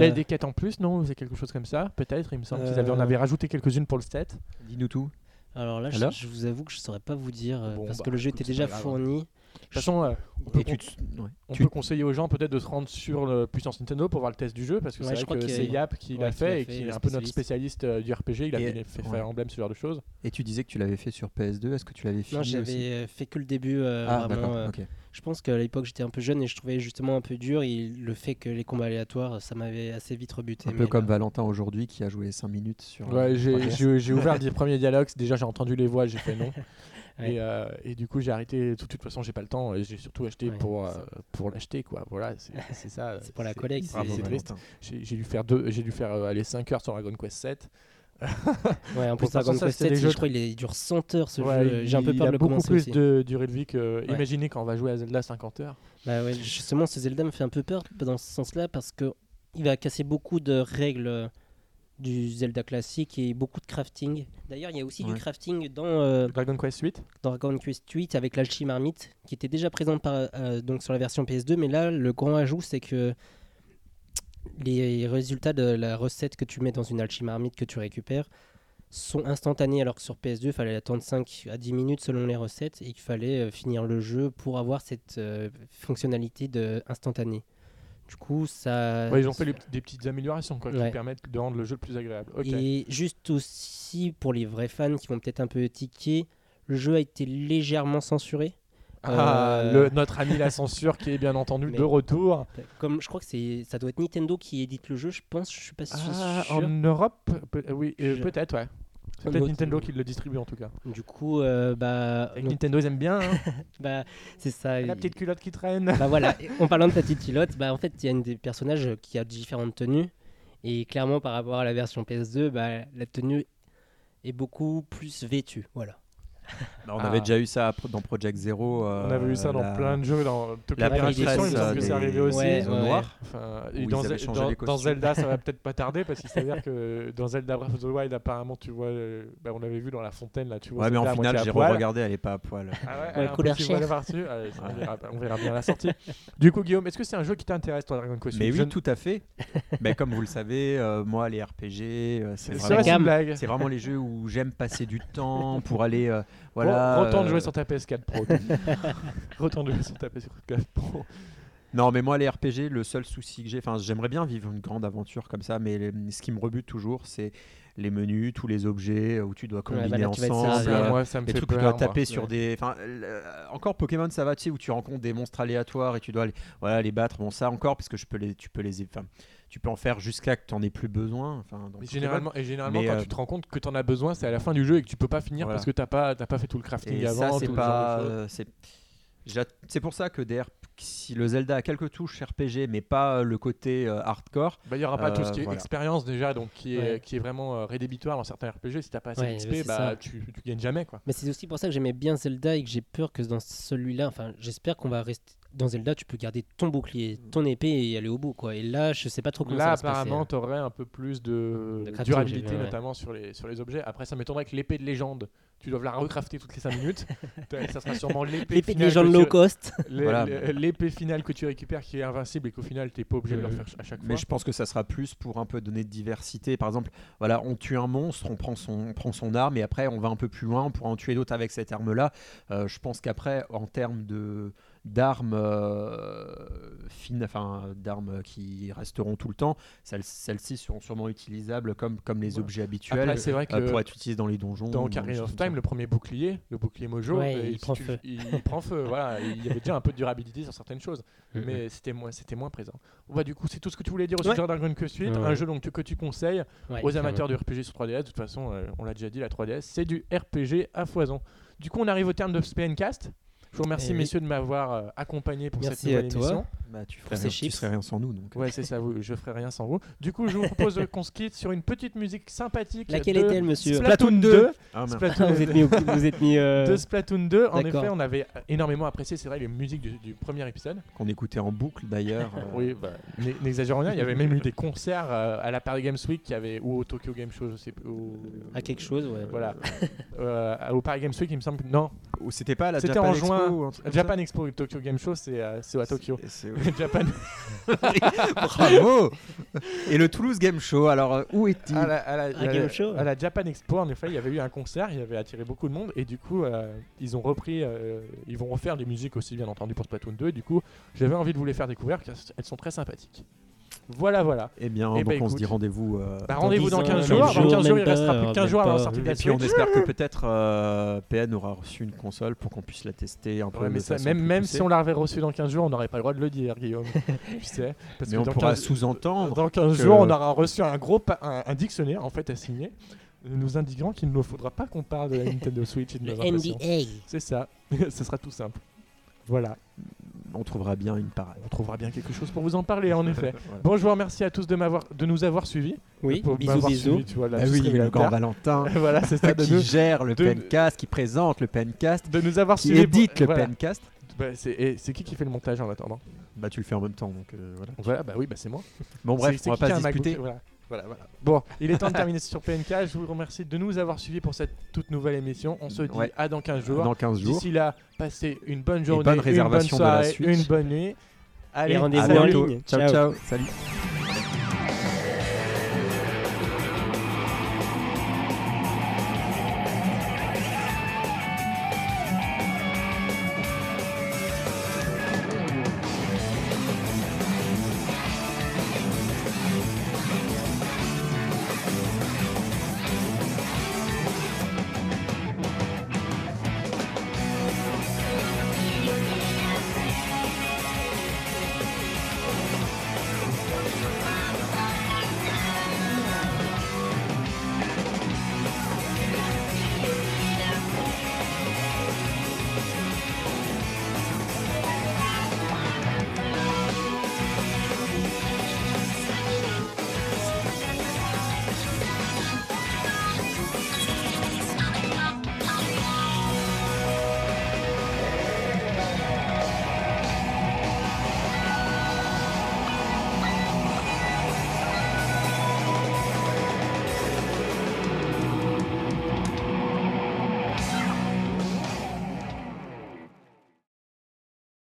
A: y a des quêtes en plus, non C'est quelque chose comme ça, peut-être. Il me semble qu'ils avaient, on
C: Euh,
A: avait rajouté quelques-unes pour le set.
B: Dis-nous tout.
C: Alors là,
B: je- Alors
C: je, vous avoue que je saurais pas vous dire
A: euh, Bon,
C: parce
A: bah,
C: que le jeu
A: écoute,
C: était
A: c'est
C: déjà
A: pas grave.
C: fourni.
A: De toute façon, euh, on peut
B: Et tu te- ouais.
A: On
B: Tu-
A: peut conseiller aux gens peut-être de se rendre sur le puissance Nintendo pour voir le test du jeu parce que
C: Ouais, je
A: c'est
C: crois
A: vrai que
C: qu'il y a-
A: c'est Yap qui
C: ouais,
A: l'a
C: qui
A: fait
C: l'a
A: et
C: fait,
A: qui
C: le
A: est un peu notre spécialiste euh, du RPG. Il a
B: Et-
A: fait- fait
B: ouais.
A: Fire Emblem, ce genre de choses.
B: Et tu disais que tu l'avais fait sur PS2. Est-ce que tu l'avais fini
C: Non,
B: aussi
C: j'avais euh, fait que le début. euh,
B: Ah,
C: vraiment,
B: d'accord.
C: euh,
B: ok.
C: Je pense qu'à l'époque, j'étais un peu jeune et je trouvais justement un peu dur. Et le fait que les combats aléatoires, ça m'avait assez vite rebuté.
B: Un
C: mais
B: peu comme
C: là-
B: Valentin aujourd'hui qui a joué 5 minutes sur. euh,
A: Ouais, j'ai-
B: 3DS.
A: j'ai j'ai ouvert le premier dialogue. Déjà, j'ai entendu les voix, j'ai fait non.
C: Ouais.
A: et, euh, et du coup, j'ai arrêté tout de suite. De toute façon, j'ai pas le temps. et J'ai surtout acheté
C: Ouais,
A: pour, euh,
C: ça-
A: pour l'acheter. quoi. Voilà, c'est c'est ça.
C: C'est pour la collecte,
A: c'est-
B: Bravo,
A: C'est triste.
B: Ah, Valentin.
A: J'ai j'ai dû faire, deux, j'ai dû faire euh, aller 5 heures sur Dragon Quest 7.
C: Ouais, en
A: Pour
C: plus, Dragon
A: l'instant, ça,
C: Quest
A: c'est des
C: 7,
A: jeux
C: je crois, il, est- il dure 100 heures ce
A: Ouais,
C: jeu. euh, J'ai un peu
A: il
C: peur
A: a
C: de le
A: beaucoup
C: commencer.
A: plus
C: aussi.
A: de durée de vie que.
C: Ouais.
A: Imaginez euh, quand on va jouer à Zelda 50 heures.
C: Bah ouais, justement, ce Zelda me fait un peu peur dans ce sens-là parce que il va casser beaucoup de règles euh, du Zelda classique et beaucoup de crafting. D'ailleurs, il y a aussi
B: Ouais.
C: du crafting dans, euh,
A: Dragon Quest 8
C: dans Dragon Quest 8 avec l'alchimie marmite qui était déjà présente par, euh, donc sur la version PS2, mais là, le grand ajout, c'est que les résultats de la recette que tu mets dans une alchimie marmite que tu récupères sont instantanés alors que sur PS2 il fallait attendre 5 à 10 minutes selon les recettes et qu'il fallait euh, finir le jeu pour avoir cette euh, fonctionnalité de instantanée. Du coup ça...
A: Ouais, ils ont fait les p- des petites améliorations quoi, qui
C: Euh, Ouais.
A: permettent de rendre le jeu le plus agréable. Ok.
C: Et juste aussi pour les vrais fans qui vont peut-être un peu tiquer, le jeu a été légèrement censuré.
A: Ah,
C: Euh,
A: le- notre ami la censure qui est bien entendu
C: Mais-
A: de retour.
C: Comme je crois que c'est, ça doit être Nintendo qui édite le jeu, je pense. Je suis pas si
A: Ah,
C: sûr.
A: en Europe, peut- euh, oui, euh,
C: Je-
A: peut-être, ouais. C'est peut-être
C: Note-
A: Nintendo qui le distribue en tout cas.
C: Du coup, euh, bah,
A: Avec
C: donc,
A: Nintendo, ils aiment bien hein,
C: bah, c'est
A: la
C: ça. il-
A: petite culotte qui traîne.
C: Bah voilà. Et En parlant de petite pilote, bah en fait, il y a une des personnages qui a différentes tenues et clairement par rapport à la version PS2, bah, la tenue est beaucoup plus vêtue. Voilà.
B: Bah, on
A: Ah.
B: avait déjà eu ça après- dans Project Zero. euh,
A: On avait vu ça dans plein de jeux, dans Tokyo
B: la
A: Animation, il me
C: prêtresse,
A: semble
C: euh,
A: que c'est
C: des-
A: arrivé aussi.
C: Ouais,
B: Ils ont
C: ouais.
B: noir.
A: Enfin,
B: Où
A: et
B: ils
A: dans,
B: avaient
A: Ze-
B: changé
A: dans-
B: les
A: dans
B: costumes.
A: Zelda, ça va peut-être pas tarder parce qu'il s'avère que dans Zelda Breath of the Wild, apparemment, tu vois, euh, bah, on avait vu dans la fontaine là, tu vois.
B: Ouais, mais
A: Zelda
B: en
A: à
B: finale,
A: moitié à
B: j'ai
A: poil.
B: re-regardé, elle est pas à poil.
A: Ah ouais,
C: Ouais,
A: alors,
C: couleur
A: possible, on va
C: chair.
A: la voir dessus. Allez, on, verra, on verra bien à la sortie. Du coup, Guillaume, est-ce que c'est un jeu qui t'intéresse, toi, Dragon Quest
B: Mais
A: huit
B: oui,
A: Je ne-
B: tout à fait. Mais comme vous le savez, euh, moi, les RPG, euh,
A: C'est
B: c'est vraiment,
A: vrai, c'est
C: gamme.
A: une blague.
B: c'est vraiment les jeux où j'aime passer du temps pour aller. euh,
A: Voilà,
B: voilà.
A: retourne
B: euh,
A: jouer sur ta PS4 Pro. toi. retourne jouer sur ta PS4 Pro.
B: Non, mais moi, les RPG, le seul souci que j'ai, enfin, j'aimerais bien vivre une grande aventure comme ça, mais les- ce qui me rebute toujours, c'est les menus, tous les objets euh, où tu dois combiner
D: bah là, tu vas être
B: ensemble.
D: servi,
B: euh,
D: ouais.
A: moi, ça me
B: les
A: fait
B: trucs que tu
A: peur.
B: dois
A: moi.
B: taper sur des. Enfin, euh, encore Pokémon, ça va, tu sais, où tu rencontres des monstres aléatoires et tu dois les, voilà, les battre. Bon, ça encore, parce que je peux les, tu peux les, enfin, tu peux en faire jusqu'à que tu en aies plus besoin. Enfin, dans
A: Mais
B: Pokémon.
A: généralement, et généralement,
B: Mais,
A: quand
B: euh,
A: tu te rends compte que t'en as besoin, c'est à la fin du jeu et que tu peux pas finir
B: Voilà.
A: parce que t'as pas, t'as pas fait tout le crafting
B: Et
A: avant.
B: ça,
A: tout
B: c'est
A: le genre de
B: pas.
A: choses.
B: euh, c'est- j'a- C'est pour ça que DR, si le Zelda a quelques touches RPG, mais pas euh, le côté euh, hardcore,
A: Bah, il y aura pas tout
B: euh,
A: ce qui est
B: voilà.
A: expérience déjà, donc qui est,
D: Ouais.
A: qui est vraiment euh, rédhibitoire dans certains RPG. Si t'as pas assez
D: Ouais, bah,
A: d'XP,
D: c'est
A: bah,
D: ça.
A: tu, tu gagnes jamais quoi.
D: Mais c'est aussi pour ça que j'aimais bien Zelda et que j'ai peur que dans celui-là, enfin, j'espère qu'on va rester. Dans Zelda, tu peux garder ton bouclier, ton épée et aller au bout, quoi. Et là, je sais pas trop comment
A: Là,
D: ça va se passer. hein.
C: hein.
A: apparemment, t'aurais un peu plus de,
D: De crafting,
A: durabilité,
D: j'ai vu, ouais.
A: notamment sur les, sur les objets. Après, ça m'étonnerait que l'épée de légende, tu dois la recrafter toutes les 5 minutes. T'as- ça sera sûrement l'épée
D: L'épée
A: finale
D: des gens de
A: que
D: low
A: tu-
D: cost.
A: l'é-
B: Voilà.
A: l'é- L'épée finale que tu récupères qui est invincible et qu'au final, t'es pas obligé de le
D: Mhm.
A: refaire ch- à chaque
B: mais
A: fois.
B: je pense que ça sera plus pour un peu donner de diversité. Par exemple, voilà, on tue un monstre, on prend son, on prend son arme, et après on va un peu plus loin, on pourra en tuer d'autres avec cette arme-là. Euh, je pense qu'après, en termes de d'armes euh, fines, enfin d'armes qui resteront tout le temps, celles- celles-ci seront sûrement utilisables comme, comme les
A: Ouais.
B: objets habituels
A: Après, c'est vrai que
B: euh,
A: le-
B: pour être utilisés dans les donjons.
A: dans
B: ou des
A: Ocarina
B: choses
A: of
B: comme
A: Time, le premier bouclier, le bouclier Mojo,
D: Ouais,
A: euh,
D: il
A: si
D: prend
A: tu-
D: feu.
A: il- il prend feu, voilà. Il y avait déjà un peu de durabilité sur certaines choses. mais c'était moins, c'était moins présent. Bah, du coup, c'est tout ce que tu voulais dire au sujet
C: Ouais.
A: de Dragon Quest VIII,
D: Mm, Ouais,
A: un
D: ouais.
A: jeu donc, que tu conseilles
D: Ouais,
A: aux
D: clairement.
A: amateurs de RPG sur 3DS. De toute façon, euh, on l'a déjà dit, la 3DS, c'est du RPG à foison. Du coup, on arrive au terme de ce PNcast. Je vous remercie,
D: Eh oui.
A: messieurs, de m'avoir euh, accompagné pour cette
D: Merci
A: nouvelle
D: à toi.
A: émission.
B: ça. Bah, tu ferais
D: ces
B: rien, tu
D: chips.
B: serais rien sans nous. Donc.
A: Ouais, c'est ça, vous, je ferai rien sans vous. Du coup, je vous propose qu'on se quitte sur une petite musique sympathique.
D: Laquelle
A: de
D: est-elle, monsieur
A: Splatoon 2.
B: Ah, mince.
A: Splatoon
D: Vous êtes mis. au- Vous êtes mis. euh,
A: de Splatoon 2, en
D: D'accord.
A: effet, on avait énormément apprécié, c'est vrai, les musiques du- du premier épisode.
B: qu'on écoutait en boucle d'ailleurs. euh,
A: Oui, bah, n- n'exagérons rien. Il y avait même eu des concerts euh, à la Paris Games Week qui avait, ou au Tokyo Game Show, je sais plus. au-
D: À quelque chose, ouais.
A: Voilà. Euh, au Paris Games Week, il me semble. que- Non,
B: Ou c'était pas à la
A: C'était
B: Japan
A: en
B: Expo
A: juin.
B: ou un truc comme
A: Japan Expo et Tokyo Game Show, c'est euh, c'est à
B: ça
A: Tokyo.
B: C'est- c'est-
A: Japan
B: Bravo Et le Toulouse Game Show, alors euh, où est-il
A: à la, à la-
D: Un
A: à
D: game
A: la-
D: show.
A: à la Japan Expo, en effet, il y avait eu un concert, il avait attiré beaucoup de monde et du coup, euh, ils ont repris, euh, ils vont refaire des musiques aussi, bien entendu, pour Splatoon 2. Et du coup, j'avais envie de vous les faire découvrir car elles sont très sympathiques. Voilà, voilà.
B: Eh bien,
A: Eh bah,
B: donc on se dit
A: écoute.
B: rendez-vous. euh,
A: Bah,
B: dans
A: rendez-vous
B: dix
A: dans
B: ans,
A: 15
B: même
A: jours.
B: jour.
A: Dans 15 jours, il
D: même
A: restera plus
D: heure,
A: que 15
D: même
A: jours avant la
D: pas.
A: sortie de
B: Et
A: la
B: puis on
A: Switch.
B: espère que peut-être euh, PN aura reçu une console pour qu'on puisse la tester un peu.
A: Ouais, mais
B: de
A: ça,
B: façon
A: même,
B: plus
A: même
B: poussée.
A: si on l'avait reçu dans 15 jours, on n'aurait pas le droit de le dire, Guillaume. tu sais, parce
B: Mais
A: que
B: on
A: dans
B: pourra
A: 15
B: sous-entendre.
A: Dans 15
B: que-
A: jours, on aura reçu un gros pa- un, un dictionnaire en fait à signer, nous indiquant qu'il ne faudra pas qu'on parle de la Nintendo Switch et de
D: Le
A: nos impressions.
D: NDA.
A: C'est ça, ce sera tout simple. Voilà,
B: On trouvera bien une parade.
A: on trouvera bien quelque chose pour vous en parler, en effet.
B: Voilà.
A: Bon, je vous remercie à tous de, m'avoir, de nous avoir suivis.
D: Oui,
A: pour
D: bisous,
A: m'avoir
D: bisous.
A: suivi, tu vois, là,
B: Bah oui,
A: jusqu'à
B: le
A: la
B: grand
A: terre.
B: Valentin
A: Voilà, c'est ça, de
B: qui
A: nous,
B: gère le
A: de-
B: PNcast, qui présente le PNcast,
A: de nous avoir
B: qui
A: suivis. pour-
B: édite le
A: voilà.
B: PNcast.
A: Bah, c'est, et c'est qui qui fait le montage en attendant
B: Bah tu le fais en même temps, donc euh, voilà.
A: Voilà, bah oui, bah c'est moi.
B: Bon bref,
A: C'est-
B: on va
A: c'est qui
B: pas
A: qui a
B: se
A: un MacBook
B: discuter.
A: Voilà. Voilà, voilà. Bon, il est temps de terminer sur PNK. Je vous remercie de nous avoir suivis pour cette toute nouvelle émission. On se dit
B: Ouais.
A: à dans 15 jours.
B: Dans 15 jours.
A: D'ici là, passez une bonne journée,
B: bonne
A: une bonne
B: réservation de la
A: soirée,
B: suite.
A: une bonne nuit. Allez,
D: rendez-vous
B: À
A: salut.
D: en
B: bientôt.
D: ligne.
B: Ciao,
D: Ciao.
B: ciao. Salut.